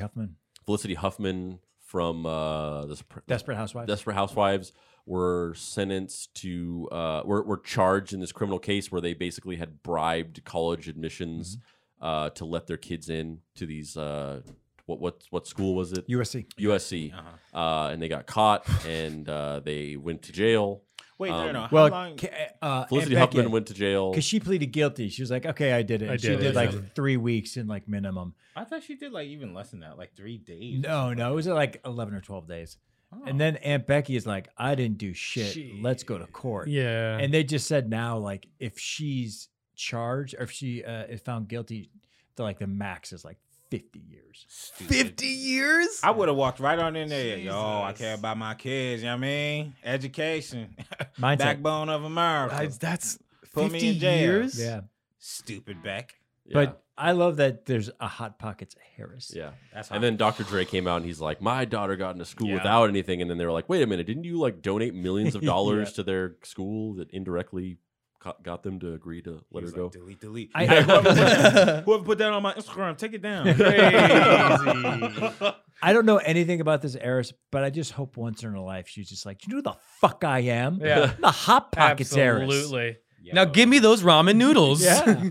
S2: Felicity Huffman,
S1: huffman from uh, the Sopra-
S2: Desperate Housewives.
S1: Desperate Housewives were sentenced to uh, were were charged in this criminal case where they basically had bribed college admissions
S2: Mm-hmm.
S1: uh, to let their kids in to these uh, what what what school was it
S2: USC.
S1: USC
S3: Uh-huh.
S1: uh, and they got caught and uh, they went to jail
S3: Wait, no, no,
S1: Um,
S3: no. How
S2: Well,
S3: long?
S2: ca- uh,
S1: Felicity Huffman went to jail.
S2: because she pleaded guilty. She was like, "Okay, I did it."
S5: I
S2: And she
S5: did
S2: did,
S5: it,
S2: like
S5: yeah.
S2: three weeks in like minimum.
S3: I thought she did like even less than that, like three days. Oh.
S2: No, no, it was like eleven or twelve days.
S5: Oh.
S2: And then Aunt Becky is like, "I didn't do shit. Let's go to court."
S5: Yeah.
S2: And they just said now, like, if she's charged or if she uh, is found guilty, the like the max is like fifty years.
S4: Fifty years.
S3: I would have walked right on in there. Yo, I
S5: Jesus.
S3: care about my kids. You know what I mean? Education.
S2: Mine's like-
S3: Backbone of America.
S5: I- that's
S3: Put me in
S5: 50
S3: jail.
S5: years.
S2: yeah.
S3: Stupid Beck.
S1: Yeah.
S2: But I love that there's a hot pockets Harris.
S1: yeah.
S3: That's
S1: And then Dr. Dre came out and he's like, My daughter got into school
S3: Yeah.
S1: without anything. And then they were like, Wait a minute, didn't you like donate millions of dollars to their school that indirectly co- got them to agree to
S3: He
S1: let her
S3: was
S1: go?
S3: like, delete, delete.
S2: I-
S3: Yeah, whoever, put that, whoever put that on my Instagram, take it down.
S5: Crazy.
S2: I don't know anything about this heiress, but I just hope once in her life she's just like, you know who the fuck I am?
S5: Yeah.
S2: I'm the hot pockets heiress.
S5: Absolutely. Now
S3: Yo,
S5: give me those ramen noodles.
S2: Yeah.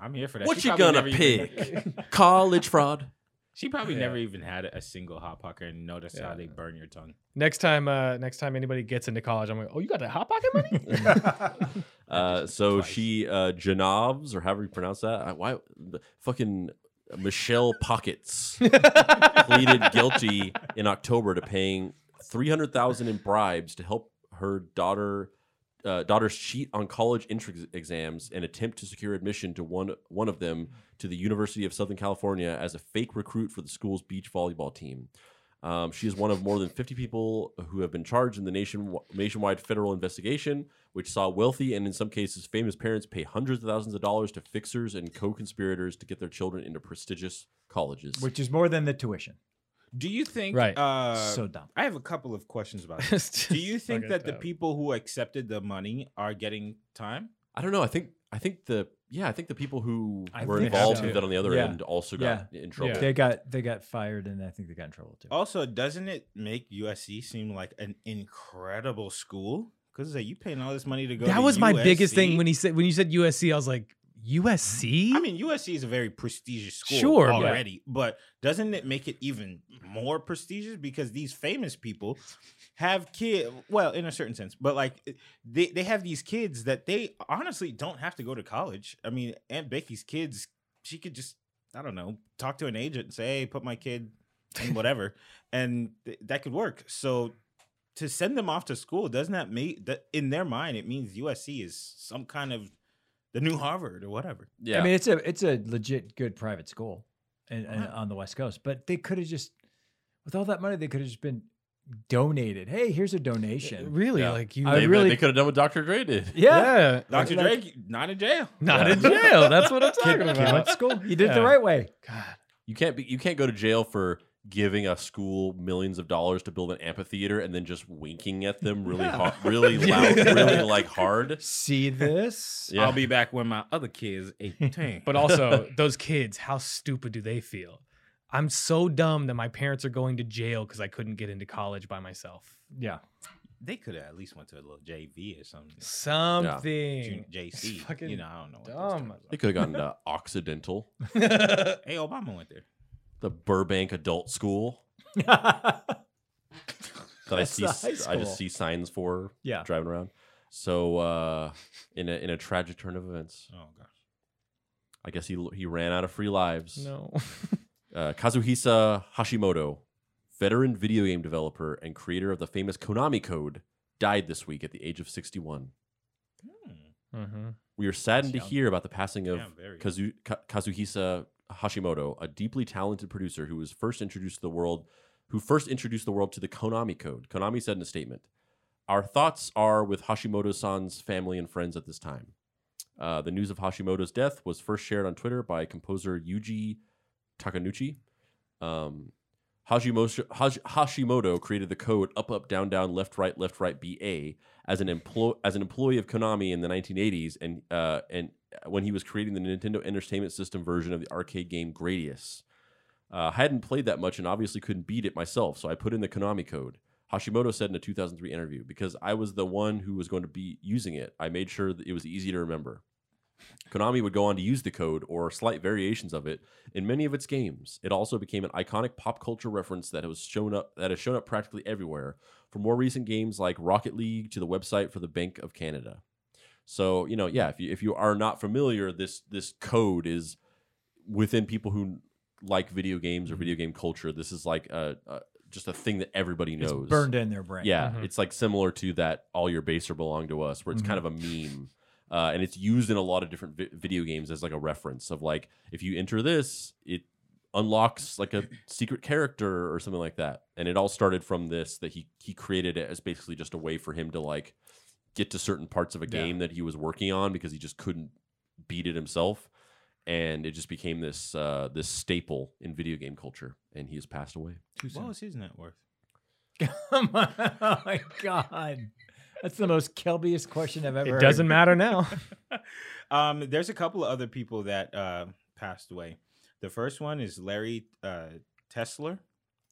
S3: I'm here for that.
S1: What
S3: She
S1: you
S3: probably
S1: gonna
S3: never even-
S1: pick? College fraud?
S3: she probably never even had a single hot pocket and noticed how they burn your tongue.
S5: next time, uh, next time anybody gets into college, I'm like, oh, you got that hot pocket money?
S1: Uh, so she, uh, Janavs, or however you pronounce that, I, why the, fucking Michelle Pockets pleaded guilty in October to paying three hundred thousand in bribes to help her daughter. Uh, daughters cheat on college entrance exams and attempt to secure admission to one one of them to the University of Southern California as a fake recruit for the school's beach volleyball team. Um, she is one of more than 50 people who have been charged in the nation nationwide federal investigation, which saw wealthy and in some cases famous parents pay hundreds of thousands of dollars to fixers and co-conspirators to get their children into prestigious colleges.
S2: Which is more than the tuition.
S3: Do you think?
S5: Right.
S3: Uh,
S2: so dumb.
S3: I have a couple of questions about this.
S5: It's just
S3: Do you think
S5: fucking
S3: that the
S5: dumb.
S3: people who accepted the money are getting time?
S1: I don't know. I think I think the yeah I think the people who
S2: I
S1: were
S2: think
S1: involved
S5: so.
S1: with that on the other
S2: Yeah.
S1: end also got in trouble.
S5: Yeah.
S2: They got they got fired and I think they got in trouble too.
S3: Also, doesn't it make USC seem like an incredible school? Because like, you paying all this money to go.
S5: that
S3: to
S5: was my biggest thing
S3: USC?
S5: when he said when you said USC, I was like, USC?
S3: I mean, USC is a very prestigious school
S5: Sure, but-
S3: already, but doesn't it make it even more prestigious because these famous people have kids? Well, in a certain sense, but like they, they have these kids that they honestly don't have to go to college. I mean, Aunt Becky's kids, she could just, I don't know, talk to an agent and say, hey, put my kid in whatever, and th- that could work. So to send them off to school, doesn't that make that in their mind, it means USC is some kind of the new Harvard or whatever.
S1: Yeah.
S2: I mean it's a it's a legit good private school and, and on the West Coast. But they could have just with all that money, they could have just been donated. Hey, here's a donation.
S5: really?
S1: Yeah.
S5: Like you
S2: I
S1: they,
S2: really-
S1: could have done what Dr. Dre did.
S2: Yeah.
S3: Dr.
S2: Like-
S3: Drake, not in jail.
S5: Not in jail. That's what I'm
S2: Kid,
S5: talking
S2: kid went
S5: about.
S2: to school. He did it the
S5: Yeah.
S2: right way.
S5: God.
S1: You can't be you can't go to jail for giving a school millions of dollars to build an amphitheater and then just winking at them really hard, really loud, really like hard.
S2: See this?
S1: Yeah.
S3: I'll be back when my other kid's 18.
S5: But also, those kids, how stupid do they feel? I'm so dumb that my parents are going to jail because I couldn't get into college by myself.
S2: Yeah.
S3: they could have at least went to a little JV or something.
S5: Something.
S3: Jun- JC.
S5: It's fucking
S3: you know, I don't know. What
S5: dumb.
S3: dumb.
S1: They could have gotten to Occidental,
S3: Hey, Obama went there.
S1: the Burbank Adult School that I
S2: That's
S1: see.
S2: the high
S1: I
S2: school.
S1: just see signs for
S2: yeah.
S1: driving around. So uh, in a in a tragic turn of events,
S3: Oh, gosh.
S1: I guess he he ran out of free lives.
S5: No.
S1: uh, Kazuhisa Hashimoto, veteran video game developer and creator of the famous Konami Code, died this week at the age of 61.
S5: hmm
S1: We are saddened
S2: That's
S1: to
S2: young.
S1: hear about the passing of
S3: Yeah, very.
S1: Kazu- Ka- Kazuhisa Hashimoto, a deeply talented producer who was first introduced to the world, who first introduced the world to the Konami Code. Konami said in a statement, "Our thoughts are with Hashimoto-san's family and friends at this time." Uh, the news of Hashimoto's death was first shared on Twitter by composer Yuji Takanuchi. Um, Hashimoto, Hash- Hashimoto created the code up up down down left right left right BA as an employ as an employee of Konami in the 1980s and uh, and when he was creating the Nintendo Entertainment System version of the arcade game Gradius. Uh, I hadn't played that much and obviously couldn't beat it myself, so I put in the Konami code. Hashimoto said in a 2003 interview, because I was the one who was going to be using it, I made sure that it was easy to remember. Konami would go on to use the code or slight variations of it in many of its games. It also became an iconic pop culture reference that has shown up that has shown up practically everywhere, from more recent games like Rocket League to the website for the Bank of Canada. So you know, yeah, if you if you are not familiar, this this code is within people who like video games
S2: Mm-hmm.
S1: or video game culture. This is like a, a just a thing that everybody knows.
S2: It's burned in their brain.
S1: Yeah,
S5: Mhm.
S1: it's like similar to that "All your baser belong to us," where it's kind of a meme, uh, and it's used in a lot of different vi- video games as like a reference of like if you enter this, it unlocks like a secret character or something like that. And it all started from this that he he created it as basically just a way for him to like get to certain parts of a
S5: Yeah.
S1: game that he was working on because he just couldn't beat it himself. And it just became this uh, this staple in video game culture, and he has passed away.
S3: What was his net worth?
S2: oh my god, that's the most Kelbiest question I've ever.
S5: It
S2: heard.
S5: doesn't matter now.
S3: um, there's a couple of other people that uh, passed away. The first one is Larry uh, Tesler.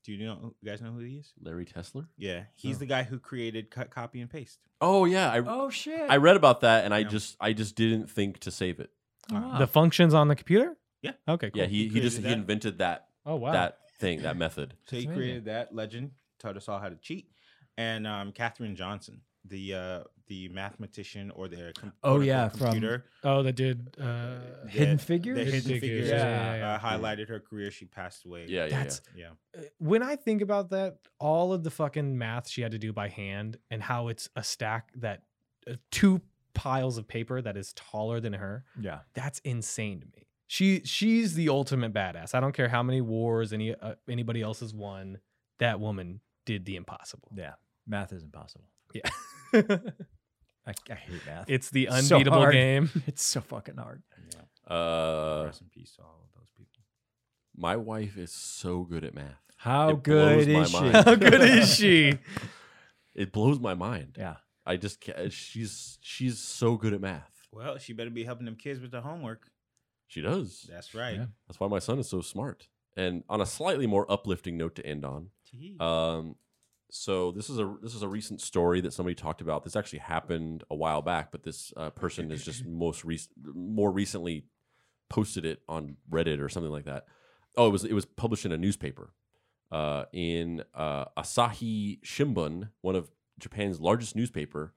S3: Do you know? You guys know who he is?
S1: Larry Tesler.
S3: Yeah, he's the guy who created cut, copy, and paste.
S1: Oh yeah, I
S2: Oh shit.
S1: I read about that and I
S3: Yeah.
S1: just I just didn't think to save it.
S2: Wow.
S5: The functions on the computer?
S3: Yeah.
S5: Okay, cool.
S1: Yeah, he, he
S3: Created
S1: just he
S3: that.
S1: invented that
S5: oh, wow.
S1: that thing, that method.
S3: So he
S2: That's
S3: created that legend, taught us all how to cheat, and um, Katherine Johnson, the uh, the mathematician or the com-
S2: Oh,
S3: quote-unquote
S2: yeah, from-
S3: computer,
S5: oh, that did. Uh,
S2: Hidden
S3: the-
S2: Figures?
S3: the
S5: Hidden
S3: Hidden
S5: Figures,
S3: Figures,
S2: yeah,
S5: yeah,
S3: uh, highlighted her career. She passed away.
S1: Yeah, yeah,
S5: that's
S3: yeah.
S5: eh, when I think about that, all of the fucking math she had to do by hand and how it's a stack that uh, two piles of paper that is taller than her.
S2: Yeah.
S5: That's insane to me. She she's the ultimate badass. I don't care how many wars any uh, anybody else has won. That woman did the impossible.
S2: Yeah. Math is impossible.
S5: Yeah.
S2: I, I hate math.
S5: it's the
S2: It's so
S5: unbeatable
S2: hard.
S5: game.
S2: it's so fucking hard.
S1: yeah. Uh,
S3: Rest in peace to all of those people.
S1: my wife is so good at math.
S2: How
S1: It blows
S2: good
S1: my
S2: is she?
S1: mind.
S5: How good is she?
S1: It blows my mind.
S2: Yeah.
S1: I just ca uh, she's she's so good at math.
S3: Well, she better be helping them kids with their homework.
S1: She does.
S3: That's right.
S2: Yeah.
S1: That's why my son is so smart. And on a slightly more uplifting note to end on,
S3: Gee.
S1: Um, so this is a this is a recent story that somebody talked about. This actually happened a while back, but this uh, person has just most rec- more recently posted it on Reddit or something like that. Oh, it was it was published in a newspaper uh, in uh, Asahi Shimbun, one of Japan's largest newspaper.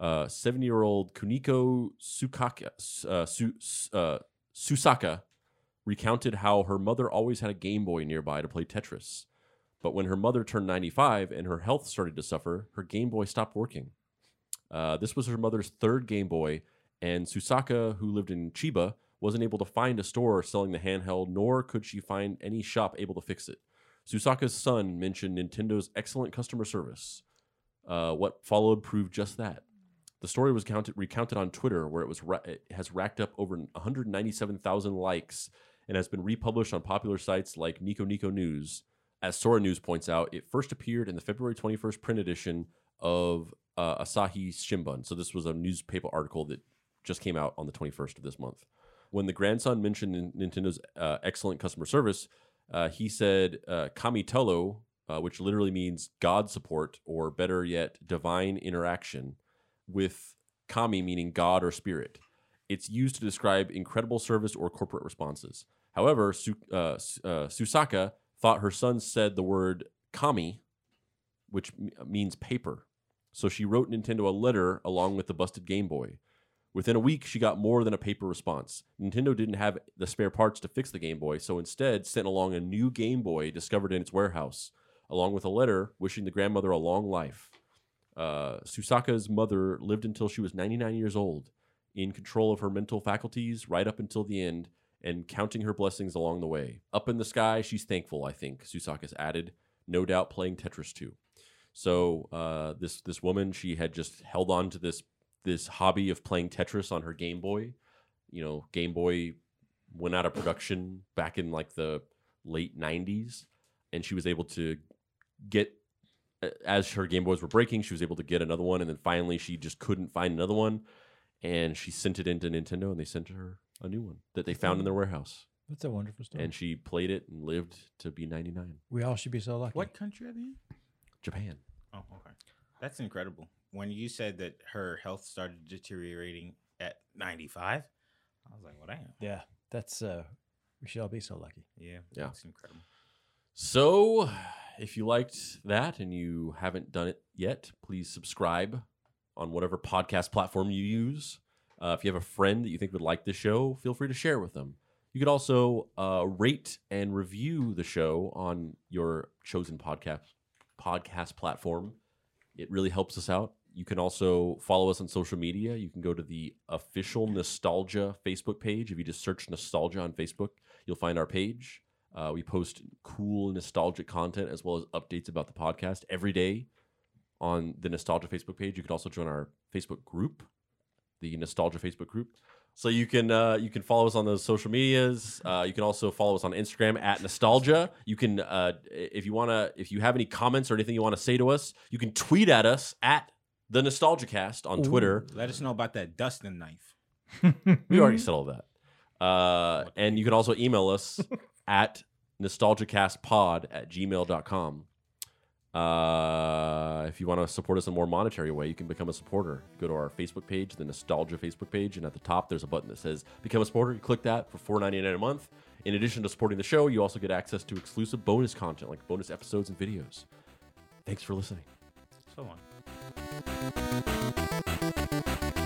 S1: Uh, Seven-year-old Kuniko Sukaka, uh, Su, uh, Susaka recounted how her mother always had a Game Boy nearby to play Tetris. But when her mother turned 95 and her health started to suffer, her Game Boy stopped working. Uh, this was her mother's third Game Boy, and Susaka, who lived in Chiba, wasn't able to find a store selling the handheld, nor could she find any shop able to fix it. Susaka's son mentioned Nintendo's excellent customer service. Uh, what followed proved just that. The story was counted, recounted on Twitter, where it was ra- it has racked up over 197,000 likes and has been republished on popular sites like Nico Nico News. As Sora News points out, it first appeared in the February 21st print edition of uh, Asahi Shimbun. So this was a newspaper article that just came out on the 21st of this month. When the grandson mentioned Nin- Nintendo's uh, excellent customer service, uh, he said uh, Kamitolo, uh, which literally means God support or better yet, divine interaction, with Kami meaning God or spirit. It's used to describe incredible service or corporate responses. However, Su- uh, S- uh, Susaka thought her son said the word kami, which m- means paper. So she wrote Nintendo a letter along with the busted Game Boy. Within a week, she got more than a paper response. Nintendo didn't have the spare parts to fix the Game Boy, so instead sent along a new Game Boy discovered in its warehouse, along with a letter wishing the grandmother a long life. Uh, Susaka's mother lived until she was 99 years old, in control of her mental faculties right up until the end, and counting her blessings along the way. Up in the sky, she's thankful, I think, Susaka's added, no doubt playing Tetris too. So uh, this this woman, she had just held on to this this hobby of playing Tetris on her Game Boy. You know, Game Boy went out of production back in like the late 90s, and she was able to get as her Game Boys were breaking, she was able to get another one, and then finally she just couldn't find another one, and she sent it into Nintendo, and they sent her a new one that they found in their warehouse,
S2: That's a wonderful story.
S1: and she played it and lived to be ninety nine.
S2: we all should be so lucky.
S3: What country are they in?
S1: Japan.
S3: Oh, okay. That's incredible. When you said that her health started deteriorating at 95, was like, well, damn.
S2: Yeah, that's uh, we should all be so lucky.
S3: Yeah.
S1: Yeah.
S3: It's incredible.
S1: So, if you liked that and you haven't done it yet, please subscribe on whatever podcast platform you use. Uh, if you have a friend that you think would like the show, feel free to share with them. You could also uh, rate and review the show on your chosen podcast podcast platform. It really helps us out. You can also follow us on social media. You can go to the official Nostalgia Facebook page. If you just search Nostalgia on Facebook, you'll find our page. Uh, we post cool nostalgic content as well as updates about the podcast every day on the Nostalgia Facebook page. You can also join our Facebook group, the Nostalgia Facebook group. So you can uh, you can follow us on those social medias. Uh, you can also follow us on Instagram at Nostalgia. You can uh, if you wanna if you have any comments or anything you want to say to us, you can tweet at us at the Nostalgia Cast on Twitter.
S3: Let us know about that Dustin knife.
S1: We already said all that. Uh, and you can also email us at nostalgicastpod at gmail.com. Uh, if you want to support us in a more monetary way, you can become a supporter. Go to our Facebook page, the Nostalgia Facebook page, and at the top there's a button that says Become a Supporter. You click that for four ninety nine a month. In addition to supporting the show, you also get access to exclusive bonus content like bonus episodes and videos. Thanks for listening.
S3: So on.